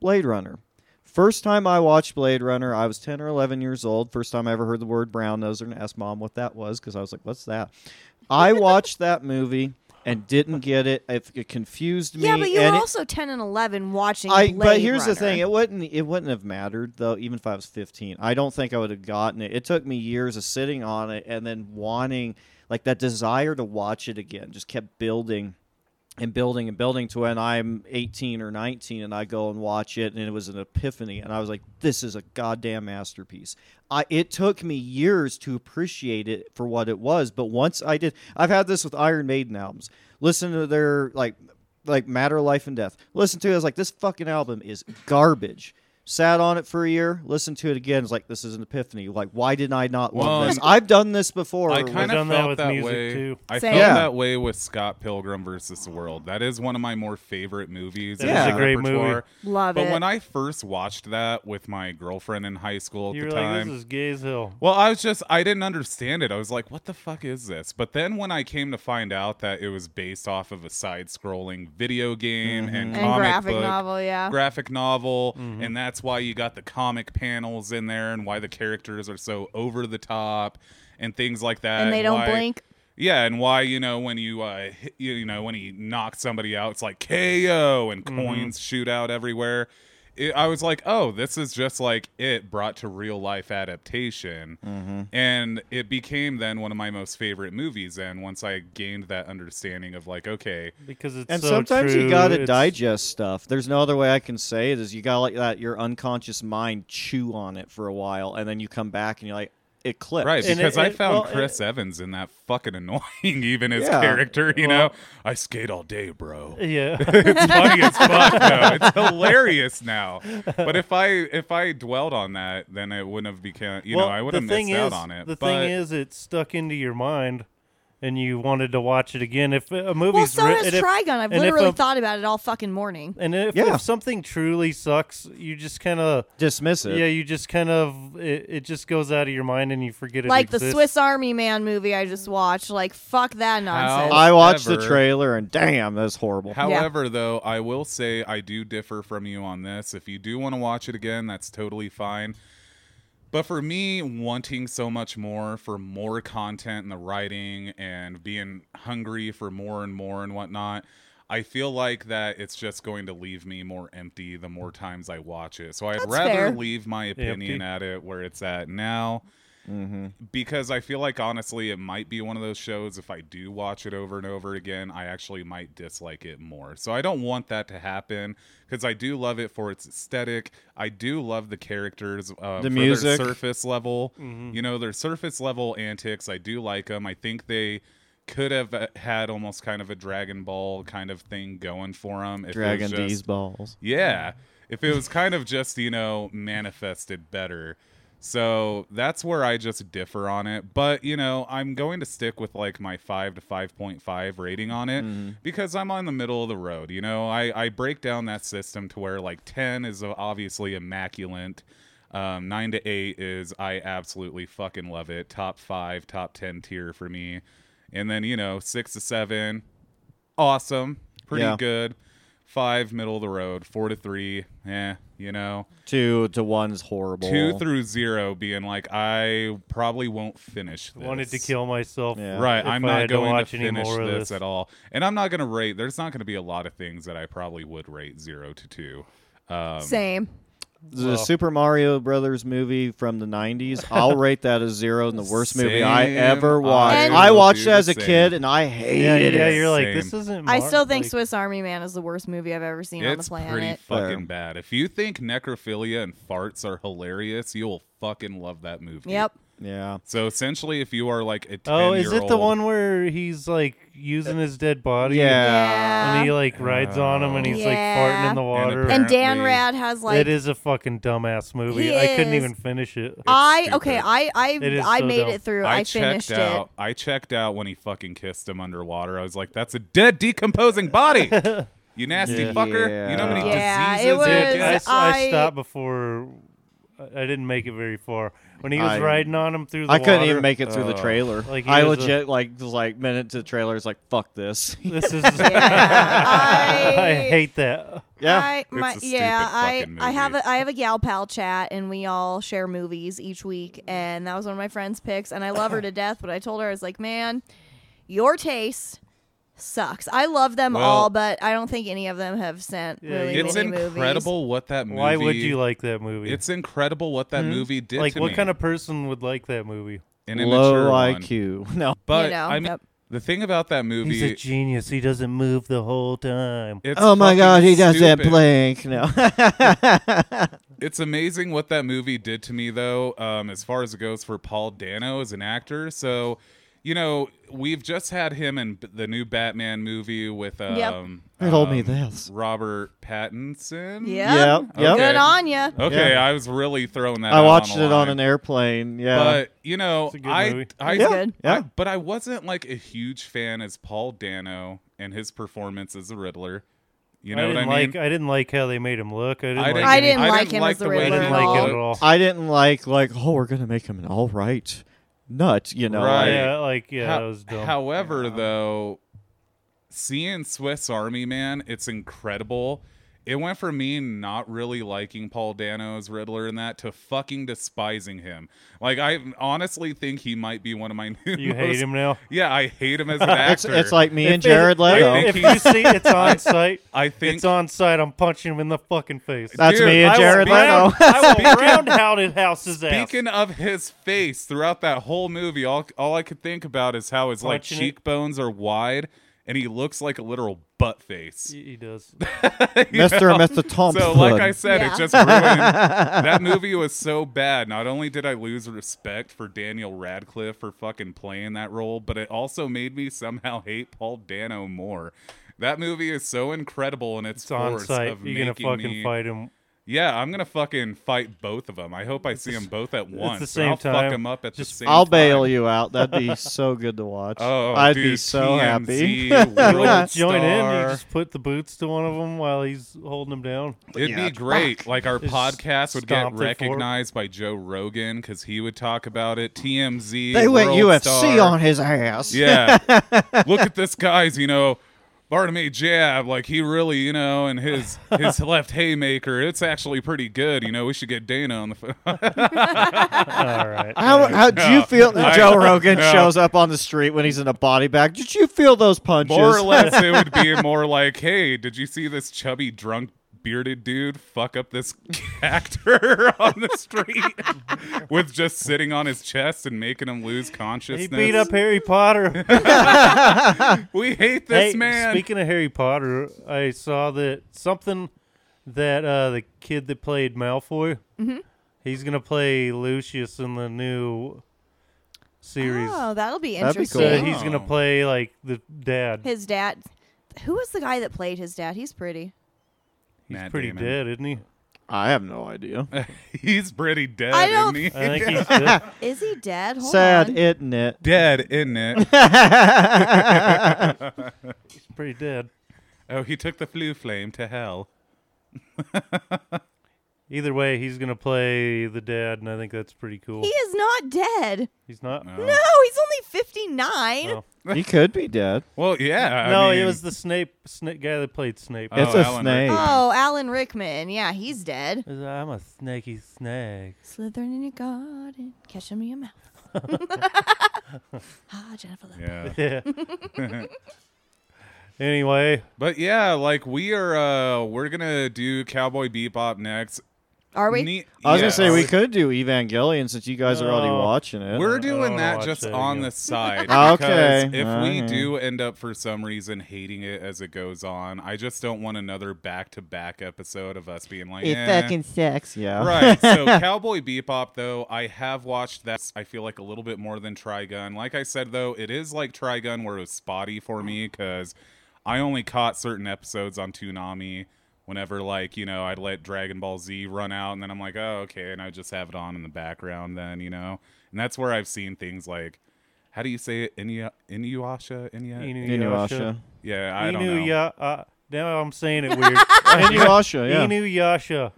Speaker 3: Blade Runner. First time I watched Blade Runner, I was ten or eleven years old. First time I ever heard the word brown noser and asked mom what that was because I was like, "What's that?" I watched that movie and didn't get it. It, it confused me.
Speaker 1: yeah, but you were
Speaker 3: and it-
Speaker 1: also ten and eleven watching.
Speaker 3: I,
Speaker 1: Blade
Speaker 3: but here's the
Speaker 1: Runner.
Speaker 3: thing: it wouldn't it wouldn't have mattered though, even if I was 15. I don't think I would have gotten it. It took me years of sitting on it and then wanting, like that desire to watch it again just kept building and building and building to when I'm 18 or 19 and I go and watch it and it was an epiphany and I was like this is a goddamn masterpiece. I it took me years to appreciate it for what it was, but once I did I've had this with Iron Maiden albums. Listen to their like like Matter Life and Death. Listen to it I was like this fucking album is garbage. Sat on it for a year, listened to it again. It's like this is an epiphany. Like why did I not love
Speaker 4: Well,
Speaker 3: this? I've done this before.
Speaker 4: I
Speaker 3: with-
Speaker 4: kind of
Speaker 2: done that
Speaker 4: felt
Speaker 2: with
Speaker 4: that,
Speaker 2: music,
Speaker 4: way.
Speaker 2: too.
Speaker 4: I
Speaker 1: Same.
Speaker 4: felt
Speaker 3: Yeah.
Speaker 4: that way with Scott Pilgrim versus the World. That is one of my more favorite movies.
Speaker 2: That
Speaker 4: in
Speaker 3: is a
Speaker 4: the
Speaker 2: great
Speaker 4: repertoire.
Speaker 2: movie.
Speaker 1: Love
Speaker 4: but
Speaker 1: it.
Speaker 4: when I first watched that with my girlfriend in high school at
Speaker 2: You're
Speaker 4: the
Speaker 2: like,
Speaker 4: time,
Speaker 2: this is gay as hell.
Speaker 4: well, I was just I didn't understand it. I was like, what the fuck is this? But then when I came to find out that it was based off of a side-scrolling video game and,
Speaker 1: Mm-hmm. and
Speaker 4: comic
Speaker 1: graphic
Speaker 4: book,
Speaker 1: novel, yeah.
Speaker 4: graphic novel, and that's why you got the comic panels in there and why the characters are so over the top and things like that.
Speaker 1: and they don't
Speaker 4: why-
Speaker 1: blink.
Speaker 4: Yeah, and why you know when you uh, hit, you you know when he knocks somebody out, it's like KO and coins shoot out everywhere. It, I was like, oh, this is just like it brought to real life adaptation, and it became then one of my most favorite movies. And once I gained that understanding of like, okay,
Speaker 2: Because it's
Speaker 3: and
Speaker 2: so
Speaker 3: sometimes you
Speaker 2: true,
Speaker 3: gotta
Speaker 2: it's-
Speaker 3: digest stuff. There's no other way I can say it is you gotta let that your unconscious mind chew on it for a while, and then you come back and you're like, it clicks.
Speaker 4: Right,
Speaker 2: And
Speaker 4: because
Speaker 2: it-
Speaker 4: I
Speaker 2: it-
Speaker 4: found
Speaker 2: well, it-
Speaker 4: Chris Evans in that fucking annoying, even his
Speaker 3: Yeah.
Speaker 4: character. You
Speaker 2: Well-
Speaker 4: know, I skate all day, bro.
Speaker 2: Yeah.
Speaker 4: It's funny as fuck. Though. It's hilarious now. But if I if I dwelled on that, then it wouldn't have become. You
Speaker 2: well,
Speaker 4: know, I would
Speaker 2: the
Speaker 4: have missed
Speaker 2: thing
Speaker 4: out
Speaker 2: is-
Speaker 4: on it.
Speaker 2: The
Speaker 4: but
Speaker 2: thing is, it stuck into your mind, and you wanted to watch it again. If a movie's
Speaker 1: Well, so
Speaker 2: writ-
Speaker 1: does
Speaker 2: and if-
Speaker 1: Trigon. I've
Speaker 2: and if
Speaker 1: literally
Speaker 2: a-
Speaker 1: thought about it all fucking morning.
Speaker 2: And if,
Speaker 3: Yeah.
Speaker 2: if something truly sucks, you just kind of
Speaker 3: Dismiss it.
Speaker 2: yeah, you just kind of it, it just goes out of your mind, and you forget it.
Speaker 1: Like the
Speaker 2: exists.
Speaker 1: Swiss Army Man movie I just watched. Like, fuck that nonsense.
Speaker 3: I watched the
Speaker 4: Ever.
Speaker 3: trailer and damn, that's horrible.
Speaker 4: However, though, I will say I do differ from you on this. If you do want to watch it again, that's totally fine. But for me, wanting so much more for more content in the writing and being hungry for more and more and whatnot, I feel like that it's just going to leave me more empty the more times I watch it. So I'd
Speaker 1: That's
Speaker 4: rather
Speaker 1: fair.
Speaker 4: leave my
Speaker 2: Empty.
Speaker 4: opinion at it where it's at now because I feel like honestly, it might be one of those shows. If I do watch it over and over again, I actually might dislike it more. So I don't want that to happen because I do love it for its aesthetic. I do love the characters, uh,
Speaker 3: The
Speaker 4: for
Speaker 3: music.
Speaker 4: their surface level. You know, their surface level antics. I do like them. I think they could have uh, had almost kind of a Dragon Ball kind of thing going for them. If it was
Speaker 3: Dragon
Speaker 4: just-
Speaker 3: these balls.
Speaker 4: yeah. If it was kind of just, you know, manifested better. So that's where I just differ on it. But, you know, I'm going to stick with like my 5 to 5.5 rating on it because I'm on the middle of the road. You know, I, I break down that system to where like 10 is obviously immaculate. Um, 9 to 8 is I absolutely fucking love it. Top 5, top 10 tier for me. And then, you know, 6 to 7, awesome, pretty
Speaker 3: Yeah.
Speaker 4: good. Five, middle of the road. Four to three, eh, you know.
Speaker 3: Two to one is horrible.
Speaker 4: Two through zero being like, I probably won't finish this.
Speaker 2: wanted to kill myself.
Speaker 3: Yeah.
Speaker 4: Right,
Speaker 2: if
Speaker 4: I'm
Speaker 2: I
Speaker 4: not
Speaker 2: had
Speaker 4: going to,
Speaker 2: watch any
Speaker 4: finish
Speaker 2: more of
Speaker 4: this, at all. And I'm not going to rate, there's not going to be a lot of things that I probably would rate zero to two. Um,
Speaker 1: Same.
Speaker 3: the
Speaker 2: Well.
Speaker 3: Super Mario Brothers movie from the '90s. I'll rate that as zero and the worst movie I
Speaker 4: Same.
Speaker 3: ever
Speaker 4: I
Speaker 3: watched.
Speaker 1: will
Speaker 3: I watched
Speaker 4: do
Speaker 3: it
Speaker 4: the
Speaker 3: as a
Speaker 4: same.
Speaker 3: kid and I hated
Speaker 2: Yeah,
Speaker 3: it.
Speaker 2: yeah, you're like
Speaker 4: Same.
Speaker 2: this isn't.
Speaker 1: I
Speaker 2: Mar-
Speaker 1: still think
Speaker 2: like,
Speaker 1: Swiss Army Man is the worst movie I've ever seen on the
Speaker 4: It's pretty
Speaker 1: planet.
Speaker 4: fucking bad. If you think necrophilia and farts are hilarious, you'll fucking love that movie.
Speaker 1: Yep.
Speaker 3: Yeah.
Speaker 4: So essentially, if you are like a 10
Speaker 2: Oh, is
Speaker 4: year
Speaker 2: it the
Speaker 4: old-
Speaker 2: one where he's like using his dead body?
Speaker 3: Yeah.
Speaker 2: And he
Speaker 1: Yeah.
Speaker 2: like rides on him, and he's like farting
Speaker 1: Yeah.
Speaker 2: in the
Speaker 4: And
Speaker 2: water.
Speaker 1: And Dan
Speaker 4: apparently-
Speaker 1: Rad has like
Speaker 2: it is a fucking dumbass movie.
Speaker 1: He
Speaker 2: I couldn't
Speaker 1: is.
Speaker 2: even finish it.
Speaker 1: I
Speaker 4: stupid.
Speaker 1: okay. I I
Speaker 2: It is
Speaker 1: I
Speaker 2: so
Speaker 1: made
Speaker 2: dumb.
Speaker 1: it through. I, finished
Speaker 4: checked out.
Speaker 1: it.
Speaker 4: I checked out when he fucking kissed him underwater. I was like, "That's a dead decomposing body, you nasty
Speaker 3: Yeah.
Speaker 4: fucker! You know how many
Speaker 1: Yeah, it
Speaker 4: diseases
Speaker 1: was-
Speaker 4: you
Speaker 2: Dude,
Speaker 4: get?"
Speaker 2: I, s- I
Speaker 1: I-
Speaker 2: stopped before. I I didn't make it very far when he was
Speaker 3: I-
Speaker 2: riding on him through the
Speaker 3: I couldn't
Speaker 2: water, uh,
Speaker 3: even make it through the trailer.
Speaker 2: Like, he
Speaker 3: I
Speaker 2: was a-
Speaker 3: legit like was like minute to the trailer is like fuck this.
Speaker 2: This is.
Speaker 1: Yeah,
Speaker 2: I
Speaker 1: I,
Speaker 2: hate that.
Speaker 3: yeah.
Speaker 1: I, my,
Speaker 4: It's a
Speaker 1: yeah,
Speaker 4: stupid
Speaker 1: I,
Speaker 4: fucking
Speaker 1: I have
Speaker 4: movie.
Speaker 1: a I have a gal pal chat and we all share movies each week and that was one of my friends' picks and I love her to death but I told her I was like man, your taste sucks. I love them
Speaker 4: Well-
Speaker 1: all but I don't think any of them have sent really
Speaker 4: It's
Speaker 1: many movies.
Speaker 4: incredible what that movie.
Speaker 2: Why would you like that movie?
Speaker 4: It's incredible what that movie did.
Speaker 2: like
Speaker 4: to
Speaker 2: what
Speaker 4: me.
Speaker 2: kind of person would like that movie?
Speaker 4: An immature
Speaker 3: Low
Speaker 4: one.
Speaker 3: IQ. No.
Speaker 4: But
Speaker 1: know,
Speaker 4: I mean,
Speaker 1: yep.
Speaker 4: the thing about that
Speaker 2: He's a
Speaker 4: movie,
Speaker 2: genius. He doesn't move the whole time.
Speaker 4: it's
Speaker 3: oh my
Speaker 4: fucking
Speaker 3: god, he does that
Speaker 4: stupid.
Speaker 3: blank. No.
Speaker 4: It's amazing what that movie did to me, though, um, as far as it goes for Paul Dano as an actor. So, you know, we've just had him in b- the new Batman movie with um,
Speaker 1: Yep.
Speaker 3: They told me
Speaker 4: um,
Speaker 3: this.
Speaker 4: Robert Pattinson.
Speaker 1: Yeah.
Speaker 3: yep. Yep.
Speaker 4: Okay.
Speaker 1: Good on you.
Speaker 4: Okay,
Speaker 3: Yeah.
Speaker 4: I was really throwing that.
Speaker 3: I
Speaker 4: out
Speaker 3: watched
Speaker 4: the
Speaker 3: it on
Speaker 4: line.
Speaker 3: an airplane. Yeah.
Speaker 4: But you know,
Speaker 2: It's a good
Speaker 4: I,
Speaker 2: movie.
Speaker 4: I,
Speaker 1: It's
Speaker 3: yeah.
Speaker 1: good.
Speaker 3: Yeah.
Speaker 4: I- but I wasn't like a huge fan as Paul Dano and his performance as the Riddler. You know
Speaker 2: I
Speaker 4: what I
Speaker 2: didn't
Speaker 4: mean?
Speaker 2: like. I didn't like how they made him look. I didn't. like
Speaker 1: I
Speaker 4: any-
Speaker 1: didn't like him as the
Speaker 4: way
Speaker 2: I
Speaker 1: Riddler
Speaker 4: he
Speaker 2: didn't like it
Speaker 4: looked.
Speaker 2: at all.
Speaker 3: I didn't like like oh we're gonna make him an all right nut. You know.
Speaker 4: Right.
Speaker 2: yeah, like yeah,
Speaker 4: How-
Speaker 2: that was dumb.
Speaker 4: However, though, seeing Swiss Army Man, it's incredible. It went from me not really liking Paul Dano's Riddler and that to fucking despising him. Like I honestly think he might be one of my new.
Speaker 2: you hate
Speaker 4: most-
Speaker 2: him now.
Speaker 4: Yeah, I hate him as an
Speaker 3: Like, it's,
Speaker 4: actor.
Speaker 3: it's like me and
Speaker 2: If it-
Speaker 3: Jared Leto.
Speaker 4: I
Speaker 2: If
Speaker 4: think
Speaker 2: you see it's on site,
Speaker 4: I think
Speaker 2: it's on site. I'm punching him in the fucking face.
Speaker 3: That's
Speaker 4: Dude,
Speaker 3: me
Speaker 4: I
Speaker 3: and
Speaker 4: will
Speaker 3: Jared
Speaker 4: be-
Speaker 3: Leto.
Speaker 2: I will roundhouse his house his ass.
Speaker 4: Speaking of his face throughout that whole movie, all all I could think about is how his like
Speaker 2: Punching it.
Speaker 4: cheekbones are wide and he looks like a literal butt face.
Speaker 2: he he does.
Speaker 3: Mr. Methatomp.
Speaker 4: So, like I said,
Speaker 1: Yeah.
Speaker 4: it just ruined that movie was so bad. Not only did I lose respect for Daniel Radcliffe for fucking playing that role, but it also made me somehow hate Paul Dano more. That movie is so incredible in its,
Speaker 2: It's on
Speaker 4: force
Speaker 2: site.
Speaker 4: of
Speaker 2: You're gonna
Speaker 4: making
Speaker 2: fucking
Speaker 4: me-
Speaker 2: fight him.
Speaker 4: Yeah, I'm gonna fucking fight both of them. I hope I see them both at once.
Speaker 2: the
Speaker 4: and
Speaker 2: same
Speaker 4: I'll fuck
Speaker 2: time.
Speaker 4: them up at
Speaker 2: Just-
Speaker 4: the same.
Speaker 3: I'll
Speaker 4: time.
Speaker 3: bail you out. That'd be so good to watch.
Speaker 4: Oh,
Speaker 3: I'd be
Speaker 4: dude,
Speaker 3: so
Speaker 4: TMZ,
Speaker 3: happy.
Speaker 4: World
Speaker 2: Join in. You
Speaker 4: Star.
Speaker 2: just put the boots to one of them while he's holding him down.
Speaker 4: It'd
Speaker 3: Yeah.
Speaker 4: be great. Like our
Speaker 2: Just
Speaker 4: podcast would get
Speaker 2: stomped it for it.
Speaker 4: recognized by Joe Rogan because he would talk about it. TMZ.
Speaker 3: They went
Speaker 4: World
Speaker 3: UFC
Speaker 4: Star.
Speaker 3: on his ass.
Speaker 4: Yeah. Look at this guy's, you know, Bartomeu jab. Like he really, you know, and his his left haymaker. It's actually pretty good. You know, we should get Dana on the phone.
Speaker 2: All right.
Speaker 3: How, how do you
Speaker 4: No.
Speaker 3: feel that Joe
Speaker 4: I-
Speaker 3: Rogan
Speaker 4: no.
Speaker 3: shows up on the street when he's in a body bag? Did you feel those punches?
Speaker 4: more or less, it would be more like, hey, did you see this chubby drunk? Bearded dude, fuck up this actor on the street with just sitting on his chest and making him lose consciousness.
Speaker 2: He beat up Harry Potter.
Speaker 4: We hate this
Speaker 2: hey,
Speaker 4: man.
Speaker 2: Speaking of Harry Potter, I saw that something that uh, the kid that played Malfoy,
Speaker 1: Mm-hmm.
Speaker 2: he's gonna play Lucius in the new series.
Speaker 1: Oh, that'll be
Speaker 3: That'd be
Speaker 1: interesting.
Speaker 3: cool.
Speaker 2: so
Speaker 3: cool.
Speaker 2: he's gonna
Speaker 4: Oh.
Speaker 2: play like the dad.
Speaker 1: His dad. Who was the guy that played his dad? He's pretty.
Speaker 2: he's
Speaker 4: Matt
Speaker 2: pretty
Speaker 4: Damon.
Speaker 2: dead, isn't he?
Speaker 3: I have no idea.
Speaker 4: He's pretty dead,
Speaker 1: I don't-
Speaker 4: isn't he?
Speaker 2: I think he's dead.
Speaker 1: Is he dead? Hold
Speaker 3: Sad,
Speaker 1: on.
Speaker 3: isn't it?
Speaker 4: Dead, isn't it?
Speaker 2: He's pretty dead.
Speaker 4: oh, he took the flu flame to hell.
Speaker 2: Either way, he's gonna play the dad, and I think that's pretty cool.
Speaker 1: he is not dead.
Speaker 2: he's not.
Speaker 4: No.
Speaker 1: No, he's only 59.
Speaker 2: No,
Speaker 3: He could be dead.
Speaker 4: Well, yeah. I
Speaker 2: no
Speaker 4: mean,
Speaker 2: it was the Snape, Snape guy that played Snape.
Speaker 4: Oh,
Speaker 3: It's a
Speaker 4: Alan
Speaker 3: snake.
Speaker 1: Oh, Alan Rickman. Yeah, he's dead.
Speaker 2: I'm a snaky snake.
Speaker 1: Slithering in your garden, catching me a mouth. ah, Jennifer. Lopez.
Speaker 4: Yeah.
Speaker 2: Yeah. anyway,
Speaker 4: But yeah, like we are uh we're gonna do Cowboy Bebop next.
Speaker 1: Are we?
Speaker 4: Ne-
Speaker 3: I was
Speaker 4: yeah.
Speaker 3: gonna say we could do Evangelion since you guys are already
Speaker 2: No.
Speaker 3: watching it.
Speaker 4: We're
Speaker 2: I
Speaker 4: doing
Speaker 2: don't
Speaker 4: that
Speaker 2: watch
Speaker 4: just
Speaker 2: that
Speaker 4: on
Speaker 2: again.
Speaker 4: the side.
Speaker 3: Okay.
Speaker 4: because If we
Speaker 3: Alright.
Speaker 4: do end up for some reason hating it as it goes on, I just don't want another back to back episode of us being like, eh.
Speaker 3: sucks. Yeah.
Speaker 4: right. So Cowboy Bebop, though, I have watched that. I feel like a little bit more than Trigun. Like I said, though, it is like Trigun where it was spotty for me because I only caught certain episodes on Toonami whenever, like, you know, I'd let Dragon Ball Z run out and then I'm like, oh, okay. And I just have it on in the background then, you know? And that's where I've seen things like, how do you say it? Inya, Inuyasha? Inya?
Speaker 3: Inuyasha.
Speaker 4: yeah, I don't know.
Speaker 2: Inuyasha. Uh, now I'm saying it weird.
Speaker 3: Inuyasha, yeah.
Speaker 2: Inuyasha.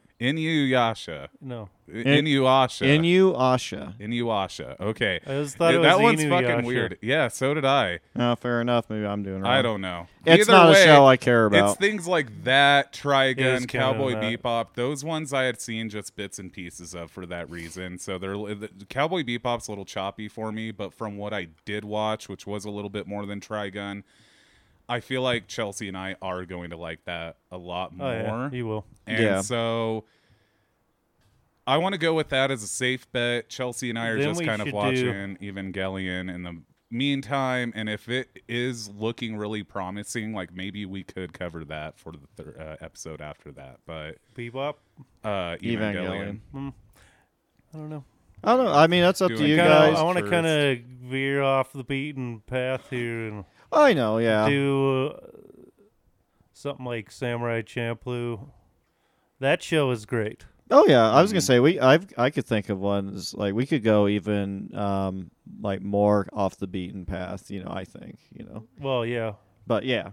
Speaker 4: Inuyasha.
Speaker 2: No.
Speaker 3: In-
Speaker 4: Inuyasha.
Speaker 3: Inuyasha.
Speaker 4: Inuyasha. Okay.
Speaker 2: I just thought
Speaker 4: Yeah,
Speaker 2: it was
Speaker 4: that one's
Speaker 2: Inuyasha.
Speaker 4: fucking weird. Yeah, so did I.
Speaker 3: Oh, fair enough. Maybe I'm doing it wrong.
Speaker 4: I don't know.
Speaker 3: Uh-huh. It's
Speaker 4: Either
Speaker 3: not
Speaker 4: way,
Speaker 3: a show I care
Speaker 4: It's
Speaker 3: about.
Speaker 4: things like that,
Speaker 2: It is
Speaker 4: Trigun,
Speaker 2: kinda
Speaker 4: Cowboy
Speaker 2: that.
Speaker 4: Bebop. Those ones I had seen just bits and pieces of for that reason. So they're the, Cowboy Bebop's a little choppy for me, but from what I did watch, which was a little bit more than Trigun, I feel like Chelsea and I are going to like that a lot more.
Speaker 2: Oh, yeah. He will.
Speaker 4: And
Speaker 3: Yeah.
Speaker 4: so I want to go with that as a safe bet. Chelsea and I are
Speaker 2: Then
Speaker 4: just
Speaker 2: we
Speaker 4: kind of
Speaker 2: should
Speaker 4: watching Evangelion in the meantime, and if it is looking really promising, like maybe we could cover that for the thir- uh, episode after that. But
Speaker 2: Bebop.
Speaker 4: uh, Evangelion.
Speaker 3: Evangelion.
Speaker 2: I don't know.
Speaker 3: I don't. know. I mean, that's up to
Speaker 4: Doing
Speaker 3: you
Speaker 4: kinda-
Speaker 2: Kinda-
Speaker 3: guys.
Speaker 2: I want to
Speaker 4: first.
Speaker 2: kind of veer off the beaten path here and
Speaker 3: I know. Yeah.
Speaker 2: do uh, something like Samurai Champloo. That show is great.
Speaker 3: Oh yeah, I was gonna say we. I've I could think of ones like we could go even um like more off the beaten path. You know, I think you know.
Speaker 2: Well, yeah.
Speaker 3: But yeah,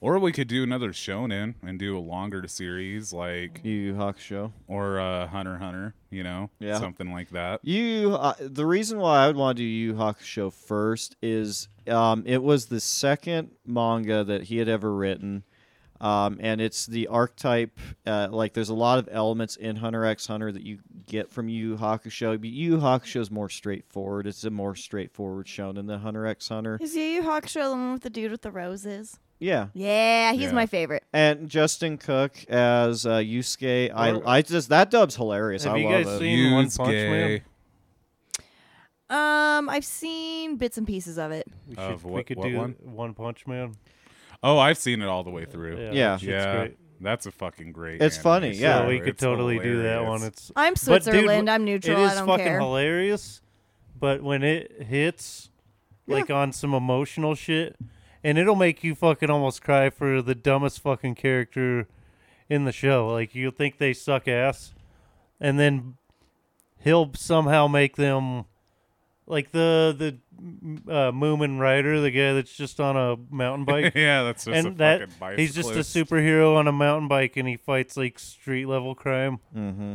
Speaker 4: Or we could do another shonen and do a longer series like
Speaker 3: Yu Yu Hakusho.
Speaker 4: or uh, Hunter x Hunter, you know,
Speaker 3: Yeah.
Speaker 4: something like that.
Speaker 3: You. Uh, the reason why I would want to do Yu Yu Hakusho first is um it was the second manga that he had ever written. Um, and it's the archetype. Uh, like, there's a lot of elements in Hunter x Hunter that you get from Yu Yu Hakusho. But Yu Yu Hakusho is more straightforward. It's a more straightforward shonen than Hunter x Hunter.
Speaker 1: Is Yu Yu Hakusho the one with the dude with the roses?
Speaker 3: Yeah.
Speaker 1: Yeah, he's
Speaker 4: Yeah.
Speaker 1: my favorite.
Speaker 3: and Justin Cook as uh, Yusuke. I, I just that dub's hilarious.
Speaker 2: Have
Speaker 3: I
Speaker 2: you
Speaker 3: love
Speaker 2: guys
Speaker 3: it.
Speaker 2: seen One
Speaker 4: Yusuke.
Speaker 2: Punch Man?
Speaker 1: Um, I've seen bits and pieces of it.
Speaker 2: We,
Speaker 4: Of
Speaker 2: should, we
Speaker 4: what-
Speaker 2: could
Speaker 4: what
Speaker 2: do
Speaker 4: one?
Speaker 2: Punch Man.
Speaker 4: Oh, I've seen it all the way through.
Speaker 2: Yeah.
Speaker 4: Yeah,
Speaker 3: Yeah.
Speaker 2: that shit's great.
Speaker 4: that's a fucking great.
Speaker 3: It's funny,
Speaker 4: anime
Speaker 3: yeah.
Speaker 4: show.
Speaker 2: So we could
Speaker 4: It's
Speaker 2: totally do that
Speaker 4: hilarious.
Speaker 2: one. It's
Speaker 1: I'm
Speaker 2: But, dude,
Speaker 1: Switzerland. I'm
Speaker 2: It
Speaker 1: neutral.
Speaker 2: is
Speaker 1: I don't
Speaker 2: fucking
Speaker 1: care.
Speaker 2: hilarious, but when it hits, like on some emotional shit, and it'll make you fucking almost cry for the dumbest fucking character in the show. Like you think they suck ass, and then he'll somehow make them like the the uh, Moomin Rider, the guy that's just on a mountain bike.
Speaker 4: yeah, that's just a
Speaker 2: And that
Speaker 4: fucking bicyclist.
Speaker 2: he's just a superhero on a mountain bike, and he fights like street level crime
Speaker 3: Mm-hmm.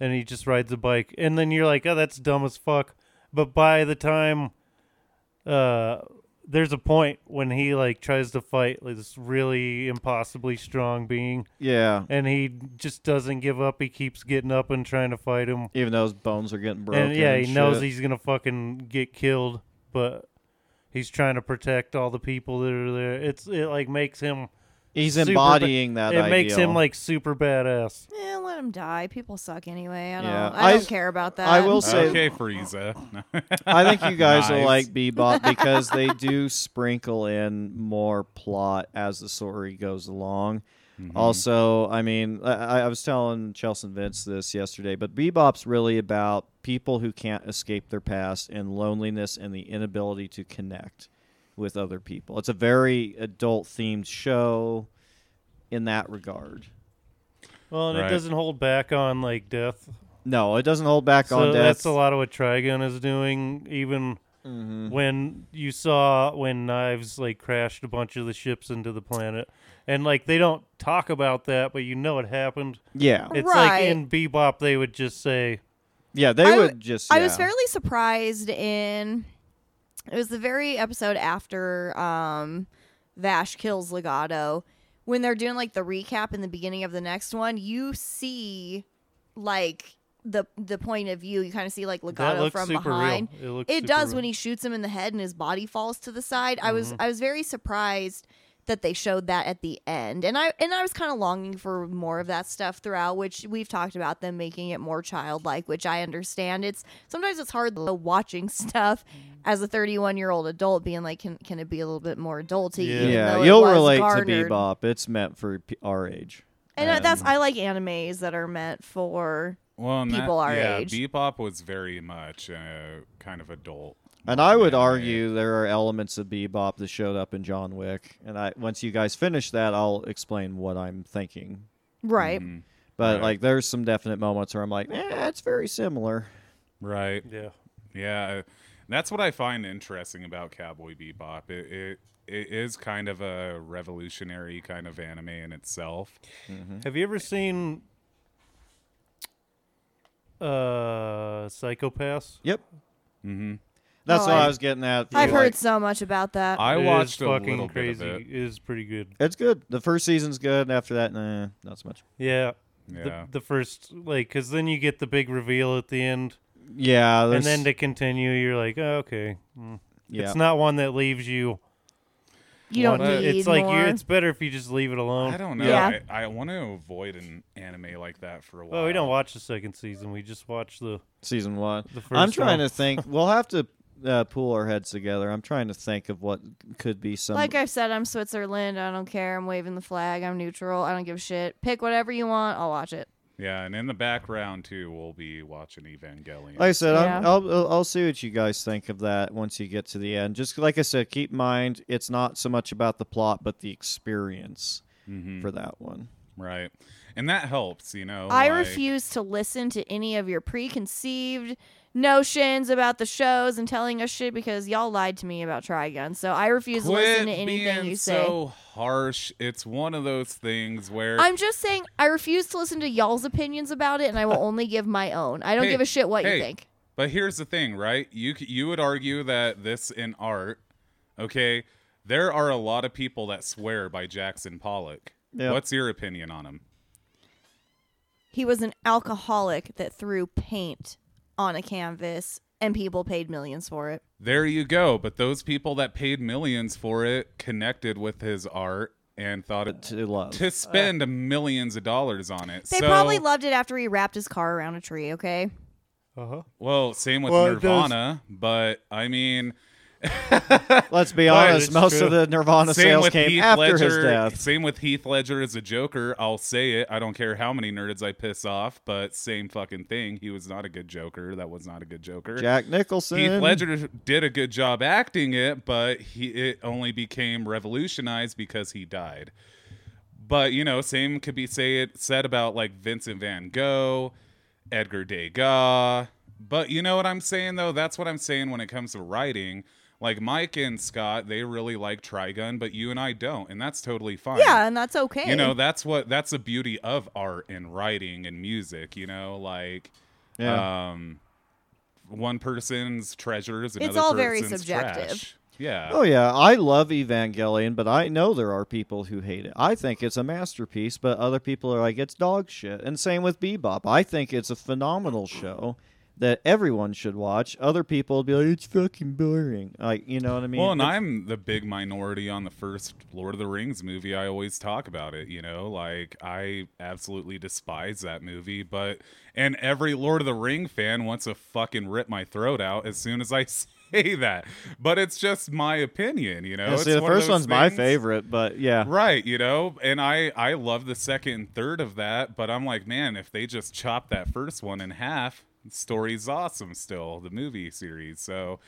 Speaker 2: and he just rides a bike and then you're like oh that's dumb as fuck but by the time uh there's a point when he like tries to fight like, this really impossibly strong being
Speaker 3: Yeah,
Speaker 2: and he just doesn't give up he keeps getting up and trying to fight him
Speaker 3: even though his bones are getting broken.
Speaker 2: and yeah he
Speaker 3: and
Speaker 2: knows
Speaker 3: shit.
Speaker 2: he's gonna fucking get killed but he's trying to protect all the people that are there it's it like makes him
Speaker 3: he's
Speaker 2: super ba-
Speaker 3: embodying that.
Speaker 2: it makes
Speaker 3: ideal.
Speaker 2: him like super badass
Speaker 1: Eh, let him die. People suck anyway. I don't.
Speaker 3: Yeah.
Speaker 1: I don't
Speaker 3: I've-
Speaker 1: care about that.
Speaker 3: I will say,
Speaker 4: Okay, Frieza.
Speaker 3: I think you guys will
Speaker 4: Nice.
Speaker 3: like Bebop because they do sprinkle in more plot as the story goes along.
Speaker 2: Mm-hmm.
Speaker 3: Also, I mean, I, I was telling Chelsea and Vince this yesterday, but Bebop's really about people who can't escape their past and loneliness and the inability to connect with other people. It's a very adult themed show in that regard.
Speaker 2: well and
Speaker 4: Right.
Speaker 2: it doesn't hold back on like death
Speaker 3: No, it doesn't hold back on
Speaker 2: So
Speaker 3: death. Mm-hmm.
Speaker 2: that's a lot of what Trigun is doing. Even when you saw when Knives like crashed a bunch of the ships into the planet, and like they don't talk about that, but you know it happened.
Speaker 3: Yeah.
Speaker 2: It's like
Speaker 1: Right.
Speaker 2: in Bebop they would just say,
Speaker 3: Yeah, they
Speaker 1: I w-
Speaker 3: would just.
Speaker 1: I was
Speaker 3: yeah.
Speaker 1: fairly surprised in it was the very episode after um Vash kills Legato when they're doing like the recap in the beginning of the next one you see like the the point of view you kind of see like
Speaker 2: "That
Speaker 1: Legato
Speaker 2: looks
Speaker 1: from
Speaker 2: super
Speaker 1: behind
Speaker 2: real." It, looks
Speaker 1: it
Speaker 2: super
Speaker 1: does
Speaker 2: real.
Speaker 1: when he shoots him in the head and his body falls to the side I was
Speaker 3: Mm-hmm.
Speaker 1: I was very surprised that they showed that at the end and I and I was kind of longing for more of that stuff throughout which we've talked about them making it more childlike which I understand it's sometimes it's hard though watching stuff
Speaker 3: Mm.
Speaker 1: as a 31 year old adult being like can can it be a little bit more adulty
Speaker 2: Yeah.
Speaker 3: Yeah,
Speaker 1: even though it
Speaker 3: you'll
Speaker 1: was
Speaker 3: relate
Speaker 1: garnered.
Speaker 3: to Bebop. It's meant for p- our age.
Speaker 1: and uh,
Speaker 3: Um,
Speaker 1: that's I like animes that are meant for
Speaker 4: well, and that-
Speaker 1: people our
Speaker 4: yeah,
Speaker 1: age.
Speaker 4: Bebop was very much uh, kind of adult.
Speaker 3: And I would
Speaker 4: Yeah, right.
Speaker 3: argue there are elements of Bebop that showed up in John Wick. And I once you guys finish that, I'll explain what I'm thinking.
Speaker 1: right
Speaker 3: Mm-hmm. But
Speaker 4: Right.
Speaker 3: like, there's some definite moments where I'm like, eh, it's very similar.
Speaker 4: Right.
Speaker 2: Yeah,
Speaker 4: Yeah, uh, that's what I find interesting about Cowboy Bebop. It it, it is kind of a revolutionary kind of anime in itself.
Speaker 3: Mm-hmm.
Speaker 2: have you ever seen uh Psychopaths?
Speaker 3: Yep. Mm-hmm. That's
Speaker 1: Oh,
Speaker 3: what
Speaker 1: I-
Speaker 3: I, was getting at.
Speaker 1: I've
Speaker 3: Like,
Speaker 1: heard so much about that
Speaker 4: I
Speaker 2: It is
Speaker 4: watched a
Speaker 2: fucking
Speaker 4: little
Speaker 2: crazy.
Speaker 4: bit of it.
Speaker 2: it is pretty good.
Speaker 3: It's good. The first season's good. And after that, nah, not so much.
Speaker 2: Yeah.
Speaker 4: Yeah.
Speaker 2: The, the first like because then you get the big reveal at the end
Speaker 3: Yeah.
Speaker 2: and
Speaker 3: there's-
Speaker 2: then to continue you're like oh, okay Mm.
Speaker 3: yeah.
Speaker 2: it's not one that leaves you
Speaker 1: you don't
Speaker 4: Well,
Speaker 2: But
Speaker 1: need
Speaker 2: it's like
Speaker 1: more
Speaker 2: You, it's better if you just leave it alone
Speaker 4: I don't know.
Speaker 1: Yeah.
Speaker 4: I, I want to avoid an anime like that for a while.
Speaker 2: well we don't watch the second season we just watch the
Speaker 3: season one.
Speaker 2: The
Speaker 3: I'm
Speaker 2: first
Speaker 3: trying
Speaker 2: one.
Speaker 3: to think. We'll have to uh, pool our heads together. I'm trying to think of what could be some.
Speaker 1: Like I've said, I'm Switzerland. I don't care. I'm waving the flag. I'm neutral. I don't give a shit. Pick whatever you want. I'll watch it.
Speaker 4: Yeah, and in the background too, we'll be watching Evangelion.
Speaker 3: Like I said, I'm,
Speaker 1: Yeah.
Speaker 3: I'll I'll- I'll see what you guys think of that once you get to the end. Just like I said, keep in mind it's not so much about the plot, but the experience
Speaker 4: Mm-hmm.
Speaker 3: for that one.
Speaker 4: right, and that helps, you know.
Speaker 1: I
Speaker 4: like-
Speaker 1: refuse to listen to any of your preconceived notions about the shows and telling us shit because y'all lied to me about Trigun. So I refuse to
Speaker 4: Quit
Speaker 1: listen to anything
Speaker 4: being
Speaker 1: you say.
Speaker 4: so harsh. It's one of those things where
Speaker 1: I'm just saying I refuse to listen to y'all's opinions about it and I will only give my own. I don't
Speaker 4: Hey,
Speaker 1: give a shit what
Speaker 4: hey,
Speaker 1: you think.
Speaker 4: But here's the thing, right? You c- you would argue that this in art, okay? There are a lot of people that swear by Jackson Pollock.
Speaker 3: Yeah.
Speaker 4: What's your opinion on him?
Speaker 1: He was an alcoholic that threw paint on a canvas and people paid millions for it.
Speaker 4: There you go. But those people that paid millions for it connected with his art and thought it
Speaker 3: To love.
Speaker 4: to spend millions of dollars on it.
Speaker 1: They
Speaker 4: so,
Speaker 1: probably loved it after he wrapped his car around a tree, okay?
Speaker 2: Uh-huh.
Speaker 4: well, same with
Speaker 2: Well, it does-
Speaker 4: Nirvana, but I mean,
Speaker 3: Let's be
Speaker 2: Right,
Speaker 3: honest,
Speaker 2: it's
Speaker 3: most
Speaker 2: true.
Speaker 3: of the Nirvana
Speaker 4: same
Speaker 3: sales
Speaker 4: with
Speaker 3: came
Speaker 4: Heath
Speaker 3: after
Speaker 4: Ledger.
Speaker 3: his death.
Speaker 4: Same with Heath Ledger as a Joker. I'll say it. I don't care how many nerds I piss off, but same fucking thing. He was not a good Joker. That was not a good Joker.
Speaker 3: Jack Nicholson.
Speaker 4: Heath Ledger did a good job acting it, but he it only became revolutionized because he died. But you know, same could be say it said about like Vincent Van Gogh, Edgar Degas. But you know what I'm saying though? That's what I'm saying when it comes to writing. Like Mike and Scott, they really like Trigun, but you and I don't, and that's totally fine.
Speaker 1: Yeah, and that's okay.
Speaker 4: You know, that's what that's the beauty of art and writing and music, you know, like
Speaker 3: Yeah.
Speaker 4: um one person's treasures another
Speaker 1: It's all very
Speaker 4: person's
Speaker 1: subjective.
Speaker 4: trash. yeah
Speaker 3: Oh yeah, I love Evangelion, but I know there are people who hate it. I think it's a masterpiece, but other people are like it's dog shit. And same with Bebop. I think it's a phenomenal show that everyone should watch. Other people would be like it's fucking boring. Like, you know what I mean?
Speaker 4: well and
Speaker 3: It's-
Speaker 4: i'm the big minority on the first lord of the rings movie i always talk about it you know like i absolutely despise that movie but and every lord of the ring fan wants to fucking rip my throat out as soon as i say that but it's just my opinion you know
Speaker 3: Yeah, see,
Speaker 4: It's
Speaker 3: the
Speaker 4: one of
Speaker 3: first
Speaker 4: those
Speaker 3: one's my
Speaker 4: things-
Speaker 3: favorite, but yeah.
Speaker 4: right you know and i i love the second and third of that but i'm like man if they just chop that first one in half story's awesome still the movie series so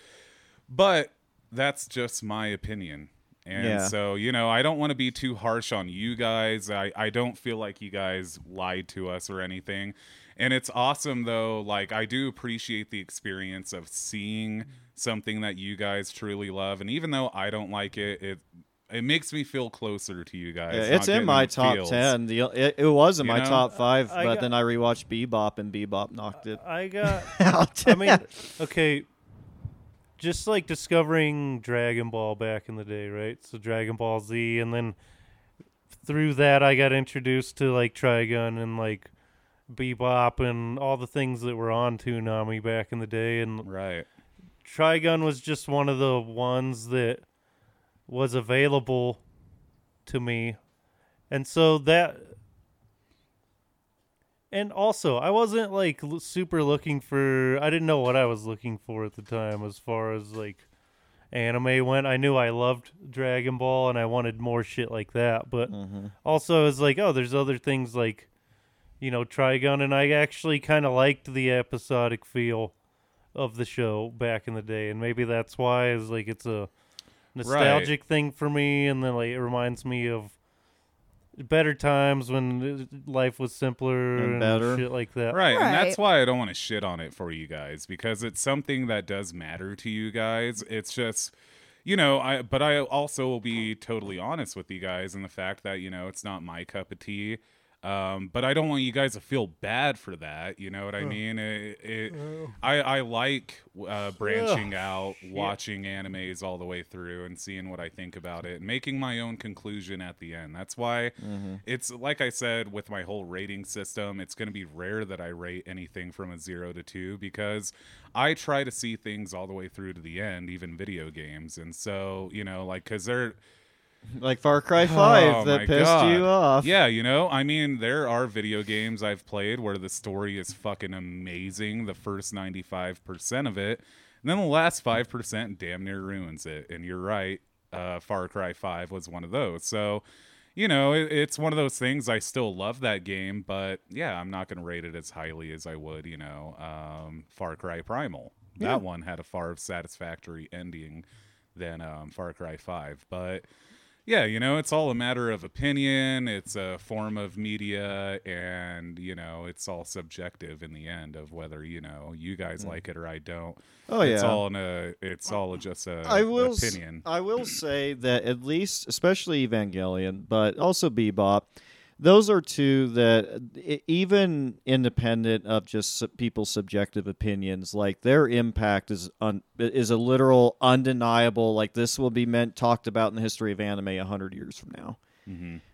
Speaker 4: but that's just my opinion and
Speaker 3: Yeah.
Speaker 4: so you know i don't want to be too harsh on you guys i i don't feel like you guys lied to us or anything and it's awesome though like i do appreciate the experience of seeing something that you guys truly love and even though i don't like it it it makes me feel closer to you guys
Speaker 3: Yeah,
Speaker 4: not
Speaker 3: it's in
Speaker 4: getting
Speaker 3: my
Speaker 4: the
Speaker 3: top
Speaker 4: feels.
Speaker 3: ten. The, it, it was in
Speaker 4: You
Speaker 3: my
Speaker 4: know?
Speaker 3: top five,
Speaker 2: I
Speaker 3: but
Speaker 2: got-
Speaker 3: then I rewatched Bebop, and Bebop knocked it
Speaker 2: I got
Speaker 3: out.
Speaker 2: I mean, okay, just like discovering Dragon Ball back in the day, right? So Dragon Ball Z, and then through that, I got introduced to like Trigun and like Bebop and all the things that were on Toonami back in the day. And
Speaker 4: right
Speaker 2: Trigun was just one of the ones that was available to me. And so that. And also, I wasn't like l- super looking for. I didn't know what I was looking for at the time as far as like anime went. I knew I loved Dragon Ball and I wanted more shit like that. But also, I was like, oh, there's other things like, you know, Trigun. And I actually kind of liked the episodic feel of the show back in the day, and maybe that's why is like it's a nostalgic thing for me, and then like it reminds me of better times when uh, life was simpler
Speaker 3: And
Speaker 2: and,
Speaker 3: better.
Speaker 2: shit like that.
Speaker 4: Right, and that's
Speaker 1: Right.
Speaker 4: why I don't want to shit on it for you guys because it's something that does matter to you guys. It's just, you know, I but I also will be totally honest with you guys in the fact that you know it's not my cup of tea. Um, but I don't want you guys to feel bad for that. You know what I mean? It, it, I I like uh, branching out, watching animes all the way through, and seeing what I think about it, and making my own conclusion at the end. That's why it's like I said with my whole rating system. It's going to be rare that I rate anything from a zero to two because I try to see things all the way through to the end, even video games. And so you know, like, because they're
Speaker 3: like Far Cry Five
Speaker 4: Oh,
Speaker 3: that
Speaker 4: my
Speaker 3: pissed
Speaker 4: God.
Speaker 3: you off.
Speaker 4: Yeah, you know, I mean, there are video games I've played where the story is fucking amazing, the first 95% of it. And then the last five percent damn near ruins it. And you're right, uh, Far Cry Five was one of those. So, you know, it, it's one of those things. I still love that game, but yeah, I'm not going to rate it as highly as I would, you know, um, Far Cry Primal. That one had a far satisfactory ending than um, Far Cry Five, but yeah, you know, it's all a matter of opinion. It's a form of media, and you know, it's all subjective in the end of whether you know you guys like it or I don't.
Speaker 3: Hmm. Oh,
Speaker 4: it's
Speaker 3: yeah.
Speaker 4: all in a. It's all just a
Speaker 3: I will s-
Speaker 4: uh, opinion.
Speaker 3: I will say that at least, especially Evangelion, but also Bebop, those are two that e- even independent of just su- people's subjective opinions, like their impact is un- is a literal, undeniable. Like this will be meant talked about in the history of anime hundred years from now.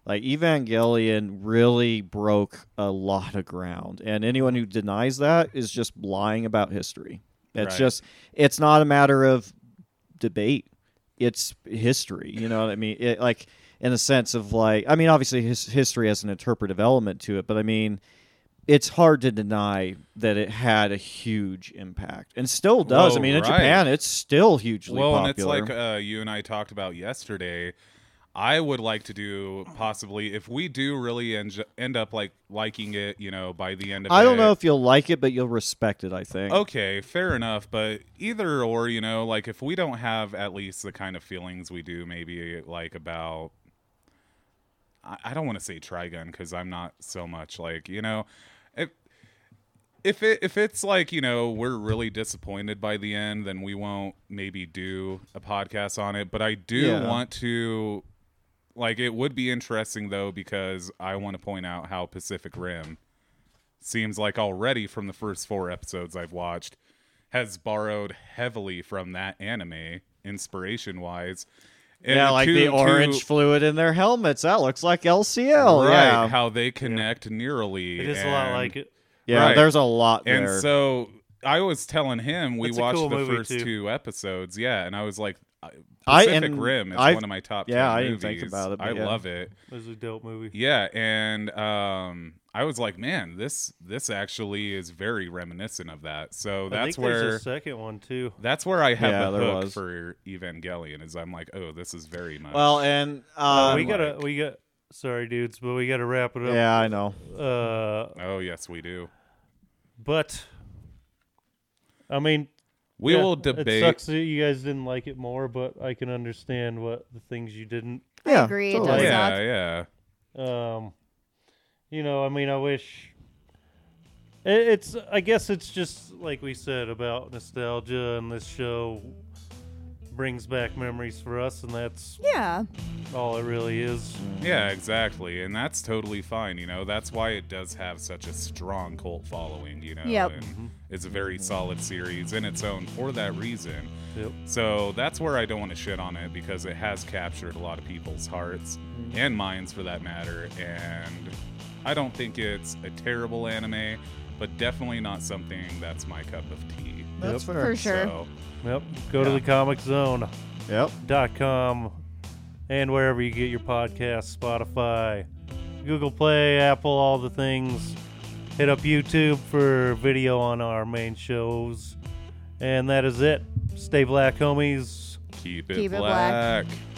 Speaker 3: Like Evangelion really broke a lot of ground, and anyone who denies that is just lying about history. It's
Speaker 4: Right.
Speaker 3: just it's not a matter of debate; it's history. You know what I mean? It, like in the sense of like, I mean, obviously his, history has an interpretive element to it, but I mean, it's hard to deny that it had a huge impact and still does. I
Speaker 4: Well,
Speaker 3: mean, in
Speaker 4: right.
Speaker 3: Japan, it's still hugely
Speaker 4: well,
Speaker 3: popular.
Speaker 4: and it's like uh, you and I talked about yesterday. I would like to do possibly if we do really en- end up like liking it, you know, by the end of
Speaker 3: I don't
Speaker 4: it,
Speaker 3: know if you'll like it, but you'll respect it. I think.
Speaker 4: Okay, fair enough. But either or, you know, like if we don't have at least the kind of feelings we do, maybe like about. I, I don't want to say Trigun because I'm not so much like, you know. If, if it if it's like you know we're really disappointed by the end, then we won't maybe do a podcast on it. But I do
Speaker 3: Yeah.
Speaker 4: want to, like, it would be interesting though because I want to point out how Pacific Rim seems like already from the first four episodes I've watched has borrowed heavily from that anime inspiration wise.
Speaker 3: yeah, like the orange fluid in their helmets. That looks like LCL.
Speaker 4: right,
Speaker 3: yeah,
Speaker 4: how they connect neurally.
Speaker 2: It is a lot
Speaker 4: and-
Speaker 2: like it.
Speaker 3: yeah.
Speaker 4: right.
Speaker 3: There's a lot
Speaker 4: And
Speaker 3: there.
Speaker 4: so I was telling him we
Speaker 2: It's a
Speaker 4: watched
Speaker 2: cool
Speaker 4: the
Speaker 2: movie,
Speaker 4: first
Speaker 2: too.
Speaker 4: two episodes, yeah, and I was like, I-
Speaker 3: I-
Speaker 4: Pacific
Speaker 3: and
Speaker 4: Rim is
Speaker 3: I-
Speaker 4: one of my top.
Speaker 3: yeah,
Speaker 4: 10
Speaker 3: I didn't
Speaker 4: movies.
Speaker 3: think about it, but
Speaker 4: I
Speaker 3: yeah.
Speaker 4: love it.
Speaker 2: It was a dope movie.
Speaker 4: Yeah, and um, I was like, man, this this actually is very reminiscent of that. So
Speaker 2: I
Speaker 4: that's
Speaker 2: think
Speaker 4: where
Speaker 2: there's a second one too.
Speaker 4: That's where I have
Speaker 3: Yeah,
Speaker 4: the
Speaker 3: there
Speaker 4: hook
Speaker 3: was.
Speaker 4: for Evangelion. Is I'm like, oh, this is very much.
Speaker 3: well, and
Speaker 2: Uh,
Speaker 3: uh,
Speaker 2: we gotta, we got. Sorry, dudes, but we gotta wrap it up.
Speaker 3: yeah, I know.
Speaker 2: Uh,
Speaker 4: oh yes, we do.
Speaker 2: but I mean,
Speaker 4: We
Speaker 2: yeah,
Speaker 4: will
Speaker 2: It
Speaker 4: debate.
Speaker 2: sucks that you guys didn't like it more, but I can understand what the things you didn't.
Speaker 3: Yeah,
Speaker 1: agree, it does.
Speaker 3: totally. Yeah.
Speaker 4: yeah,
Speaker 1: suck.
Speaker 4: yeah.
Speaker 2: Um, you know, I mean, I wish. i- It's, I guess, it's just like we said about nostalgia, and this show brings back memories for us, and that's
Speaker 1: Yeah.
Speaker 2: all it really is.
Speaker 4: Yeah, exactly. And that's totally fine, you know. That's why it does have such a strong cult following, you know.
Speaker 1: Yep.
Speaker 4: And it's a very solid series in its own for that reason.
Speaker 2: Yep.
Speaker 4: So that's where I don't want to shit on it because it has captured a lot of people's hearts
Speaker 1: Mm-hmm.
Speaker 4: and minds for that matter. And I don't think it's a terrible anime, but definitely not something that's my cup of tea.
Speaker 3: That's fair.
Speaker 1: For sure.
Speaker 4: So
Speaker 2: Yep. Go to
Speaker 4: Yeah.
Speaker 2: the comic zone.
Speaker 3: Yep.
Speaker 2: dot com and wherever you get your podcasts spotify google play apple all the things hit up youtube for video on our main shows and that is it stay black homies
Speaker 4: keep it
Speaker 1: Keep it black.
Speaker 4: black.